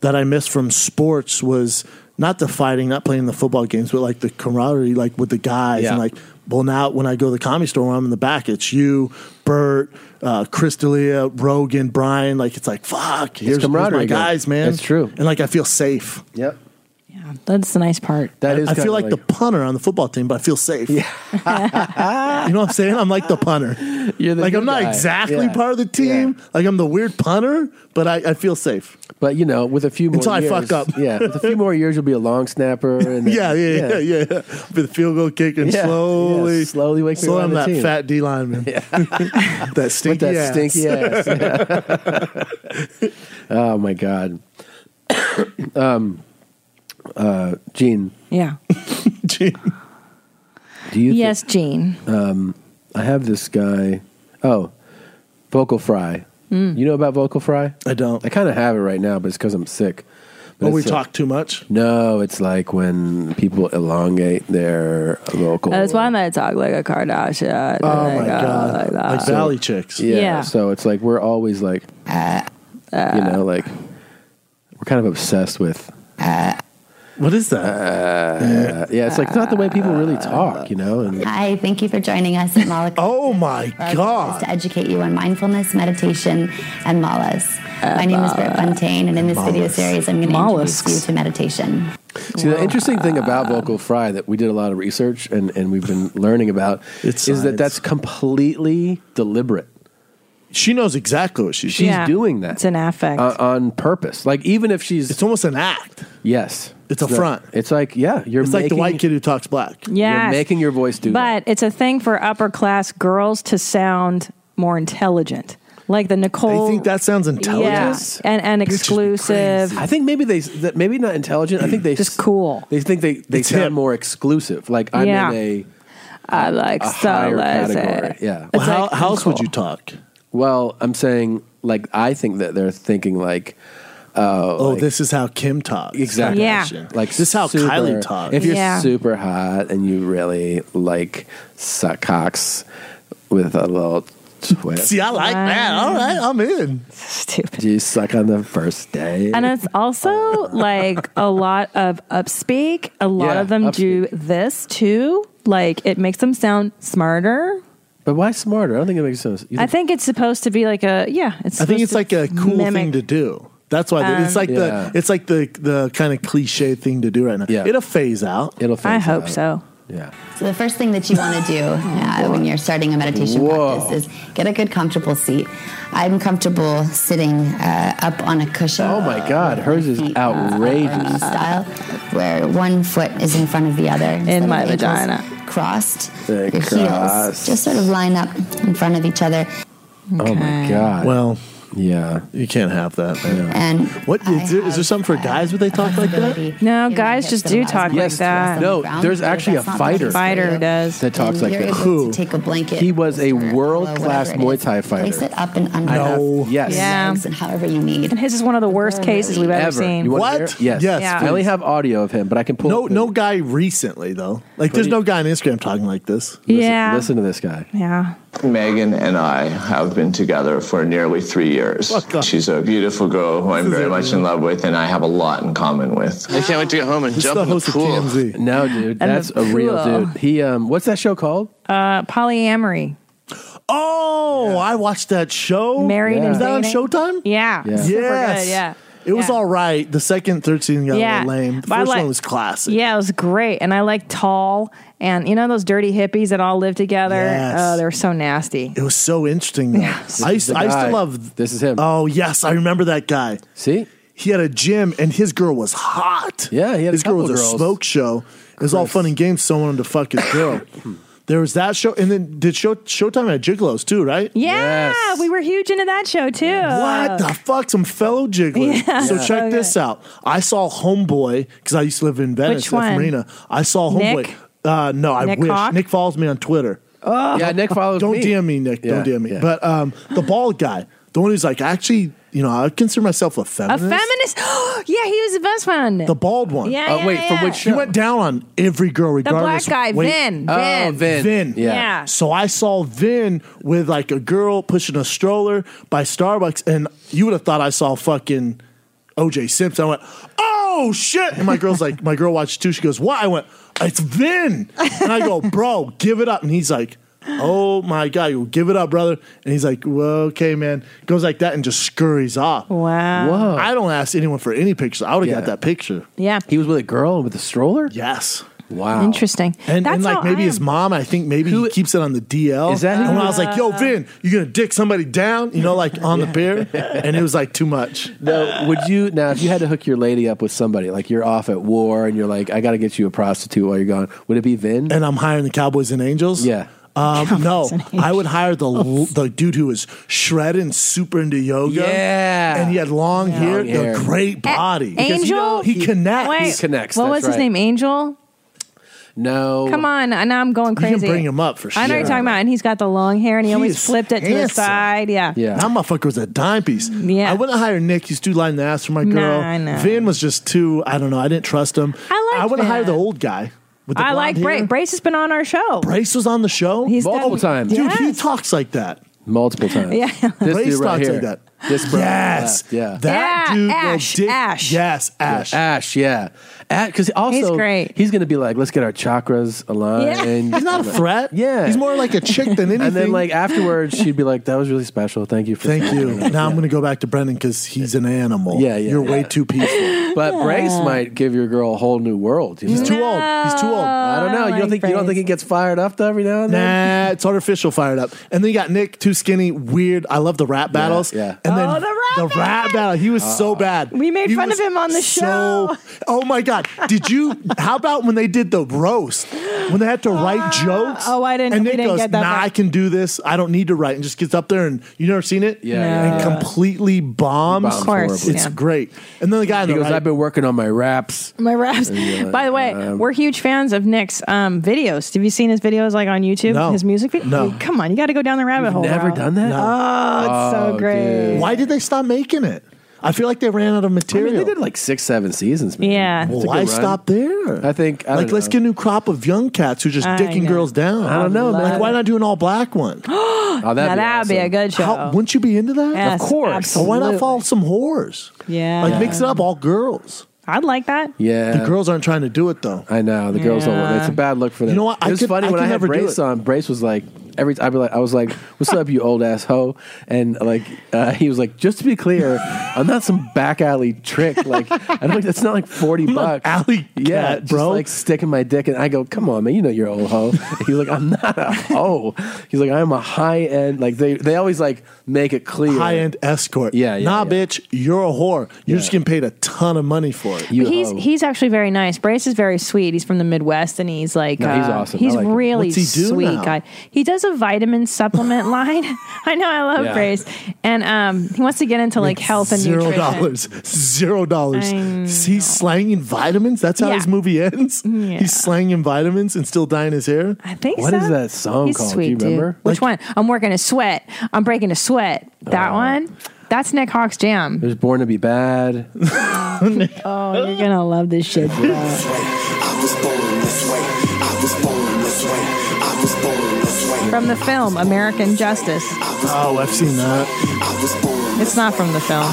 S18: that I missed from sports was not the fighting, not playing the football games, but like the camaraderie, like with the guys,
S1: Yeah.
S18: and like well now when I go to the comedy store, when I'm in the back, it's you, Bert, uh, Chris D'Elia, Rogan, Brian. Like it's like fuck, here's, here's my
S1: camaraderie again.
S18: guys, man.
S1: That's true.
S18: and like I feel safe.
S1: Yep.
S2: That's the nice part.
S18: I, I feel like, the punter on the football team, but I feel safe. Yeah. you know what I'm saying? I'm like the punter.
S1: You're the
S18: like
S1: new
S18: I'm not
S1: guy.
S18: exactly
S1: Yeah.
S18: part of the team. Like I'm the weird punter, but I, I feel safe.
S1: But you know, with a few more
S18: until
S1: years,
S18: I fuck up.
S1: yeah, with a few more years, you'll be a long snapper. And uh, then-
S18: yeah, yeah, yeah, yeah, yeah. But the field goal kick and
S1: Yeah, yeah,
S18: slowly,
S1: slowly wake me
S18: slowly
S1: around
S18: I'm that
S1: the team.
S18: fat D lineman. that stinky
S1: that
S18: ass.
S1: stinky ass. Yeah. oh my god. um, uh, Gene.
S2: Yeah.
S18: Gene.
S1: Do you? thi-
S2: yes, Gene.
S1: um, I have this guy. Oh, Vocal Fry.
S2: Mm.
S1: You know about Vocal Fry?
S18: I don't.
S1: I kind of have it right now, but it's because I'm sick.
S18: Oh, we
S1: it's like-
S18: talk too much.
S1: No, it's like when people elongate their vocal.
S2: That's why I'm gonna talk like a Kardashian.
S1: Oh
S2: Like,
S1: my
S2: uh,
S1: god,
S2: Like that.
S18: Like Valley chicks.
S1: Yeah.
S2: Yeah.
S1: So it's like we're always like, you know, like we're kind of obsessed with.
S18: What is that?
S1: Uh, yeah, it's like not the way people really talk, you know. And
S21: Hi, thank you for joining us at Mala.
S18: oh my
S21: God! To educate you on mindfulness, meditation, and malas. My name is Britt Fontaine, and in this video
S1: Malas.
S21: series, I'm going to
S1: Mollusks.
S21: introduce you to meditation.
S1: see, the interesting thing about vocal fry that we did a lot of research and and we've been learning about is that
S18: science.
S1: that's completely deliberate.
S18: She knows exactly what she's
S1: she's
S2: Yeah.
S1: doing that.
S2: It's an affect.
S1: uh, on purpose. Like even if she's, it's
S18: almost an act.
S1: Yes,
S18: It's a
S1: not-
S18: front.
S1: It's like yeah, you're
S18: It's like the
S1: making-
S18: white kid who talks black.
S1: You're
S2: Yes.
S1: making your voice do.
S2: but it's a thing for upper class girls to sound more intelligent, like the Nicole.
S1: think
S18: that sounds
S1: intelligent?
S2: Yeah, and and exclusive.
S1: I think maybe they that maybe not intelligent. I think they just cool. They think they they
S18: It's
S1: sound
S18: hip.
S1: more exclusive. Like I'm
S2: Yeah.
S1: in a
S2: I like
S1: a higher category.
S2: Starlight.
S1: Yeah.
S2: It's
S18: how,
S2: like-
S18: how else would you talk?
S1: Well, I'm saying like I think that they're thinking like. Uh,
S18: Oh, this is how Kim talks.
S1: Exactly.
S18: Yeah.
S1: Like
S18: This is how
S1: super-
S18: Kylie talks.
S1: If you're
S18: Yeah.
S1: super hot and you really like suck cocks with a little twist,
S18: See, I like that. All right, I'm in.
S2: Stupid.
S1: Do you suck on the first day?
S2: And it's also like a lot of upspeak. A lot
S1: Yeah,
S2: of them do this too. Like it makes them sound smarter.
S1: But why smarter? I don't think it makes sense. You
S2: I think it's supposed to be like a yeah. It's
S18: I think
S2: supposed
S18: it's
S2: to
S18: like a cool
S2: mimic-
S18: thing to do. That's why the- it's
S2: Um,
S18: like
S1: Yeah.
S18: the it's like the the kind of cliche thing to do right now.
S1: Yeah.
S18: It'll phase out.
S1: It'll
S21: I phase hope out. so.
S1: Yeah.
S21: So the first thing that you want to do uh, when you're starting a meditation practice is get a good comfortable seat. I'm comfortable sitting uh, up on a cushion.
S1: Oh my God, hers is outrageous.
S21: Style where one foot is in front of the other. Instead of
S2: my
S21: ankles
S2: vagina.
S21: Crossed.
S1: They're
S21: your
S1: crossed.
S21: heels just sort of line up in front of each other.
S1: Oh my
S21: Okay.
S1: god.
S18: Well,
S1: yeah,
S18: you can't have that. Man.
S21: And
S18: what is there, is there something for guys? Would they talk like that?
S2: No, guys just do talk like that.
S1: No, there's actually a fighter.
S2: Fighter does
S1: that talks like that.
S21: Who? Take a blanket.
S1: He was a world class
S21: whatever it
S1: Muay Thai fighter.
S21: Place it up and under.
S1: I have- yes.
S2: Yeah.
S21: And however you need.
S2: And his is one of the worst cases we've ever, seen.
S1: You wanna hear? Yes.
S18: Yes,
S1: I only
S18: please.
S1: have audio of him, but I can pull.
S18: No, no guy recently though. Like, there's no guy on Instagram talking like this.
S2: Yeah.
S1: Listen to this guy.
S2: Yeah.
S22: Megan and I have been together for nearly three years. She's a beautiful girl who I'm very much in love with, and I have a lot in common with. I can't wait to get home and jump in the pool.
S1: No, dude, that's
S2: the
S1: a real
S2: pool.
S1: dude. He um, what's that show called?
S2: Uh, polyamory.
S18: Oh, I watched that show.
S2: Married
S1: Yeah.
S2: and
S1: Is that on
S2: Dating.
S18: Showtime?
S2: Yeah.
S1: Yeah.
S2: Super
S1: Yes.
S2: good, yeah.
S18: It was all right. The second, third season got a
S2: Yeah.
S18: little lame. The
S2: But I
S18: first
S2: like-
S18: one was classic.
S2: Yeah, it was great. And I like tall and you know those dirty hippies that all live together?
S18: Yes.
S2: Oh, they were so nasty.
S18: It was so interesting. Though. I used,
S2: is the
S18: I used
S2: guy.
S18: to love. This is him. Oh yes, I remember that guy. See, he had a gym, and his girl was hot. Yeah, he
S1: had a
S18: his girl was
S1: couple
S18: a
S1: girls.
S18: smoke show. It was all fun and games. Someone wanted to fuck his girl. there was that show, and then did show Showtime had gigolos too, right?
S2: Yeah, we were huge into that show too.
S18: What the fuck? Some fellow jigglers.
S2: Yeah.
S18: So
S2: Yeah.
S18: check this out. I saw Homeboy because I used to live in Venice,
S1: Which one?
S18: F. Marina. I saw Homeboy.
S1: Nick?
S18: Uh, no, I
S1: Nick
S18: wish
S1: Hawk?
S18: Nick follows me on Twitter.
S1: Oh. Yeah, Nick follows
S18: Uh, Don't
S1: me.
S18: DM me, Nick. Don't
S1: Yeah,
S18: DM me.
S1: yeah.
S18: But um, the bald guy, the one who's like, actually, you know, I consider myself a
S2: A
S18: feminist.
S2: feminist? yeah, he was the best one.
S18: the bald one.
S2: Yeah, Oh, yeah, wait, from yeah. which
S18: He went down on every girl
S2: black
S18: regardless.
S2: guy, Vin. Oh, Vin. Vin.
S18: Vin.
S2: Yeah. Yeah.
S18: So I saw Vin with like a girl pushing a stroller by Starbucks, and you would have thought I saw fucking OJ Simpson. I went, oh shit. And my girl's like, my girl watched too. She goes, what? I went, it's Vin. And I go, bro, give it up. And he's like, Oh my God, you give it up, brother. And he's like, well, okay, man. Goes like that and just scurries off.
S2: Wow.
S1: Whoa.
S18: I don't ask anyone for any pictures. I would have
S1: Oh. Yeah.
S18: got that picture.
S2: Yeah.
S1: He was with a girl with a stroller?
S18: Yes.
S1: Wow.
S2: Interesting.
S18: And, and
S2: That's
S18: like
S2: how
S18: maybe
S2: I
S18: his
S2: am.
S18: mom, I think maybe he keeps it on the DL.
S1: Is that who-
S18: and when I was like, yo,
S2: Uh,
S18: Vin, you gonna dick somebody down, you know, like on the pier? And it was like too much.
S1: Now, would you now if you had to hook your lady up with somebody, like you're off at war and you're like, I got to get you a prostitute while you're gone? Would it be Vin?
S18: And I'm hiring the Cowboys and Angels.
S1: Yeah.
S18: Um, no, I would hire the l- the dude who was shredded and super into yoga.
S1: Yeah.
S18: and he had long hair,
S1: Long hair.
S18: the great body. Because, you know,
S2: Angel?
S18: he, connects.
S2: Wait, What was his name? Angel?
S1: No.
S2: Come on. I know I'm going
S18: You can
S2: crazy.
S18: bring him up for
S2: I know what
S18: sure.
S2: you're talking about. And he's got the long hair and he,
S18: He
S2: always
S18: is
S2: flipped it to the
S18: handsome.
S2: side. Yeah.
S18: That motherfucker was a dime piece.
S2: Yeah.
S18: I wouldn't hire Nick. He's too lying the ass for my girl.
S2: Nah, nah.
S18: Vin was just too, I don't know. I didn't trust him. I like I wouldn't hire the old guy. With the
S2: I like
S18: blonde
S2: Brace.
S18: hair.
S2: Brace has been on our show.
S18: Brace was on the show
S2: He's Multiple done- times.
S18: Dude,
S2: Yes.
S18: he talks like that.
S1: Multiple times.
S2: Yeah.
S1: This
S18: Brace
S1: dude right
S18: talks
S1: here.
S18: like that.
S1: This bro. uh,
S18: Yes.
S1: Yeah. yeah.
S18: That
S2: Yeah,
S18: dude
S2: Ash,
S18: will dick.
S2: Ash.
S18: Yes, Ash.
S1: Yeah, Ash, yeah. Because also,
S2: He's great.
S1: he's going to be like, let's get our chakras aligned.
S2: Yeah.
S18: He's not a threat.
S1: Yeah.
S18: He's more like a chick than anything.
S1: And then, like, afterwards, she'd be like, that was really special. Thank you for
S18: Thank
S1: saying
S18: you.
S1: that."
S18: Now I'm going to go back to Brendan because he's an animal.
S1: Yeah, yeah,
S18: You're way
S1: yeah.
S18: too peaceful.
S1: But Brace might give your girl a whole new world. You
S18: He's
S1: know?
S18: too old. He's too old.
S1: I don't know. you don't think you don't think he gets fired up every now and then?
S18: Nah, it's artificial fired up. And then you got Nick, too skinny, weird. I love the rap battles.
S1: yeah. Uh-uh.
S18: And then
S2: Oh, the rap
S18: battle. He was so bad.
S2: We made
S18: He
S2: fun
S18: was
S2: of him on the show.
S18: so- oh my God. Did you how about when they did the roast? When they had to write jokes?
S2: oh, I didn't-
S18: And
S2: we
S18: Nick
S2: didn't
S18: goes,
S2: get that
S18: nah,
S2: far."
S18: I can do this. I don't need to write. And just gets up there and you never seen it?
S1: Yeah, yeah,
S18: And
S1: yeah.
S18: completely bombs.
S1: Bombs Of course, horribly.
S18: It's
S1: yeah.
S18: great. And then the guy in
S1: He
S18: the
S1: goes,
S18: right-
S1: I've been working on my raps.
S2: My raps.
S1: And you're like,
S2: By the way,
S1: um,
S2: we're huge fans of Nick's um, videos. Have you seen his videos like on YouTube?
S18: No.
S2: His music videos?
S18: No.
S2: Come on, you got to go down the rabbit hole.
S1: Never
S2: Raul.
S1: done that?
S2: Oh, it's so great.
S18: Why did they stop making it? I feel like they ran out of
S1: I mean,
S18: material.
S1: they did like six, seven seasons. Man.
S2: Yeah.
S1: It's a
S18: Well,
S1: good
S18: why
S1: run.
S18: stop there?
S1: I think I
S18: like,
S1: don't
S18: let's
S1: know.
S18: get a new crop of young cats who just
S2: I
S18: dicking
S2: know.
S18: girls down.
S1: I don't know, man.
S18: Like, why not do an all black one?
S1: Oh, that'd
S2: now that
S1: be
S2: would be
S1: awesome.
S2: a good show.
S18: How, wouldn't you be into that?
S2: Yes, Of course.
S18: So why not follow
S2: absolutely.
S18: some whores?
S2: yeah.
S18: Like, mix it up, all girls.
S2: I'd like that.
S1: Yeah.
S18: The girls aren't trying to do it though.
S1: I know the girls don't want it. It's a
S2: Yeah.
S1: bad look for them.
S18: You know what?
S1: It
S18: I
S1: was
S18: could-
S1: funny
S18: I
S1: when
S18: could
S1: I had
S18: never do
S1: Brace
S18: it.
S1: on. Brace was like every. I be like, I was like, "What's up, you old ass hoe?" And like, uh, he was like, "Just to be clear, I'm not some back alley trick. Like, I don't. That's not like 40 bucks.
S18: alley
S1: yeah,
S18: cat,
S1: just
S18: bro.
S1: Like sticking my dick. And I go, "Come on, man. You know you're an old hoe." And he's like, "I'm not a hoe." He's like, "I'm a high end." Like they they always like make it clear.
S18: High end escort.
S1: Yeah, yeah,
S18: Nah,
S1: yeah.
S18: bitch, you're a whore. You're just getting paid a ton of money for it.
S1: You
S2: But he's
S1: hoe.
S2: he's actually very nice. Brace is very sweet. He's from the Midwest, and he's like
S1: No, he's
S2: uh,
S1: awesome. I
S2: He's
S1: like him.
S2: really
S1: What's he do
S2: sweet
S1: now?
S2: guy. He does a vitamin supplement line. I know I love
S1: Yeah.
S2: Brace, and um, he wants to get into like health and
S18: Zero
S2: nutrition.
S18: dollars. Zero dollars.
S2: I know.
S18: He's slanging vitamins. That's how
S2: Yeah.
S18: his movie ends. He's slanging vitamins and still dyeing his hair.
S2: I think
S1: What
S2: so.
S1: is that song
S2: He's
S1: called? Do
S2: Sweet,
S1: you remember?
S2: Dude. Which one? I'm working a sweat. I'm breaking a sweat.
S1: Uh,
S2: That one. That's Nick Hawk's jam.
S1: There's born to be bad.
S2: Oh, you're gonna love this shit. bro. From the film American Justice.
S18: Oh, I've seen that.
S2: It's not from the film.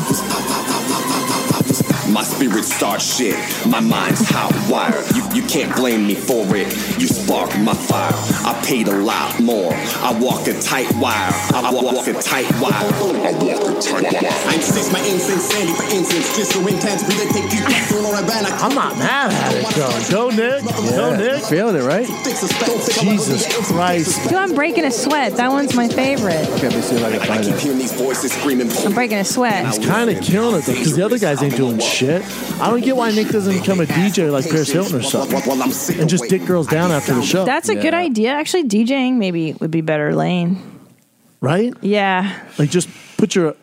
S3: My spirit starts shit, my mind's hotwired. You, you can't blame me for it, you spark my fire. I paid a lot more, I walk a tight wire. I walk a tight wire. I walk a tight wire. I insist my incense sandy for incense, just so intense, but they take you back to Laura Bannock.
S18: I'm not mad at it, though. Go, Nick. Go, Nick.
S1: Feeling it, right?
S18: Jesus Christ.
S2: Dude, I'm breaking a sweat. That one's my favorite.
S1: Okay, let me see if I can find it.
S3: Hearing these voices screaming,
S2: I'm breaking a sweat.
S18: He's kind of killing it, though, because the other guys ain't doing shit. I don't get why Nick doesn't become a DJ like Paris Hilton or something and just dick girls down after the show.
S2: That's a good idea. Actually, DJing maybe would be better lane.
S18: Right?
S2: Yeah.
S18: Like, just put your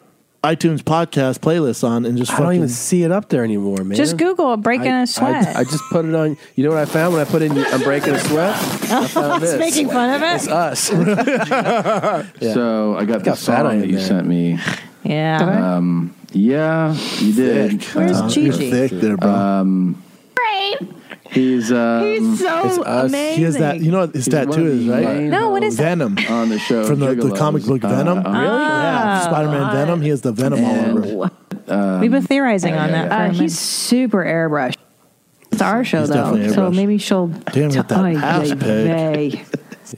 S18: iTunes podcast playlist on and just
S1: I don't
S18: fucking.
S1: even see it up there anymore, man.
S2: Just Google breaking
S1: I-
S2: a sweat.
S1: I, I just put it on. You know what I found when I put in "I'm breaking a sweat"? I found
S2: it's
S1: this.
S2: making fun of it.
S1: It's us.
S11: So I got the
S1: fat on
S11: song that
S1: you,
S11: you
S1: man.
S11: sent me.
S2: Yeah.
S11: Um, yeah, you did.
S2: Where's
S11: Uh,
S2: Gigi?
S18: You're thick there, bro.
S11: Um, he's um,
S2: He's so It's us. amazing.
S18: He has that. You know what his
S11: He's one
S18: tattoo
S11: of
S18: is,
S11: the
S18: right?
S2: No, what is it?
S18: Venom
S11: on the show
S18: from the, the
S11: Gigolos.
S18: comic book
S11: Uh,
S18: Venom?
S11: uh, Really?
S18: Yeah, Spider-Man Venom. He has the Venom all over.
S2: We've been theorizing on that.
S18: yeah.
S2: for a minute.
S4: he's super airbrushed.
S2: It's our show
S18: He's
S2: though,
S18: definitely
S2: so
S18: airbrushed.
S2: maybe she'll.
S18: Damn, with that
S2: Ay,
S18: ass
S2: ay,
S18: pig.
S2: ay.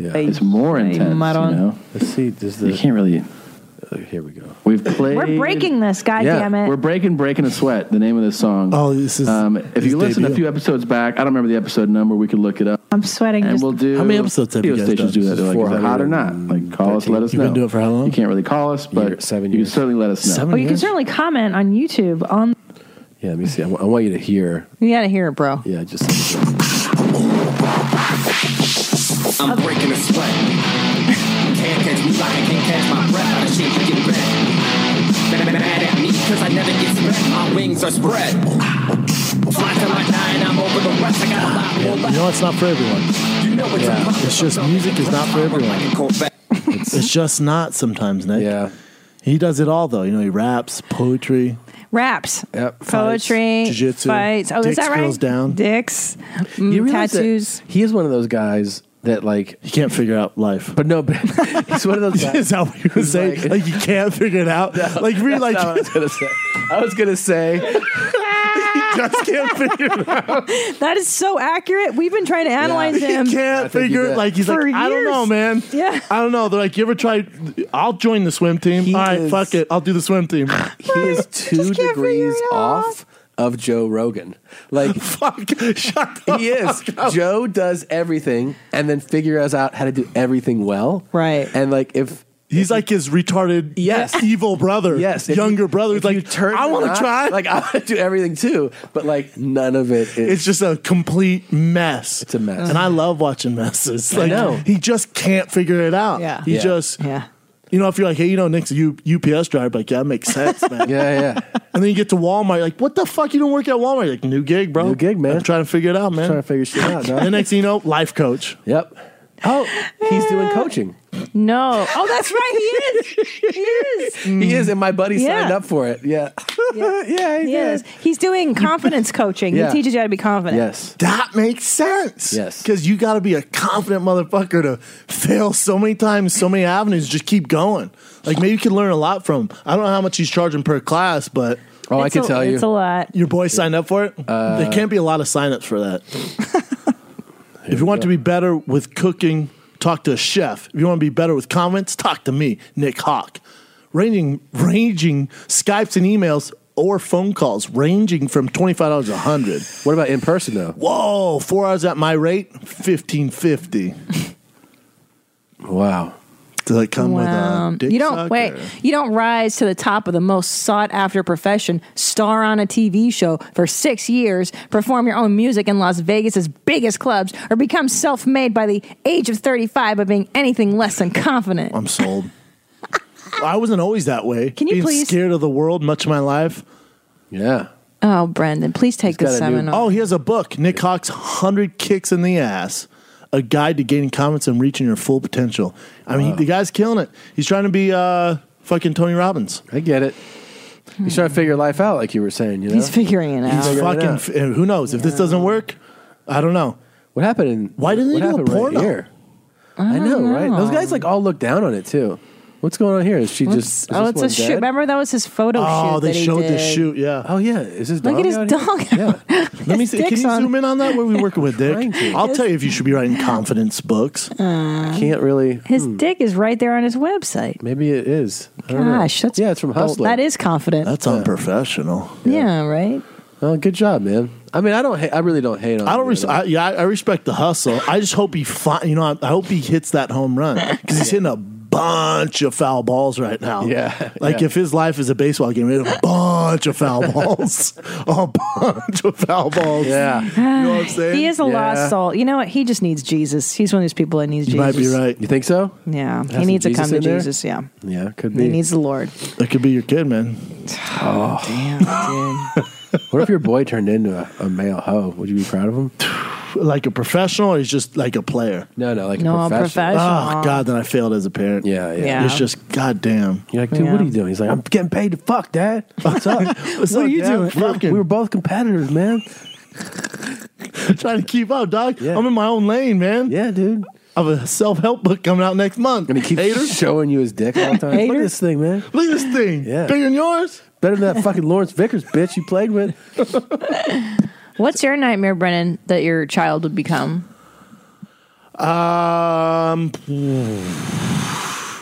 S11: Yeah. It's more intense. You
S2: Maron.
S11: know?
S1: Let's see. Does the uh,
S11: you can't really.
S1: here we go.
S11: We've played.
S2: We're breaking this, God damn it!
S11: We're breaking, breaking a sweat. The name of this song.
S18: Oh, this is.
S11: Um, if
S18: his
S11: you listen a
S18: debut.
S11: few episodes back, I don't remember the episode number. We could look it up.
S2: I'm sweating.
S11: And
S2: just-
S11: we'll do.
S18: How many episodes have you
S11: radio
S18: guys
S11: stations
S18: done?
S11: do that.
S18: This
S11: They're
S18: is
S11: like, is it hot or not?
S18: 400
S11: Like, call us, let us
S18: You've
S11: know.
S18: been doing it for how long?
S11: You can't really call us, but
S1: seven
S11: you
S1: years.
S11: can certainly let us know.
S1: Oh,
S2: Well, you can certainly comment on YouTube. On
S1: Yeah, let me see. I wa- I want you to hear.
S2: you gotta hear it, bro.
S1: Yeah, just.
S3: I'm breaking a sweat. Can't catch me like I can't catch my breath. I shake and get red. Mad- Mad at me because I never get spread. My wings are spread. Fly till I die and I'm over the rest. I got a lot more
S18: You know, it's not for everyone. It's just music is not for everyone. It's just not sometimes, Nick. Yeah. He does it all though. You know, he raps, poetry.
S2: Raps,
S1: Yep.
S2: poetry,
S18: Fights, jiu-jitsu,
S2: fights. Oh, is
S18: dicks
S2: that right?
S18: curls down.
S2: Dicks, mm,
S1: You realize that
S2: tattoos.
S1: He is one of those guys that like
S18: he can't figure out life.
S1: But no, but he's one of those. guys
S18: Is that what you were saying? Like, you can't figure it out. like really,
S1: that's
S18: like
S1: not what I was gonna say. I was gonna say
S18: just can't figure it out.
S2: That is so accurate. We've been trying to analyze him.
S18: He can't figure it. Like he's
S2: For
S18: like, I don't
S2: years.
S18: know, man.
S2: Yeah.
S18: I don't know. They're like, you ever try? I'll join the swim team. all right,
S1: is-
S18: fuck it. I'll do the swim team.
S1: he is two degrees off of Joe Rogan. Like
S18: fuck, shut the
S1: he is. Joe does everything and then figures out how to do everything well. Right. And like if
S18: He's like his retarded,
S1: Yes.
S18: evil brother.
S1: yes, if
S18: younger
S1: you-
S18: brother.
S1: if
S18: He's like,
S1: you turn
S18: I
S1: the
S18: want to
S1: knob,
S18: try.
S1: Like I want to do everything too, but like none of it is.
S18: It's just a complete mess. It's a
S1: mess.
S18: And I love watching messes.
S1: I
S18: Like
S1: know.
S18: he just can't figure it out.
S1: Yeah.
S18: He
S1: Yeah.
S18: just
S2: Yeah.
S18: You know, if you're like, hey, you know, Nick's a U- UPS driver, like, yeah, that makes sense, man.
S1: yeah, yeah.
S18: And then you get to Walmart, like, what the fuck? You don't work at Walmart? Like, new gig, bro. New gig, man. I'm trying to figure it out, man.
S1: trying to figure shit out, dog.
S18: And next thing you know, life coach.
S1: Yep. Oh, he's doing coaching.
S2: No. Oh, that's right. He is. He is.
S1: He is, and my buddy signed
S2: Yeah.
S1: up for it. Yeah.
S2: Yeah,
S1: he did.
S2: is. He's doing confidence coaching.
S1: Yeah.
S2: He teaches you how to be confident.
S1: Yes.
S18: That makes sense.
S1: Yes.
S18: Because you got to be a confident motherfucker to fail so many times, so many avenues, just keep going. Like, maybe you can learn a lot from him. I don't know how much he's charging per class, but.
S1: Oh, I It's can a- tell you. it's a
S2: lot.
S18: Your boy signed up for it? there can't be a lot of signups for that. if you want to be better with cooking, talk to a chef. If you want to be better with comments, talk to me, Nick Hawk. Ranging, ranging Skypes and emails or phone calls ranging from $25 to 100
S1: What about in person though?
S18: Whoa, four hours at my rate, fifteen fifty.
S1: Wow.
S18: Does it come
S1: uh,
S2: Wow.
S18: with a dick
S2: Um, you don't
S18: suck
S2: wait.
S18: or-
S2: You don't rise to the top of the most sought after profession, star on a TV show for six years, perform your own music in Las Vegas's biggest clubs, or become self made by the age of thirty five by being anything less than confident.
S18: I'm sold. I wasn't always that way. Can
S2: you
S18: Being
S2: please-
S18: Scared of the world much of my life.
S1: Yeah.
S2: Oh, Brendan, please take this seminar.
S18: oh, he has a book, Nick Hawk's Hundred Kicks in the Ass. A guide to gaining confidence and reaching your full potential. I mean, the guy's killing it. He's trying to be uh, fucking Tony Robbins.
S1: I get it. He's trying to figure life out, like you were saying. You know,
S2: He's figuring it out.
S18: He's fucking. F- and who knows if this doesn't work? I don't know.
S1: What happened? In,
S18: Why didn't
S1: what
S18: they do a
S1: happened right
S18: porno?
S1: here? I know, right? Those guys like all look down on it too. What's going on here? Is she
S2: Whoops.
S1: just? Is
S2: oh,
S1: this
S2: it's a
S1: one
S2: shoot.
S1: dead?
S2: Remember that was his photo shoot.
S1: Oh, they
S2: that he
S1: showed
S2: did.
S1: this shoot,
S18: Yeah.
S1: Oh yeah. Is his dog?
S2: Look at his
S1: out here?
S2: dog.
S18: Let me see. Can
S2: dick's
S18: you
S2: on-
S18: zoom in on that? What are we working with, Dick? I'll tell you if you should be writing confidence books.
S2: Uh,
S1: really.
S2: His dick is right there on his website.
S1: Maybe it is. I don't know.
S2: Gosh, that's
S1: yeah, it's from
S2: bold.
S1: Hustler.
S2: That is confident.
S18: That's unprofessional.
S2: yeah. right.
S1: Well, Oh, good job, man. I mean, I don't. Ha- I really don't hate on.
S18: I don't. Res- I, yeah, I I respect the hustle. I just hope he. Fi- you know, I, I hope he hits that home run because he's hitting a bunch of foul balls right now.
S1: Yeah,
S18: like
S1: yeah.
S18: if his life is a baseball game, he hit a bunch of foul balls, a bunch of foul balls.
S1: Yeah, you
S18: know what I'm saying.
S2: He is a lost soul. You know what? He just needs Jesus. He's one of those people that needs
S18: You
S2: Jesus.
S18: might be right.
S1: You think so?
S2: Yeah,
S18: Has
S2: he
S18: some
S2: needs to
S18: Jesus
S2: come to
S18: in there?
S2: Jesus. Yeah,
S1: Yeah, could
S2: he needs the Lord.
S18: That could be your kid, man.
S1: Oh
S2: damn,
S1: dude! what if your boy turned into a, a male hoe? Would you be proud of him?
S18: Like a professional, or he's just like a player.
S1: No, no, like
S18: No,
S1: a professional.
S18: professional. Oh, God, then I failed as a parent.
S1: Yeah, yeah.
S18: Yeah. It's just goddamn.
S1: You're like, dude, what are you doing? He's like, I'm getting paid to fuck, Dad. What's up?
S18: What's
S1: what
S18: up,
S1: are you
S18: Dad?
S1: doing?
S18: Fucking-
S1: We were both competitors, man.
S18: trying to keep up, dog. I'm in my own lane, man.
S1: Yeah, dude.
S18: I have a self help book coming out next month.
S1: And he keeps showing you his dick all the time. Look at this thing, man.
S18: Look at this thing.
S1: Yeah.
S18: Bigger than yours.
S1: Better than that fucking Lawrence Vickers bitch you played with.
S2: What's your nightmare, Brennan, that your child would become?
S18: Um,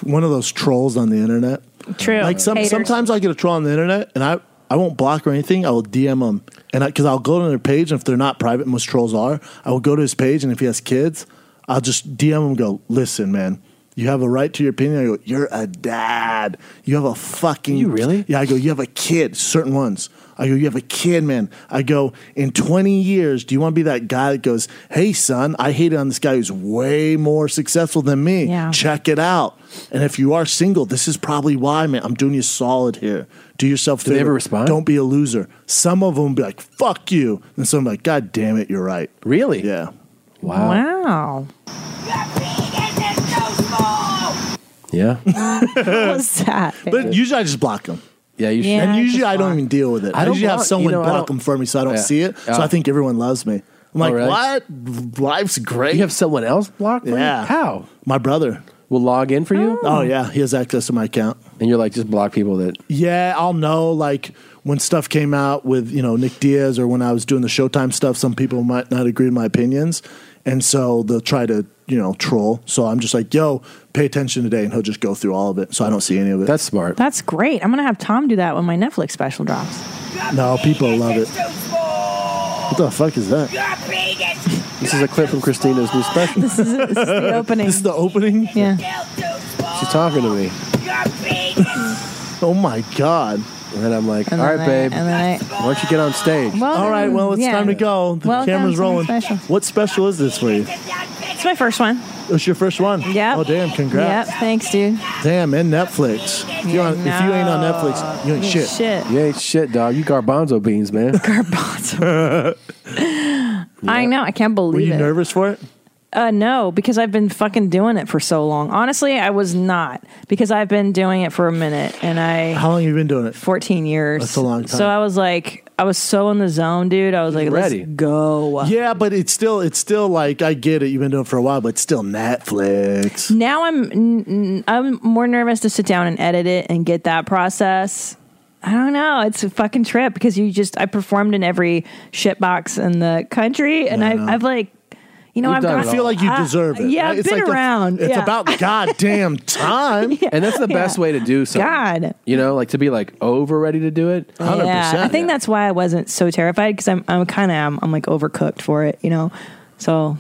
S18: one of those trolls on the internet.
S2: True.
S18: Like some,
S2: Haters.
S18: sometimes I get a troll on the internet, and I I won't block or anything. I will DM them, and because I'll go to their page, and if they're not private, most trolls are. I will go to his page, and if he has kids, I'll just DM him. and Go, listen, man. You have a right to your opinion. I go, you're a dad. You have a fucking. You really? Yeah. I go, you have a kid. Certain ones. I go, you have a kid, man. I go, in 20 years, do you want to be that guy that goes, hey, son, I hated on this guy who's way more successful than me.
S12: Yeah.
S18: Check it out. And if you are single, this is probably why, man. I'm doing you a solid here. Do yourself a
S1: Do they
S18: favor.
S1: ever respond?
S18: Don't be a loser. Some of them be like, fuck you. And some like, God damn it, you're right.
S1: Really?
S18: Yeah.
S1: Wow.
S2: Wow.
S1: Yeah.
S2: What's that?
S18: But usually I just block them.
S1: Yeah,
S2: Yeah,
S1: you
S2: should.
S18: and
S2: I
S18: usually
S2: just
S18: I don't
S2: block.
S18: even deal with it.
S1: I
S18: I,
S1: don't
S18: usually have
S1: block-
S18: someone
S1: you know, I
S18: block
S1: don't-
S18: them for me so I don't
S1: Yeah.
S18: see it. So
S1: Yeah.
S18: I think everyone loves me. I'm like,
S1: really?
S18: what? Life's great. You have
S1: someone else blocked? you?
S18: Yeah.
S1: How?
S18: My brother.
S1: Will log in for you?
S18: Oh, yeah. He has access to my account.
S1: And you're like, just block people that.
S18: Yeah, I'll know like when stuff came out with, you know, Nick Diaz or when I was doing the Showtime stuff, some people might not agree with my opinions. And so they'll try to, you know, troll. So I'm just like, yo, pay attention today. And he'll just go through all of it. So I don't see any of it.
S1: That's smart.
S2: That's great. I'm gonna have Tom do that when my Netflix special drops.
S18: No, people love it. What the fuck is that?
S1: This is a clip from Christina's new special.
S2: this, is, this is the opening.
S18: This is the opening?
S2: Yeah.
S1: She's talking to me.
S18: oh my God.
S1: And then I'm like,
S2: And
S1: all
S2: then
S1: right,
S2: I-
S1: babe.
S2: and then I-
S1: why don't you get on stage?
S2: Well,
S18: All right, well, it's
S2: Oh, yeah.
S18: time to go. The
S2: Welcome
S18: camera's
S2: to the
S18: rolling.
S2: special.
S18: What special is this for you?
S2: It's my first one.
S18: It's your first one. Yeah. Oh, damn, congrats.
S2: Yep. Thanks, dude.
S18: Damn, and Netflix. If, you're on, if you ain't on Netflix, you
S2: You ain't
S18: ain't shit.
S2: shit.
S1: You ain't shit, dog. You garbanzo beans, man.
S2: garbanzo. I know. I can't believe
S18: Were you
S2: it.
S18: nervous for it?
S2: Uh, no, because I've been fucking doing it for so long. Honestly, I was not because I've been doing it for a minute, and I
S18: How long have you been doing it?
S2: 14 years.
S18: That's a long time.
S2: So I was like, I was so in the zone, dude. I was like, let's
S18: ready.
S2: go.
S18: Yeah, but it's still it's still like I get it. You've been doing it for a while, but it's still Netflix.
S2: Now I'm n- n- I'm more nervous to sit down and edit it and get that process. I don't know. It's a fucking trip because you just I performed in every shitbox in the country, and I've, I've like, you know,
S1: You've
S2: I've
S1: done
S2: got.
S1: it all. I feel like
S18: you
S2: I-
S18: deserve it,
S2: Uh, Yeah,
S18: right?
S2: I've
S18: It's
S2: been
S18: like the-
S2: around.
S18: it's
S2: yeah.
S18: about goddamn time.
S1: and that's the best way to do something.
S2: God.
S1: You know, like to be like over ready to do it.
S2: Yeah, I think that's why I wasn't so terrified because I'm I'm kind of I'm, I'm like overcooked for it, you know. So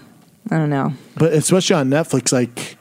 S2: I don't know.
S18: But especially on Netflix, like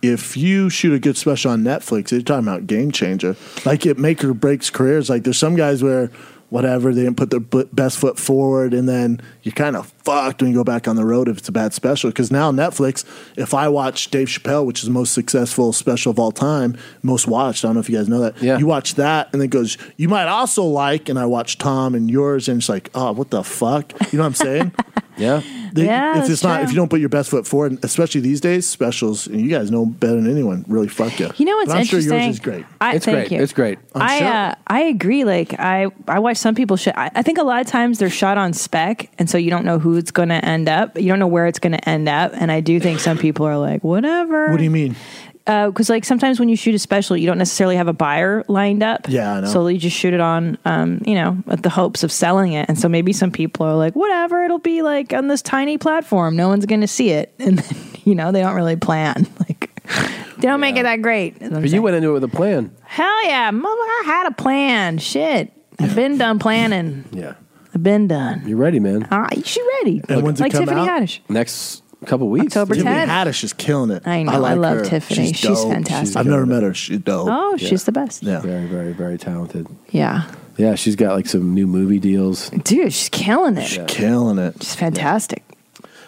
S18: if you shoot a good special on Netflix, you're talking about game changer. Like it make or breaks careers. Like there's some guys where whatever they didn't put their bu- best foot forward, and then you're kind of fucked when you go back on the road if it's a bad special. Because now Netflix, if I watch Dave Chappelle, which is the most successful special of all time, most watched. I don't know if you guys know that. Yeah. You watch that, and it goes. You might also like, and I watch Tom and yours, and it's like, oh, what the fuck? You know what I'm saying?
S1: yeah.
S18: They,
S2: Yeah,
S18: if it's
S2: that's
S18: not,
S2: true.
S18: if you don't put your best foot forward, and especially these days, specials, and you guys know better than anyone, really fuck you.
S2: You know what's
S18: But I'm
S2: interesting?
S18: sure yours is great.
S2: I, thank You.
S18: I'm
S2: I
S18: sure.
S2: uh, I agree. Like I I watch some people shit. I, I think a lot of times they're shot on spec, and so you don't know who it's going to end up. You don't know where it's going to end up. And I do think some people are like whatever.
S18: what do you mean?
S2: because Uh, like sometimes when you shoot a special, you don't necessarily have a buyer lined up.
S18: Yeah, I know.
S2: So you just shoot it on, um, you know, with the hopes of selling it. And so maybe some people are like, whatever, it'll be like on this tiny platform, no one's going to see it, and then, you know they don't really plan. Like they don't make it that great. is what I'm
S1: But you
S2: saying.
S1: went into it with a plan.
S2: Hell yeah, mother, I had a plan. Shit, I've been done planning.
S1: Yeah.
S2: I've been done.
S1: You're ready, man.
S2: Ah, she ready.
S1: And when's it
S2: like
S1: come
S2: Tiffany
S1: out?
S2: Haddish.
S1: Next couple weeks.
S2: October
S18: Tiffany
S2: 10th.
S18: Haddish is killing it.
S2: I know. I love Tiffany. She's
S18: dope.
S2: fantastic.
S18: I've never met her. She's dope.
S2: Oh, she's the best.
S1: Yeah. Very, very, very talented.
S2: Yeah.
S1: Yeah, she's got like some new movie deals.
S2: Dude, she's killing it.
S1: She's killing it.
S2: She's fantastic.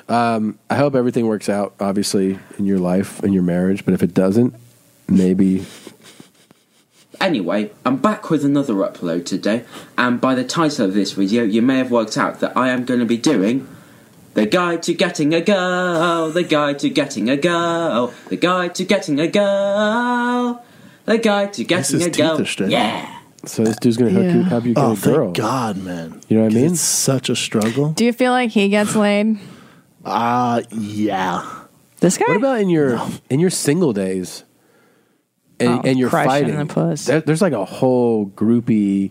S1: Um, I hope everything works out, obviously, in your life, in your marriage. But if it doesn't, maybe
S4: Anyway, I'm back with another upload today, and by the title of this video, you may have worked out that I am going to be doing The Guide to Getting a Girl, The Guide to Getting a Girl, The Guide to Getting a Girl, The Guide to Getting
S18: his
S4: a Girl.
S18: teeth are
S2: eh?
S18: straight.
S4: Yeah!
S1: so, this dude's gonna hook you,
S2: Yeah.
S1: help you get
S18: Oh,
S1: a girl.
S18: thank God, man.
S1: You know what I mean?
S18: It's such a struggle.
S2: Do you feel like he gets laid?
S1: Ah,
S18: yeah.
S2: This guy.
S1: What about in your in your single days? And,
S2: Oh,
S1: and you're
S2: crushing
S1: fighting.
S2: the puss.
S1: There- there's like a whole groupie,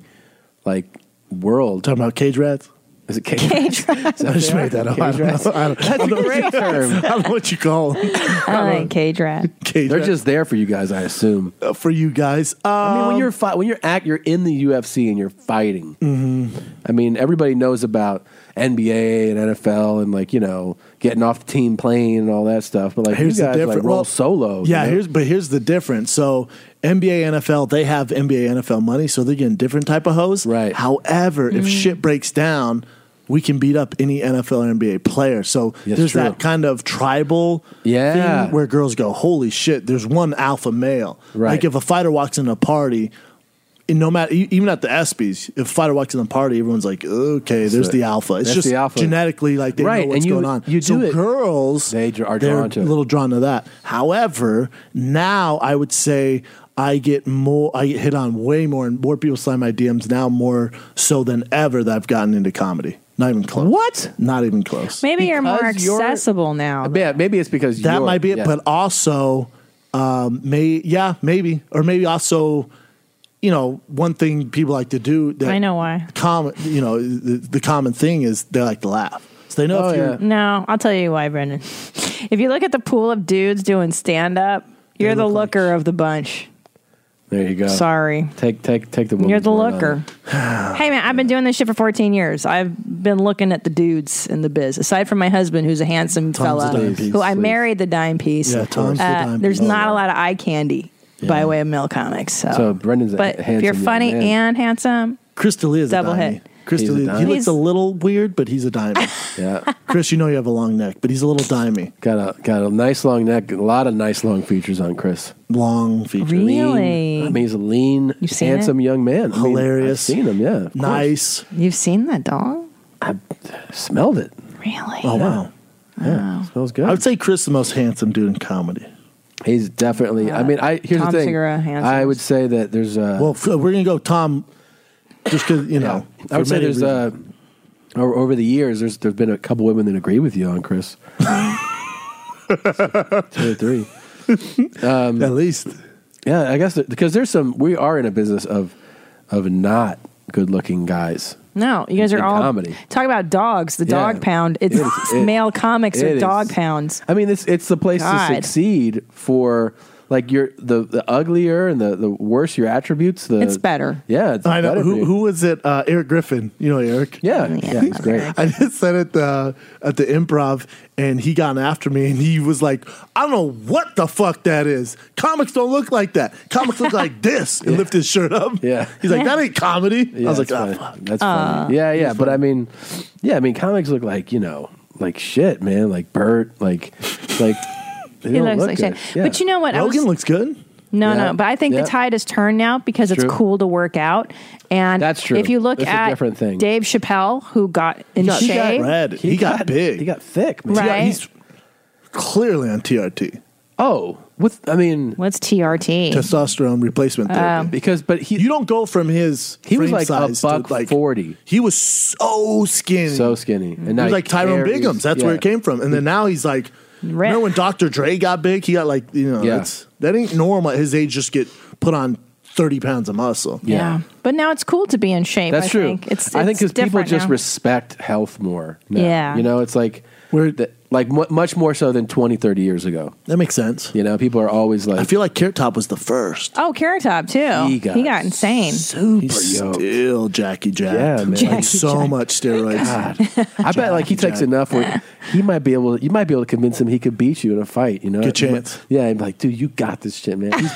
S1: like world.
S18: Talking about cage rats.
S1: Is it cage?
S2: Cage rats.
S18: I just made that up. I
S1: Cage
S18: don't
S1: rats.
S18: know. I don't-
S1: That's
S18: I don't
S1: a
S18: know what
S1: great
S18: you-
S1: term.
S18: I don't know what you call them.
S2: I like cage rat.
S1: They're just there for you guys, I assume.
S18: Uh, for you guys,
S1: I mean, when
S18: Um,
S1: you're fi- when you're act, you're in the UFC and you're fighting.
S18: Mm-hmm.
S1: I mean, everybody knows about NBA and NFL and like you know getting off the team plane and all that stuff. But like you guys like roll
S18: Well,
S1: solo.
S18: Yeah,
S1: you know?
S18: here's but here's the difference. So NBA, NFL, they have NBA, NFL money, so they're getting different type of hoes. Right. However, if
S1: Mhm.
S18: shit breaks down, we can beat up any NFL or NBA player. So
S1: Yes,
S18: there's
S1: true.
S18: that kind of tribal
S1: Yeah.
S18: thing where girls go, holy shit, there's one alpha male.
S1: Right.
S18: Like if a fighter walks in a party. And no matter, e- even at the ESPYS, if a fighter walks in the party, everyone's like, "Okay,
S1: That's
S18: there's
S1: the-
S18: the alpha." It's
S1: that's
S18: just
S1: the alpha.
S18: genetically, like they
S1: Right,
S18: know what's
S1: and you-
S18: going on.
S1: you
S18: so
S1: do it.
S18: girls, they
S1: are
S18: they're
S1: drawn to
S18: a
S1: it.
S18: little drawn to that. However, now I would say I get more, I get hit on way more, and more people slide my DMs now more so than ever that I've gotten into comedy. Not even close. What? Not even close.
S2: Maybe you're more
S18: Because you're-
S2: accessible now.
S1: Yeah, maybe it's because
S18: that
S1: you're-
S18: might be it,
S1: yeah.
S18: but also, um, may yeah, maybe, or maybe also, you know, one thing people like to do. That
S2: I know why.
S18: Common, you know, the, the common thing is they like to laugh. So they know if you're
S2: No, I'll tell you why, Brendan. If you look at the pool of dudes doing stand up, you're the looker of the bunch.
S1: there you go.
S2: Sorry.
S1: Take take take the.
S2: You're
S1: woman's
S2: the
S1: word on
S2: looker. hey man, I've been doing this shit for 14 years. I've been looking at the dudes in the biz. Aside from my husband, who's a handsome
S18: Tom's
S2: fella,
S18: the dime piece,
S2: who I
S18: please.
S2: married the dime piece.
S18: Yeah, Tom's the dime
S2: Uh, There's
S18: piece.
S2: not a lot of eye candy by way of Mill Comics. So,
S1: Oh, So Brendan's a
S2: but if
S1: handsome
S2: you're
S1: young
S2: funny
S1: man.
S2: and handsome,
S18: Crystalia's
S2: Double
S18: a
S2: hit.
S18: diamond.
S1: He's a
S18: Crystal, he
S1: dime.
S18: looks a little weird, but he's a diamond.
S1: yeah.
S18: Chris, you know you have a long neck, but he's a little dimey.
S1: Got a got a nice long neck, a lot of nice long features on Chris.
S18: Long features,
S2: Really?
S1: I mean, he's a lean,
S2: seen
S1: handsome
S2: it?
S1: young man.
S18: Hilarious.
S1: I mean, I've seen him, yeah. of course.
S18: Nice.
S2: you've seen that dog?
S1: Smelled it.
S2: Really?
S18: Oh wow.
S1: Yeah, smells good.
S18: I would say Chris is the most handsome dude in comedy.
S1: He's definitely.
S2: Uh,
S1: I mean, I here's
S18: Tom
S1: the thing.
S18: Segura, handsome.
S1: I would say that there's uh, a.
S18: Well, f- we're gonna go Tom, just because you know.
S1: I would say there's uh o over the years there's there's been a couple women that agree with you on Chris. Two or three, um,
S18: at least.
S1: Yeah, I guess that- because there's some. We are in a business of of not good looking guys.
S2: No, you guys are
S1: In
S2: all
S1: comedy.
S2: talk about dogs. The
S1: Yeah.
S2: dog pound. It's
S1: It is- it-
S2: male comics
S1: it
S2: are
S1: is.
S2: dog pounds.
S1: I mean, it's it's the place
S2: God.
S1: to succeed for like your the the uglier and the the worse your attributes. The
S18: It's better.
S1: Yeah, it's
S18: I know
S1: better for
S18: who
S1: you.
S18: who was it? Uh, Eric Griffin. You know Eric.
S1: Yeah, yeah, he's great.
S18: I just said at the at the improv, and he got after me, and he was like, "I don't know what the fuck that is. Comics don't look like that. Comics look like this." And lift his shirt up. Yeah, he's like, "That ain't comedy."
S1: Yeah,
S18: I was like,
S1: that's
S18: "Ah,
S1: funny.
S18: fuck."
S1: That's
S18: Aw.
S2: Ah.
S1: funny. Yeah, yeah. But I mean, yeah, I mean, comics look like you know, like shit, man. Like Bert, like, like they
S2: He
S1: don't
S2: looks
S1: look
S2: like
S1: good.
S2: shit.
S1: Yeah.
S2: But you know what? I was- Rogan looks
S18: good.
S2: No,
S1: Yeah.
S2: no, but I think
S1: Yeah.
S2: the tide has turned now because it's
S1: True.
S2: cool to work out. And
S1: That's true.
S2: If you look
S1: That's a
S2: at
S1: different thing.
S2: Dave Chappelle, who got in
S18: got- he got
S2: shape,
S18: red. He got big.
S1: He got thick, man.
S2: Right.
S18: Yeah, he's clearly on TRT.
S1: Oh, with I mean,
S2: what's TRT?
S18: Testosterone replacement therapy.
S2: Oh.
S1: because, but Um, he,
S18: you don't go from his.
S1: He was
S18: frame
S1: like a
S18: size to,
S1: buck
S18: like,
S1: 40.
S18: He was so skinny,
S1: so skinny, and
S18: Mm-hmm. he
S1: now
S18: was like Tyrone
S1: carries-
S18: Biggums. That's
S1: yeah.
S18: where it came from. And then now he's like Remember when Dr. Dre got big? He got like you know
S2: Yeah.
S18: that's that ain't normal. At his age, just get put on thirty pounds of muscle.
S2: Yeah. But now it's cool to be in shape.
S1: That's
S2: I
S1: true.
S2: Think. It's,
S1: I think
S2: because
S1: because people just respect health more. now.
S2: Yeah.
S1: You know, it's like we're like mu much more so than 20, 30 years ago.
S18: That makes sense.
S1: You know, people are always like. I feel
S18: like Carrot Top was the first.
S2: Oh, Carrot Top too.
S1: He got
S2: insane.
S18: He's still Jackie Jack.
S1: Yeah, man.
S18: Like
S1: Jackie
S18: so
S1: Jack.
S18: much steroids.
S1: I bet like he takes enough where he might be able. To, you might be able to convince him he could beat you in a fight. You know,
S18: Good chance.
S1: Yeah, he'd be like, dude, you got this shit, man. He's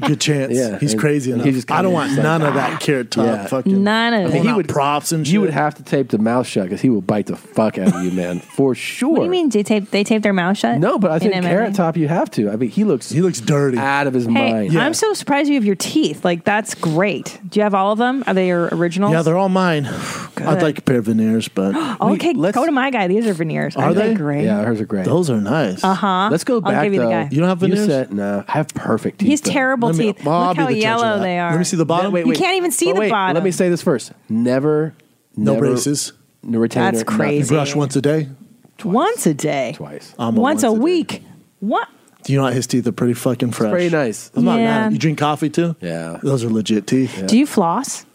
S18: Good chance.
S1: Yeah,
S18: He's
S1: and
S18: crazy
S1: he
S18: enough.
S1: just
S18: I
S1: kinda
S18: don't want
S1: just like- ah.
S18: none of that carrot top.
S1: Yeah.
S18: Fucking
S2: None of
S1: I
S2: it.
S1: think he would props and shit. You would have to tape the mouth shut because he will bite the fuck out of you, man, for sure.
S2: What do you mean? They tape they tape their mouth shut?
S1: No, but I
S2: in
S1: think
S2: MMA?
S1: Carrot Top, you have to. I mean, he looks he
S18: looks dirty,
S1: out of his
S2: Hey,
S1: mind.
S2: I'm so surprised you have your teeth. Like that's great. Do you have all of them? Are they your originals? Oh,
S18: Yeah, they're all mine. I'd like a pair of veneers, but
S2: okay, go to my guy. These are veneers.
S18: Are
S2: Aren't
S18: they?
S2: great?
S1: Yeah, hers are great.
S18: Those are nice.
S2: Uh-huh.
S1: Let's go
S2: I'll
S1: back
S2: give you the
S1: though.
S2: guy.
S18: You don't have veneers?
S1: You said, no, I have perfect teeth.
S2: He's
S1: though.
S2: terrible Let me- teeth. well, I'll Look be how the judge of yellow that. they are. Let me see the bottom.
S1: Wait,
S2: You
S1: wait.
S2: can't even see
S1: But
S2: the
S1: wait,
S2: bottom.
S1: Let me say this first. Never,
S18: No
S1: never-
S18: braces.
S1: No retainer.
S2: That's crazy.
S18: You brush once a day.
S2: Once a day.
S1: Twice.
S18: I'm a
S2: Once a week. What?
S18: Do you know what? His teeth are pretty fucking fresh.
S1: pretty nice.
S18: I'm not
S2: Yeah.
S18: mad. You drink coffee too?
S1: Yeah.
S18: Those are legit teeth.
S2: Do you floss?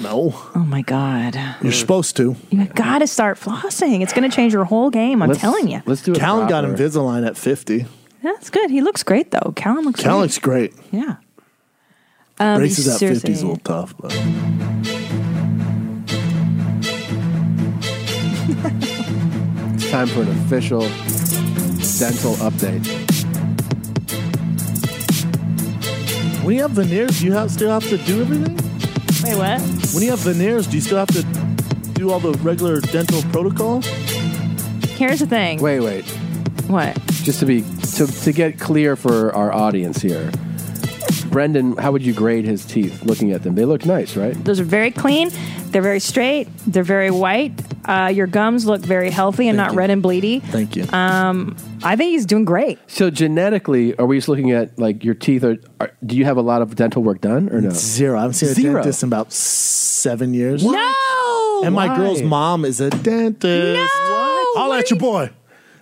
S18: No.
S2: Oh my god.
S18: You're supposed to.
S2: You got to start flossing. It's going to change your whole game. I'm telling you.
S1: Let's do
S18: it. Callan got
S2: proper.
S18: Invisalign at 50.
S2: That's good. He looks great though. Callan looks.
S18: Callan
S2: great.
S18: looks great.
S2: Yeah. Um,
S18: Braces at 50 is a
S2: seriously.
S18: little tough, but
S1: It's time for an official dental update.
S18: when you have veneers, do you have, still have to do everything?
S2: Wait, what?
S18: When you have veneers, do you still have to do all the regular dental protocol?
S2: Here's the thing.
S1: Wait, wait.
S2: What?
S1: Just to be to to get clear for our audience here. Brendan, how would you grade his teeth looking at them? They look nice, right?
S2: Those are very clean. They're very straight. They're very white. Uh, your gums look very healthy and not red and bleedy.
S18: Thank you.
S2: Um, I think he's doing great.
S1: So genetically, are we just looking at like your teeth? Are, are do you have a lot of dental work done or no?
S18: Zero. I haven't seen a
S1: Zero.
S18: dentist in about seven years.
S2: No.
S18: And my
S1: Why?
S18: girl's mom is a dentist. No. I'll at your boy.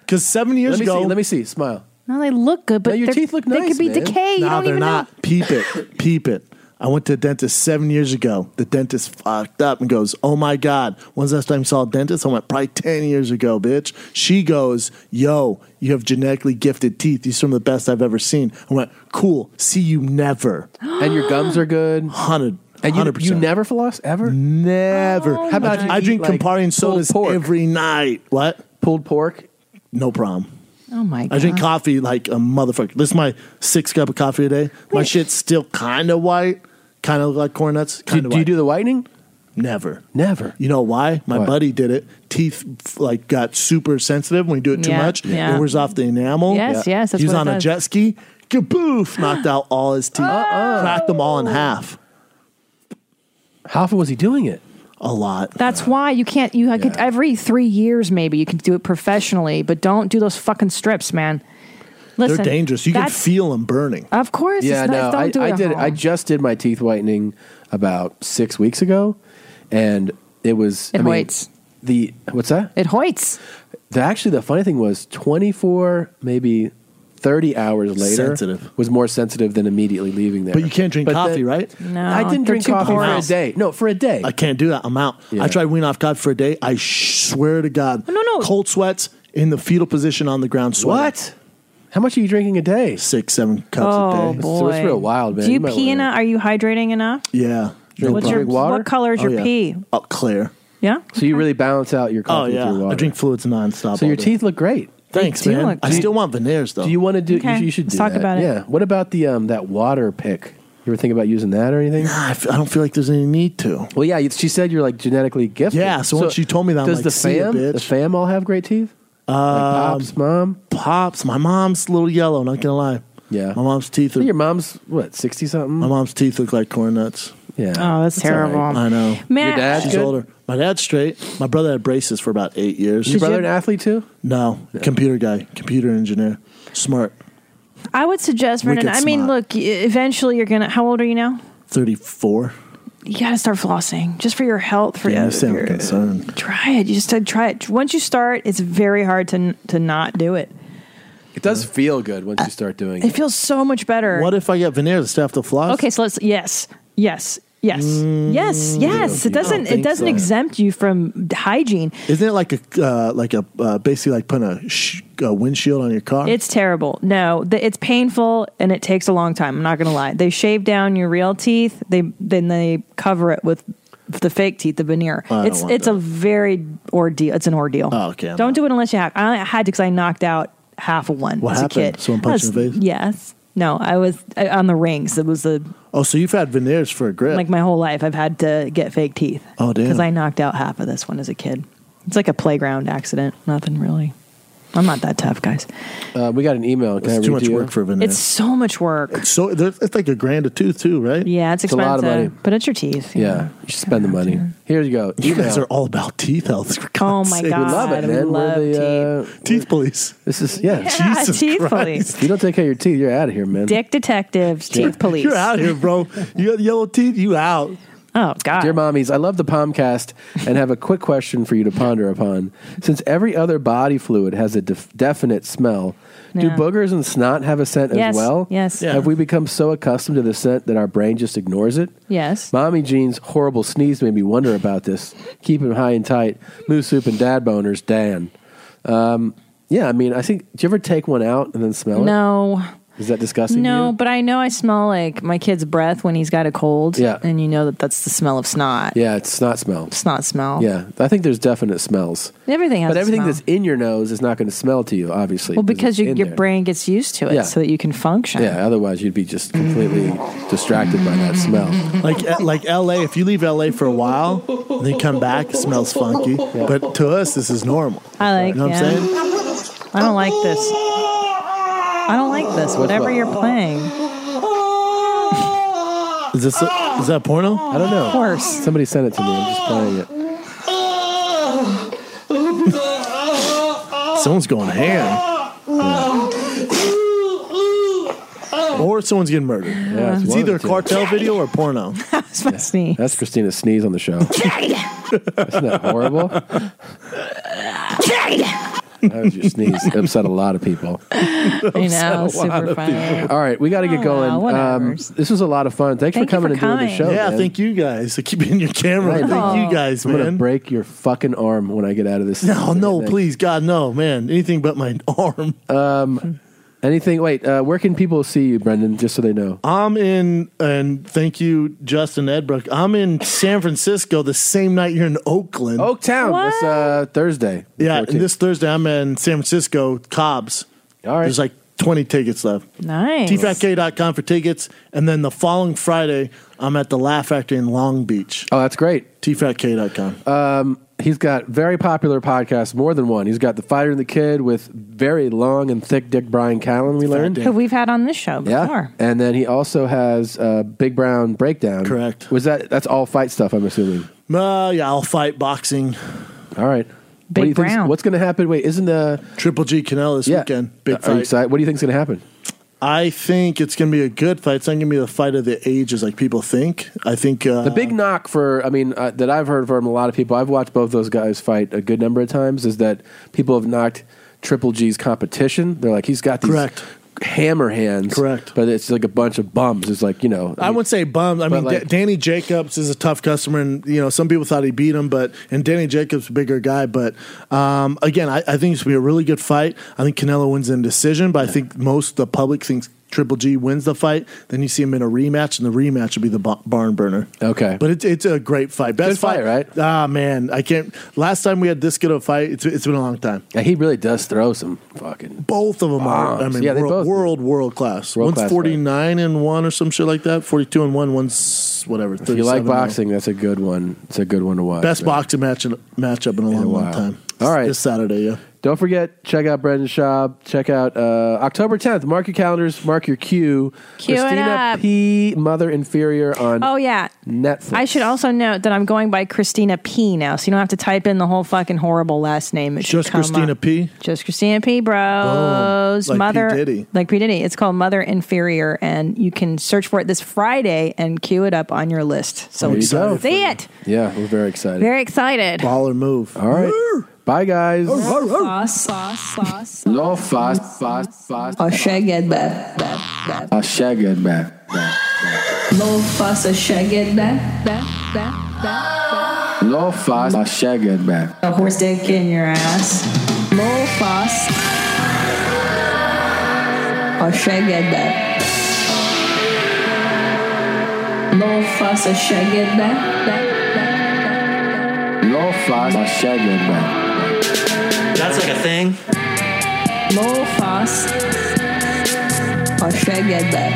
S18: Because seven years
S1: Let me
S18: ago,
S1: see, let me see. Smile.
S2: No, they look good, but
S1: No, your
S2: they're-
S1: teeth look
S2: They
S1: nice,
S2: could be
S1: man.
S2: decay. You
S18: no,
S2: don't
S18: they're
S2: even
S18: not.
S2: know.
S18: Peep it. Peep it. I went to a dentist seven years ago. The dentist fucked up and goes, Oh my God, when's the last time you saw a dentist? I went, Probably 10 years ago, bitch. She goes, Yo, you have genetically gifted teeth. These are some of the best I've ever seen. I went, Cool. See you never.
S1: And your gums are good.
S18: 100.
S1: And you,
S18: 100%.
S1: you never floss ever?
S18: Never.
S1: How about you
S18: I
S1: eat,
S18: Oh drink
S1: like,
S18: Campari and
S1: pulled
S18: sodas
S1: pork?
S18: every night. What?
S1: Pulled pork?
S18: No problem.
S2: Oh my god.
S18: I drink coffee like a motherfucker. This is my sixth cup of coffee a day. My shit's still kind of white, kind of like corn nuts. Kind of.
S1: do you do the whitening?
S18: Never,
S1: never.
S18: You know why? My
S1: Why?
S18: buddy did it. Teeth f- like got super sensitive when you do it too
S2: Yeah,
S18: much.
S2: yeah.
S18: It wears off the enamel.
S2: Yes, Yeah. yes, that's
S18: he was
S2: what it
S18: on a
S2: does.
S18: jet ski. Kaboof! Knocked out all his teeth. Cracked them all in half.
S1: How often was he doing it?
S18: A lot.
S2: That's why you can't. You I could, every three years maybe you can do it professionally, but don't do those fucking strips, man. Listen,
S18: They're dangerous. You can
S2: that's-
S18: feel them burning.
S2: Of course,
S1: yeah,
S2: it's
S1: no,
S2: not, don't
S1: I,
S2: do it
S1: I
S2: at
S1: did.
S2: home.
S1: I just did my teeth whitening about six weeks ago, and it was
S2: It
S1: I mean,
S2: hoits.
S1: the what's that?
S2: It hoits.
S1: The, actually, the funny thing was twenty four, maybe thirty hours later,
S18: Sensitive.
S1: was more sensitive than immediately leaving there.
S18: But you can't drink coffee, right?
S2: No,
S1: I didn't
S2: they're
S1: drink
S2: too
S1: coffee for a
S2: porous.
S1: day. No, for a day.
S18: I can't do that. I'm out. I tried wean off God for a day. I sh- swear to God. No, no. Cold sweats in the fetal position on the ground. Sweating.
S1: What? How much are you drinking a day?
S18: Six, seven cups
S2: oh
S18: a day.
S2: boy, Do you, pee enough? Are you hydrating enough?
S18: Yeah.
S2: Drink What's your- water? what color is your pee?
S18: Oh, clear.
S2: Yeah.
S1: So you really balance out your
S18: Oh,
S1: coffee
S18: yeah.
S1: through water.
S18: I drink fluids nonstop.
S1: so your
S18: all day.
S1: teeth look great.
S18: Thanks,
S1: They do
S18: man.
S1: look
S18: I
S1: great.
S18: still want veneers, though.
S1: Do you want to do?
S2: Okay.
S1: You, you should
S2: Let's
S1: do
S2: talk
S1: that.
S2: about it.
S1: Yeah. What about the um that water pick? You were thinking about using that or anything?
S18: I f- I don't feel like there's any need to.
S1: Well, yeah. you- She said you're like genetically gifted.
S18: Yeah, so once you told me that, I'm
S1: does
S18: like,
S1: the
S18: "See ya,
S1: fam
S18: bitch."
S1: the fam all have great teeth?
S18: Um,
S1: pops, mom?
S18: Pops. My mom's a little yellow, not going to lie.
S1: Yeah.
S18: My mom's teeth are.
S1: Your mom's, what, 60 something?
S18: My mom's teeth look like corn nuts.
S1: Yeah.
S2: Oh, that's
S18: all
S2: terrible.
S18: right. I know.
S2: Man, Your dad's
S18: She's
S2: good?
S18: older. My dad's straight. My brother had braces for about eight years.
S1: Is your brother an athlete too?
S18: No, computer guy, computer engineer, smart.
S2: I would suggest,
S18: Wicked
S2: Brendan. I mean, look.
S18: smart.
S2: y- Eventually, you're gonna. How old are you now?
S18: Thirty-four.
S2: you got to start flossing just for your health. For
S18: Yeah,
S2: your,
S18: you sound
S2: your-
S18: concerned.
S2: Try it. You just said try it. Once you start, it's very hard to n- to not do it.
S1: It does feel good once
S2: Uh,
S1: you start doing
S2: It feels so much better.
S18: What if I get veneers? Do I have to floss?
S2: Okay, so let's yes, yes, yes, yes, yes. It
S18: I don't
S2: doesn't. It
S18: think
S2: doesn't
S18: so.
S2: exempt you from hygiene.
S18: Isn't it like a uh, like a uh, basically like putting a, sh- a windshield on your car?
S2: It's terrible. No, the, it's painful and it takes a long time. I'm not going to lie. They shave down your real teeth. They then they cover it with the fake teeth, the veneer.
S18: Oh, I don't
S2: it's
S18: want
S2: it's a very ordeal. It's an ordeal.
S18: Oh, okay. I'm
S2: Don't do it unless you have. I had to because I knocked out half of one
S18: What
S2: as a
S18: happened?
S2: kid.
S18: Someone
S2: I
S18: punched you in the
S2: was- Yes. No, I was I, on the rings. It was the
S18: oh, so you've had veneers for a grip?
S2: like my whole life. I've had to get fake teeth.
S18: Oh, damn.
S2: Because I knocked out half of this one as a kid. It's like a playground accident. Nothing really. I'm not that tough, guys.
S1: Uh, we got an email. Can
S18: It's
S1: I
S18: too
S1: read
S18: much
S1: to you?
S18: work for a veneer.
S2: It's so much work.
S18: It's so there's- it's like a grand a tooth too, right?
S2: Yeah, it's expensive. But it's your teeth. you know.
S1: Yeah, you should spend the money. Here you go.
S18: You guys
S1: Email.
S18: are all about teeth health. for
S2: Oh
S18: God's
S2: my
S18: sake.
S2: God.
S1: We love it,
S2: We
S1: man.
S2: love
S1: We're the uh,
S18: teeth police.
S1: This is yeah.
S2: Yeah,
S18: Jesus
S2: teeth
S18: Christ.
S2: police.
S1: You don't take care of your teeth. You're out of here, man.
S2: Dick detectives,
S1: Yeah.
S2: teeth police.
S18: You're out here, bro. You got yellow teeth. You out.
S2: Oh God.
S1: Dear mommies, I love the Palmcast and have a quick question for you to ponder upon. Since every other body fluid has a def- definite smell, do
S2: Yeah.
S1: boogers and snot have a scent
S2: Yes,
S1: as well?
S2: yes. Yeah.
S1: Have we become so accustomed to the scent that our brain just ignores it?
S2: Yes.
S1: Mommy Jean's horrible sneeze made me wonder about this. Keep him high and tight. Moose soup and dad boners, Dan. Um, yeah, I mean, I think. Do you ever take one out and then smell it?
S2: No.
S1: Is that disgusting? to
S2: No,
S1: you?
S2: but I know I smell like my kid's breath when he's got a cold.
S1: Yeah.
S2: And you know that that's the smell of snot.
S1: Yeah, it's snot smell.
S2: Snot smell.
S1: Yeah, I think there's definite smells.
S2: Everything has
S1: but
S2: a
S1: everything
S2: smell.
S1: that's in your nose is not going to smell to you, obviously.
S2: Well,
S1: it's
S2: because you,
S1: in
S2: your
S1: there.
S2: brain gets used to it
S1: Yeah.
S2: so that you can function.
S1: Yeah, otherwise you'd be just completely distracted by that smell.
S18: Like eh, like L.A. If you leave L.A. for a while, and then you come back, it smells funky. But to us, this is normal.
S2: I like
S18: You know what I'm
S2: yeah.
S18: saying?
S2: I don't like this. I don't like this.
S18: What's
S2: Whatever
S18: what?
S2: you're playing.
S18: Is this is that porno?
S1: I don't know. Of
S2: course.
S1: Somebody sent it to me. I'm just playing it.
S18: Someone's going ham. Or someone's getting murdered.
S1: Oh. Yeah, it's
S18: it's
S1: one of
S18: either a
S1: the two.
S18: cartel video or porno.
S1: That's Christina's sneeze on the show. Isn't that horrible? That was your sneeze. It upset a lot of people.
S2: You know, super funny.
S1: All right, we got to get going.
S2: well,
S1: um, this was a lot of fun. Thanks
S2: Oh, Thank
S1: for
S2: you for
S1: coming and doing
S2: coming.
S1: the show.
S18: yeah,
S1: Oh, man.
S18: thank you guys. for keeping your camera.
S1: Right.
S18: Thank you guys,
S1: I'm gonna
S18: man.
S1: break your fucking arm when I get out of this.
S18: No, no,
S1: thing.
S18: please, God, no, man. Anything but my arm.
S1: Um, anything? Wait, uh, where can people see you, Brendan? Just so they know.
S18: I'm in, and thank you, Justin Edbrook. I'm in San Francisco the same night you're in Oakland.
S1: Oaktown. That's uh, Thursday. the
S18: Yeah,
S1: 14th.
S18: and this Thursday I'm in San Francisco, Cobb's.
S1: All right.
S18: There's like 20 tickets left.
S2: Nice.
S18: TFATK.com for tickets. And then the following Friday, I'm at the Laugh Factory in Long Beach.
S1: Oh, that's great.
S18: TFATK.com.
S1: Um, he's got very popular podcasts, more than one. He's got the Fighter and the Kid with very long and thick Dick Brian Callen. We learned.
S2: Who we've had on this show
S1: Yeah,
S2: before.
S1: and then he also has uh, Big Brown Breakdown. Correct. Was that that's all fight stuff? I'm assuming.
S18: Uh, yeah, I'll fight boxing.
S1: All right. Big do you think's- Brown. what's going to happen? Wait, isn't the
S18: Triple G Canelo this
S1: Yeah. Uh,
S18: weekend? Big
S1: Are you
S18: fight.
S1: excited? What do you think's going to happen?
S18: I think it's going to be a good fight. It's not going to be the fight of the ages like people think. I think uh,
S1: The big knock for, I mean, uh, that I've heard from a lot of people, I've watched both those guys fight a good number of times, is that people have knocked Triple G's competition. They're like, he's got these hammer hands. Correct. But it's like a bunch of bums. It's like, you know,
S18: I wouldn't say bummed. I
S1: But
S18: mean,
S1: like-
S18: Da- Danny Jacobs is a tough customer, and you know some people thought he beat him, but and Danny Jacobs a bigger guy, but um, again, I, I think it's gonna be a really good fight. I think Canelo wins in decision, but I think most of the public thinks Triple G wins the fight. Then you see him in a rematch, and the rematch will be the ba- barn burner.
S1: Okay,
S18: but it's it's a great fight, best
S1: Good fight, right?
S18: Ah man, I can't. Last time we had this good of a fight, it's it's been a long time.
S1: Yeah, he really does throw some fucking.
S18: Both of them are. I
S1: Bombs.
S18: mean,
S1: Yeah, they
S18: world,
S1: both-
S18: world world class.
S1: World
S18: one's
S1: class
S18: forty nine and one or some shit like that. Forty two and one. One's whatever.
S1: If you like
S18: 37 and oh.
S1: boxing, that's a good one. It's a good one to watch.
S18: Best
S1: man.
S18: boxing match in, matchup in a long, long time.
S1: All right.
S18: This Saturday, yeah.
S2: Don't forget, check out Brendan Schaub. Check out uh, October 10th. Mark your calendars. Mark your cue.
S8: Cue it
S2: Christina
S8: up.
S2: P. Mother Inferior on
S8: Oh, yeah.
S2: Netflix.
S8: I should also note that I'm going by Christina P now, so you don't have to type in the whole fucking horrible last name. It should
S18: Just
S8: come
S18: Christina
S8: up.
S18: P.
S8: Just Christina P. Bros.
S18: Boom. Like P.
S8: Mother
S18: Diddy.
S8: like P Diddy. It's called Mother Inferior, and you can search for it this Friday and queue it up on your list. So
S2: There you go.
S8: see it.
S2: Yeah, we're very excited.
S8: Very excited.
S2: Baller move. All right. Bye, guys.
S8: Sauce, sauce, sauce.
S1: Low fast, fast, fast.
S8: A shagged back.
S1: A shagged back.
S8: Low fuss, a shagged back. Back, back, back.
S1: Low fast, a shagged back.
S8: A horse dick in your ass. Low fuss. A shagged back. Low fuss, a shagged back.
S1: Low fast, a shagged back.
S3: That's like a thing.
S8: Low fuss. A shagged back.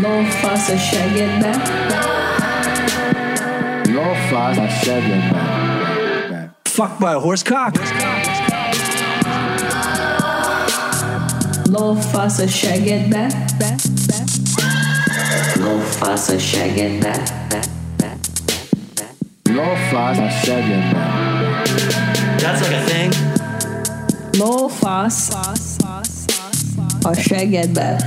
S8: Low fuss, a shagged back.
S1: Low fast, a shagged back.
S3: Fucked by a horse cock.
S8: Low fuss, a shagged back. Back, back.
S1: Low fast, a shagged back. Low fast, a shagged back.
S3: That's like a thing.
S8: Low fuss. A shagged back.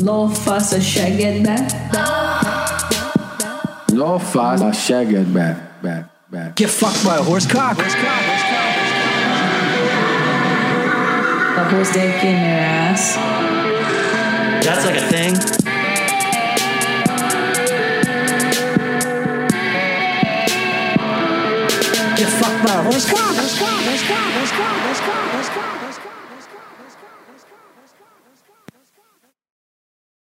S8: Low fuss, a shagged back.
S1: Low fast, a shagged back. Back, back.
S3: Get fucked by a horse cock.
S8: A horse dick in your ass.
S3: That's like a thing. Get fucked by a horse cock. Horse cock. Horse cock. Horse cock. Horse cock.